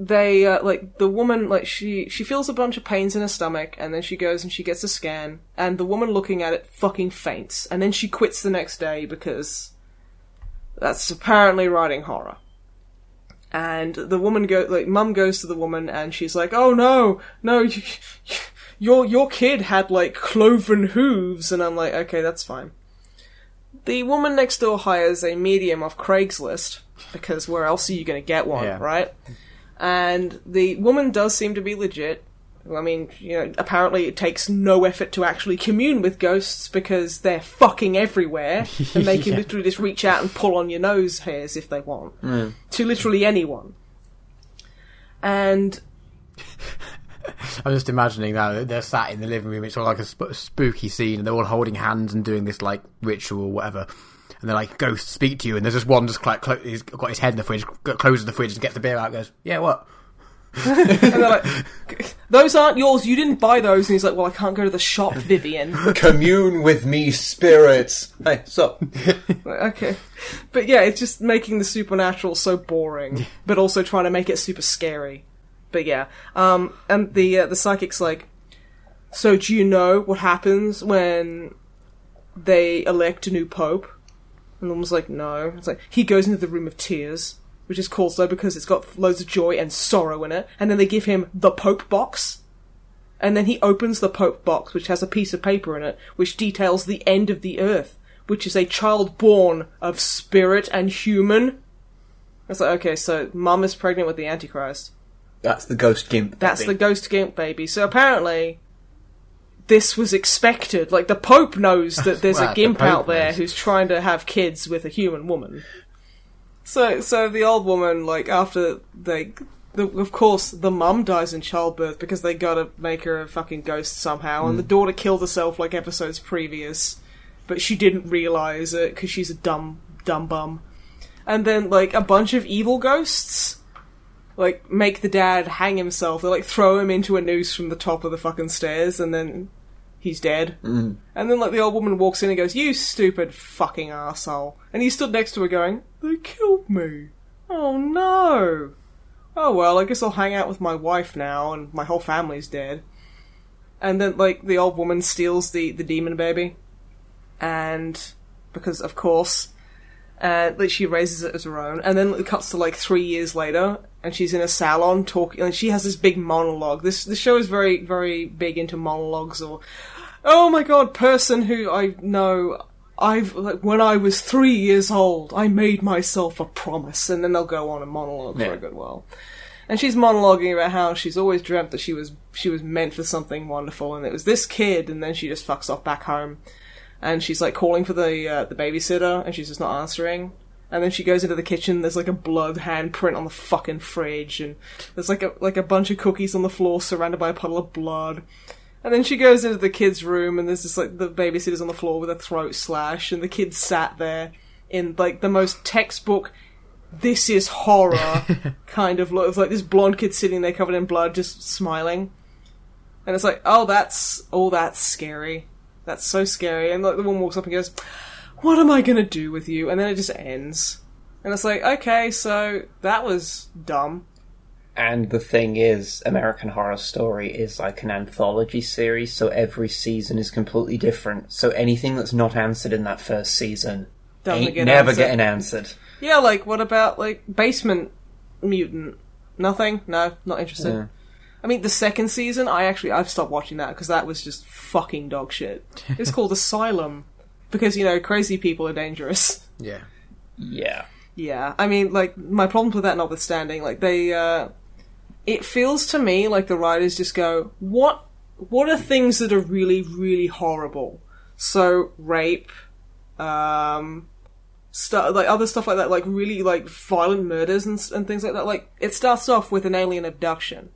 A: they uh, like the woman like she she feels a bunch of pains in her stomach and then she goes and she gets a scan and the woman looking at it fucking faints and then she quits the next day because that's apparently writing horror. And the woman go like mum goes to the woman and she's like, "Oh no, no, you, you- your your kid had like cloven hooves." And I'm like, "Okay, that's fine." The woman next door hires a medium off Craigslist because where else are you going to get one,
C: Yeah.
A: right? And the woman does seem to be legit. I mean, you know, apparently it takes no effort to actually commune with ghosts because they're fucking everywhere and they can
C: Yeah.
A: literally just reach out and pull on your nose hairs if they want to literally anyone. And
C: I'm just imagining now that they're sat in the living room. It's all like a sp- spooky scene, and they're all holding hands and doing this like ritual, or whatever. And they're like, "Ghosts speak to you." And there's just one just like clo- he's got his head in the fridge, g- closes the fridge, and gets the beer out. and Goes, "Yeah, what?"
A: and they're like, "Those aren't yours. You didn't buy those." And he's like, "Well, I can't go to the shop, Vivian."
B: Commune with me, spirits. Hey, so
A: Like, okay, but yeah, it's just making the supernatural so boring, but also trying to make it super scary. But yeah, um, and the uh, the psychic's like, "So do you know what happens when they elect a new pope?" And the woman's like, "No." It's like he goes into the room of tears. Which is called so because it's got loads of joy and sorrow in it. And then they give him the Pope box, and then he opens the Pope box, which has a piece of paper in it, which details the end of the earth, which is a child born of spirit and human. It's like, okay, so mum is pregnant with the Antichrist.
B: that's the ghost gimp.
A: That's the ghost gimp baby. So apparently, this was expected. Like, the Pope knows that there's
C: Well,
A: a
C: the
A: gimp
C: Pope
A: out there
C: knows.
A: who's trying to have kids with a human woman. So, so the old woman, like, after they. The, of course, the mum dies in childbirth because they gotta make her a fucking ghost somehow,
C: Hmm.
A: and the daughter killed herself like episodes previous, but she didn't realize it because she's a dumb, dumb bum. And then, like, a bunch of evil ghosts like make the dad hang himself. They like throw him into a noose from the top of the fucking stairs, and then he's dead. Mm. And then like the old woman walks in and goes, "You stupid fucking asshole!" And he stood next to her going, "They killed me. Oh no. Oh well, I guess I'll hang out with my wife now, and my whole family's dead." And then like the old woman steals the the demon baby, and because of course and like she raises it as her own, and then it cuts to like three years later, and she's in a salon talking, and she has this big monologue. This the show is very very big into monologues or, oh my god, person who I know. I've like when I was three years old, I made myself a promise, and then they'll go on and monologue for
B: Yeah.
A: a good while. And she's monologuing about how she's always dreamt that she was she was meant for something wonderful, and it was this kid, and then she just fucks off back home and she's like calling for the uh, the babysitter, and she's just not answering. And then she goes into the kitchen. There's like a blood handprint on the fucking fridge, and there's like a like a bunch of cookies on the floor, surrounded by a puddle of blood. And then she goes into the kid's room, and there's just like the babysitter's on the floor with a throat slash, and the kid sat there in like the most textbook "this is horror" kind of look. It's like this blonde kid sitting there covered in blood, just smiling. And it's like, oh, that's oh, that's scary. That's so scary. And like the woman walks up and goes, "What am I gonna do with you?" And then it just ends. And it's like, okay, so that was dumb.
B: And the thing is, American Horror Story is like an anthology series, so every season is completely different. So anything that's not answered in that first season
A: Doesn't
B: ain't
A: get
B: never
A: answered.
B: getting answered.
A: Yeah, like what about like basement mutant? Nothing. No, not interested.
B: Yeah.
A: I mean, the second season, I actually I've stopped watching that because that was just fucking dog shit. It's called Asylum because you know crazy people are dangerous.
C: Yeah.
B: Yeah.
A: Yeah, I mean, like my problems with that notwithstanding, like they, uh, it feels to me like the writers just go, what, what are things that are really, really horrible? So rape, um, stuff like other stuff like that, like really like violent murders and s- and things like that. Like it starts off with an alien abduction,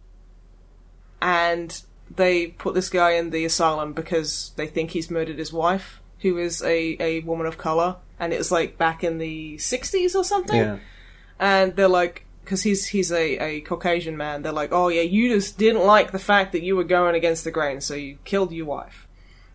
A: and they put this guy in the asylum because they think he's murdered his wife, who is a, a woman of color, and it was like back in the 60s or something.
B: Yeah.
A: And they're like, because he's he's a, a Caucasian man, they're like, oh yeah, you just didn't like the fact that you were going against the grain, so you killed your wife.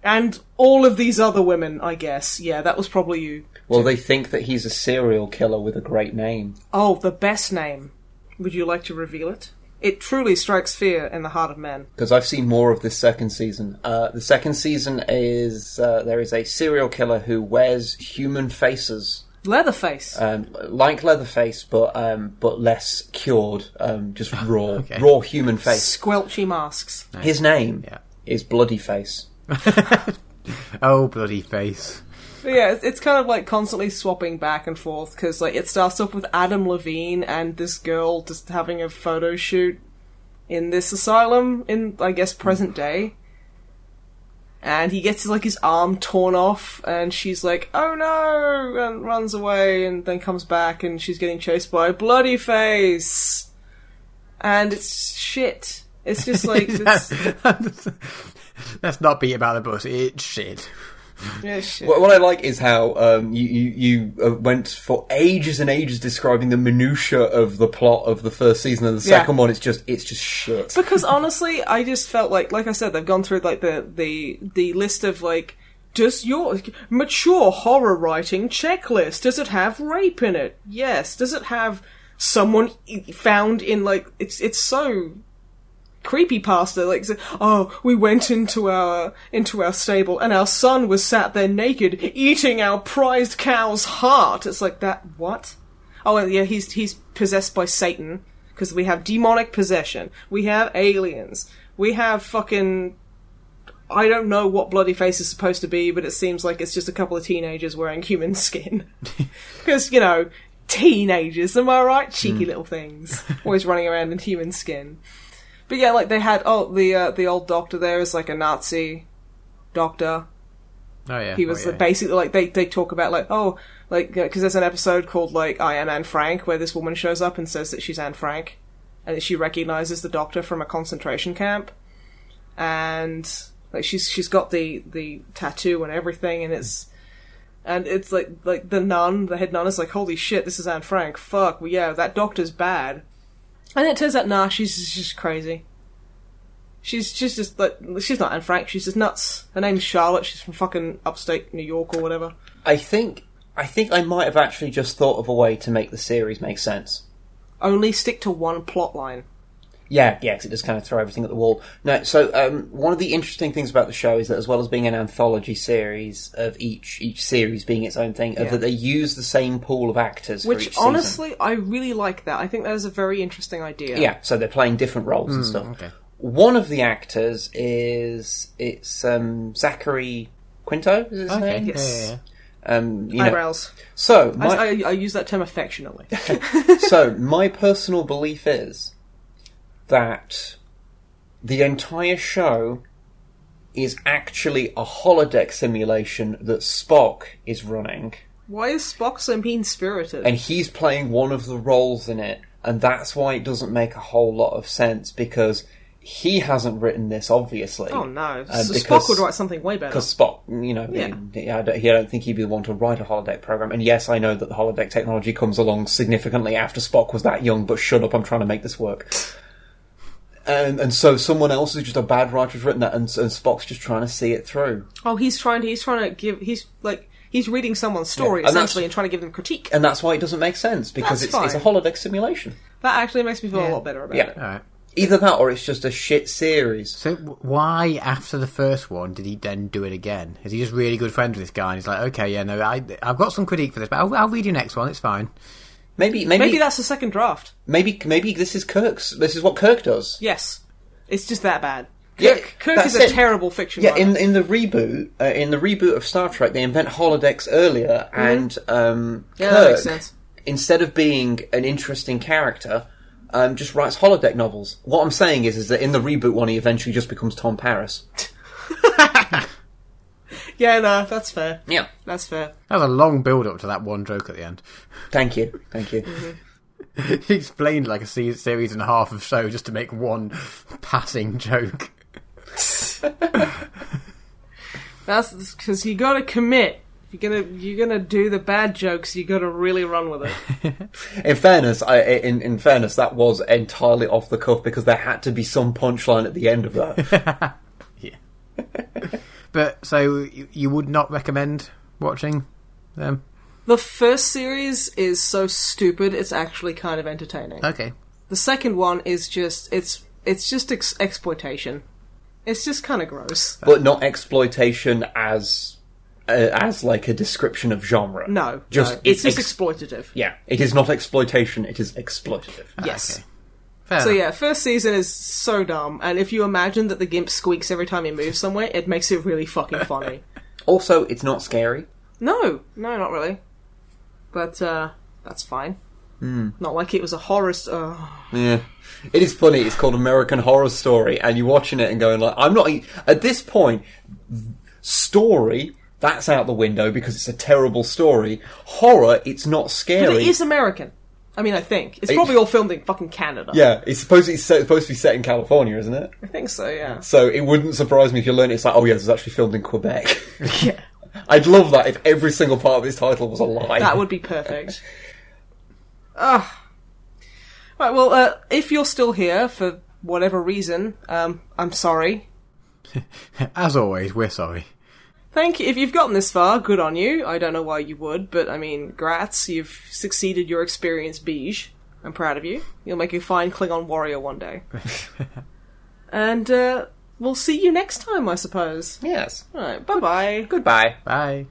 A: And all of these other women, I guess. Yeah, that was probably you.
B: Well, they think that he's a serial killer with a great name.
A: Oh, the best name. Would you like to reveal it? It truly strikes fear in the heart of men.
B: because I've seen more of this second season. Uh, the second season is uh, there is a serial killer who wears human faces,
A: Leatherface.
B: um, like Leatherface, but um, but less cured, um, just raw, raw human face.
A: Squelchy masks.
B: His name
C: Yeah.
B: is Bloody Face.
C: Oh, bloody face.
A: But yeah, it's, it's kind of like constantly swapping back and forth because like it starts off with Adam Levine and this girl just having a photo shoot in this asylum in I guess present day, and he gets like his arm torn off, and she's like, "Oh no!" and runs away, and then comes back, and she's getting chased by Bloody Face, and it's shit. It's just like it's,
C: Let's not beat about the bush. It's shit.
A: yeah, shit.
B: What, what I like is how um, you you, you uh, went for ages and ages describing the minutia of the plot of the first season, and the
A: Yeah.
B: second one it's just it's just shit.
A: because honestly, I just felt like, like I said, they've gone through like the the the list of like, does your mature horror writing checklist? Does it have rape in it? Yes. Does it have someone i- found in like it's it's so creepy pasta like so- oh we went into our into our stable and our son was sat there naked eating our prized cow's heart it's like that what Oh, and yeah, he's he's possessed by Satan because we have demonic possession. We have aliens. We have fucking. I don't know what Bloody Face is supposed to be, but it seems like it's just a couple of teenagers wearing human skin. Because, you know, teenagers, am I right? Cheeky little things. Always running around in human skin. But yeah, like they had, oh, the, uh, the old doctor there is like a Nazi doctor
C: Oh yeah.
A: he was
C: oh,
A: the basically like they they talk about like oh like because there's an episode called like I am Anne Frank where this woman shows up and says that she's Anne Frank and that she recognizes the doctor from a concentration camp and like she's she's got the the tattoo and everything and it's and it's like like the nun the head nun is like holy shit this is Anne Frank fuck well, yeah that doctor's bad and it turns out nah she's she's just crazy She's she's just like she's not Anne Frank. She's just nuts. Her name's Charlotte. She's from fucking upstate New York or whatever.
B: I think I think I might have actually just thought of a way to make the series make sense.
A: Only stick to one plot line.
B: Yeah, yeah, 'cause it does kind of throw everything at the wall. No, so um, one of the interesting things about the show is that, as well as being an anthology series of each each series being its own thing, of that they use the same pool of actors. for each
A: Which
B: season.
A: honestly, I really like that. I think that is a very interesting idea.
B: yeah, so they're playing different roles
A: Hmm,
B: and stuff. One of the actors is it's um, Zachary Quinto. Is his
C: Okay.
B: name?
C: Yeah,
A: Yes.
C: yeah,
B: Um, you know-
A: Eyebrows.
B: So my,
A: I, I, I use that term affectionately.
B: so my personal belief is that the entire show is actually a holodeck simulation that Spock is running,
A: Why is Spock so mean spirited?
B: and he's playing one of the roles in it, and that's why it doesn't make a whole lot of sense because he hasn't written this, obviously.
A: Oh no,
B: Uh,
A: S-
B: because-
A: Spock would write something way better.
B: Because Spock, you know,
A: Yeah.
B: he- I, don't, he- I don't think he'd be the one to write a holodeck program. And yes, I know that the holodeck technology comes along significantly after Spock was that young, but shut up, I'm trying to make this work. And, and so someone else who's just a bad writer has written that, and, and Spock's just trying to see it through.
A: Oh, he's trying to he's trying to give he's like he's reading someone's story
B: Yeah, and that's-
A: essentially and trying to give them critique.
B: And that's why it doesn't make sense, because it's,
A: That's
B: it's a holodeck simulation.
A: That actually makes me feel a lot better about
B: Yeah.
A: it.
C: All right.
B: Either that, or it's just a shit series.
C: So w- why, after the first one, did he then do it again? Is he just really good friends with this guy? And he's like, okay, yeah, no, I, I've got some critique for this, but I'll, I'll read your next one. It's fine.
B: Maybe, maybe,
A: Maybe
B: maybe,
A: that's the second draft.
B: maybe, this is Kirk's. This is what Kirk does.
A: Yes, it's just that bad.
B: Yeah,
A: Kirk, Kirk
B: that's
A: is a
B: it.
A: terrible fiction.
B: Yeah,
A: writer.
B: in in the reboot, uh, in the reboot of Star Trek, they invent holodecks earlier, and um,
A: Mm-hmm. Yeah,
B: Kirk,
A: that makes sense.
B: instead of being an interesting character, um, just writes holodeck novels. What I'm saying is, is that in the reboot one, he eventually just becomes Tom Paris.
A: Yeah, no, that's fair.
B: Yeah,
A: That's fair.
C: That was a long build up to that one joke at the end.
B: thank you, thank you.
A: Mm-hmm.
C: he explained like a se- series and a half of show just to make one passing joke.
A: That's because you got to commit. If you're gonna you're gonna do the bad jokes. You got to really run with it.
B: In fairness, I, in, in fairness, that was entirely off the cuff because there had to be some punchline at the end of that.
C: But so you, you would not recommend watching them?
A: The first series is so stupid. It's actually kind of entertaining.
C: Okay.
A: The second one is just it's it's just ex- exploitation. It's just kind of gross.
B: but not exploitation as uh, as like a description of genre.
A: No,
B: Just-
A: no, it's,
B: it's
A: just
B: ex-
A: exploitative.
B: Yeah, it is not exploitation. It is exploitative.
A: Yes.
C: Okay. Fair
A: So
C: enough.
A: yeah, first season is so dumb, and if you imagine that the gimp squeaks every time he moves somewhere, it makes it really fucking funny.
B: Also, it's not scary.
A: No, no, not really. But uh, that's fine. Not like it was a horror. St- uh,
B: Hmm. Yeah. It is funny. It's called American Horror Story, and you're watching it and going like, "I'm not." e- At this point, story that's out the window because it's a terrible story. Horror, it's not
A: but
B: scary.
A: it is American. I mean, I think it's probably all filmed in fucking Canada.
B: yeah, it's supposed it's so- supposed to be set in California, isn't it?
A: I think so. Yeah,
B: So it wouldn't surprise me if you learn it's like, oh yeah, this is actually filmed in Quebec.
A: yeah,
B: I'd love that if every single part of this title was a lie.
A: that would be perfect. Ugh. Right. Well, uh, if you're still here for whatever reason, um, I'm sorry.
C: As always, we're sorry.
A: Thank you. If you've gotten this far, good on you. I don't know why you would, but I mean, grats. You've succeeded your experience, Beige. I'm proud of you. You'll make a fine Klingon warrior one day. and uh, we'll see you next time, I suppose.
B: yes.
A: All right, bye bye.
B: Goodbye.
C: Bye.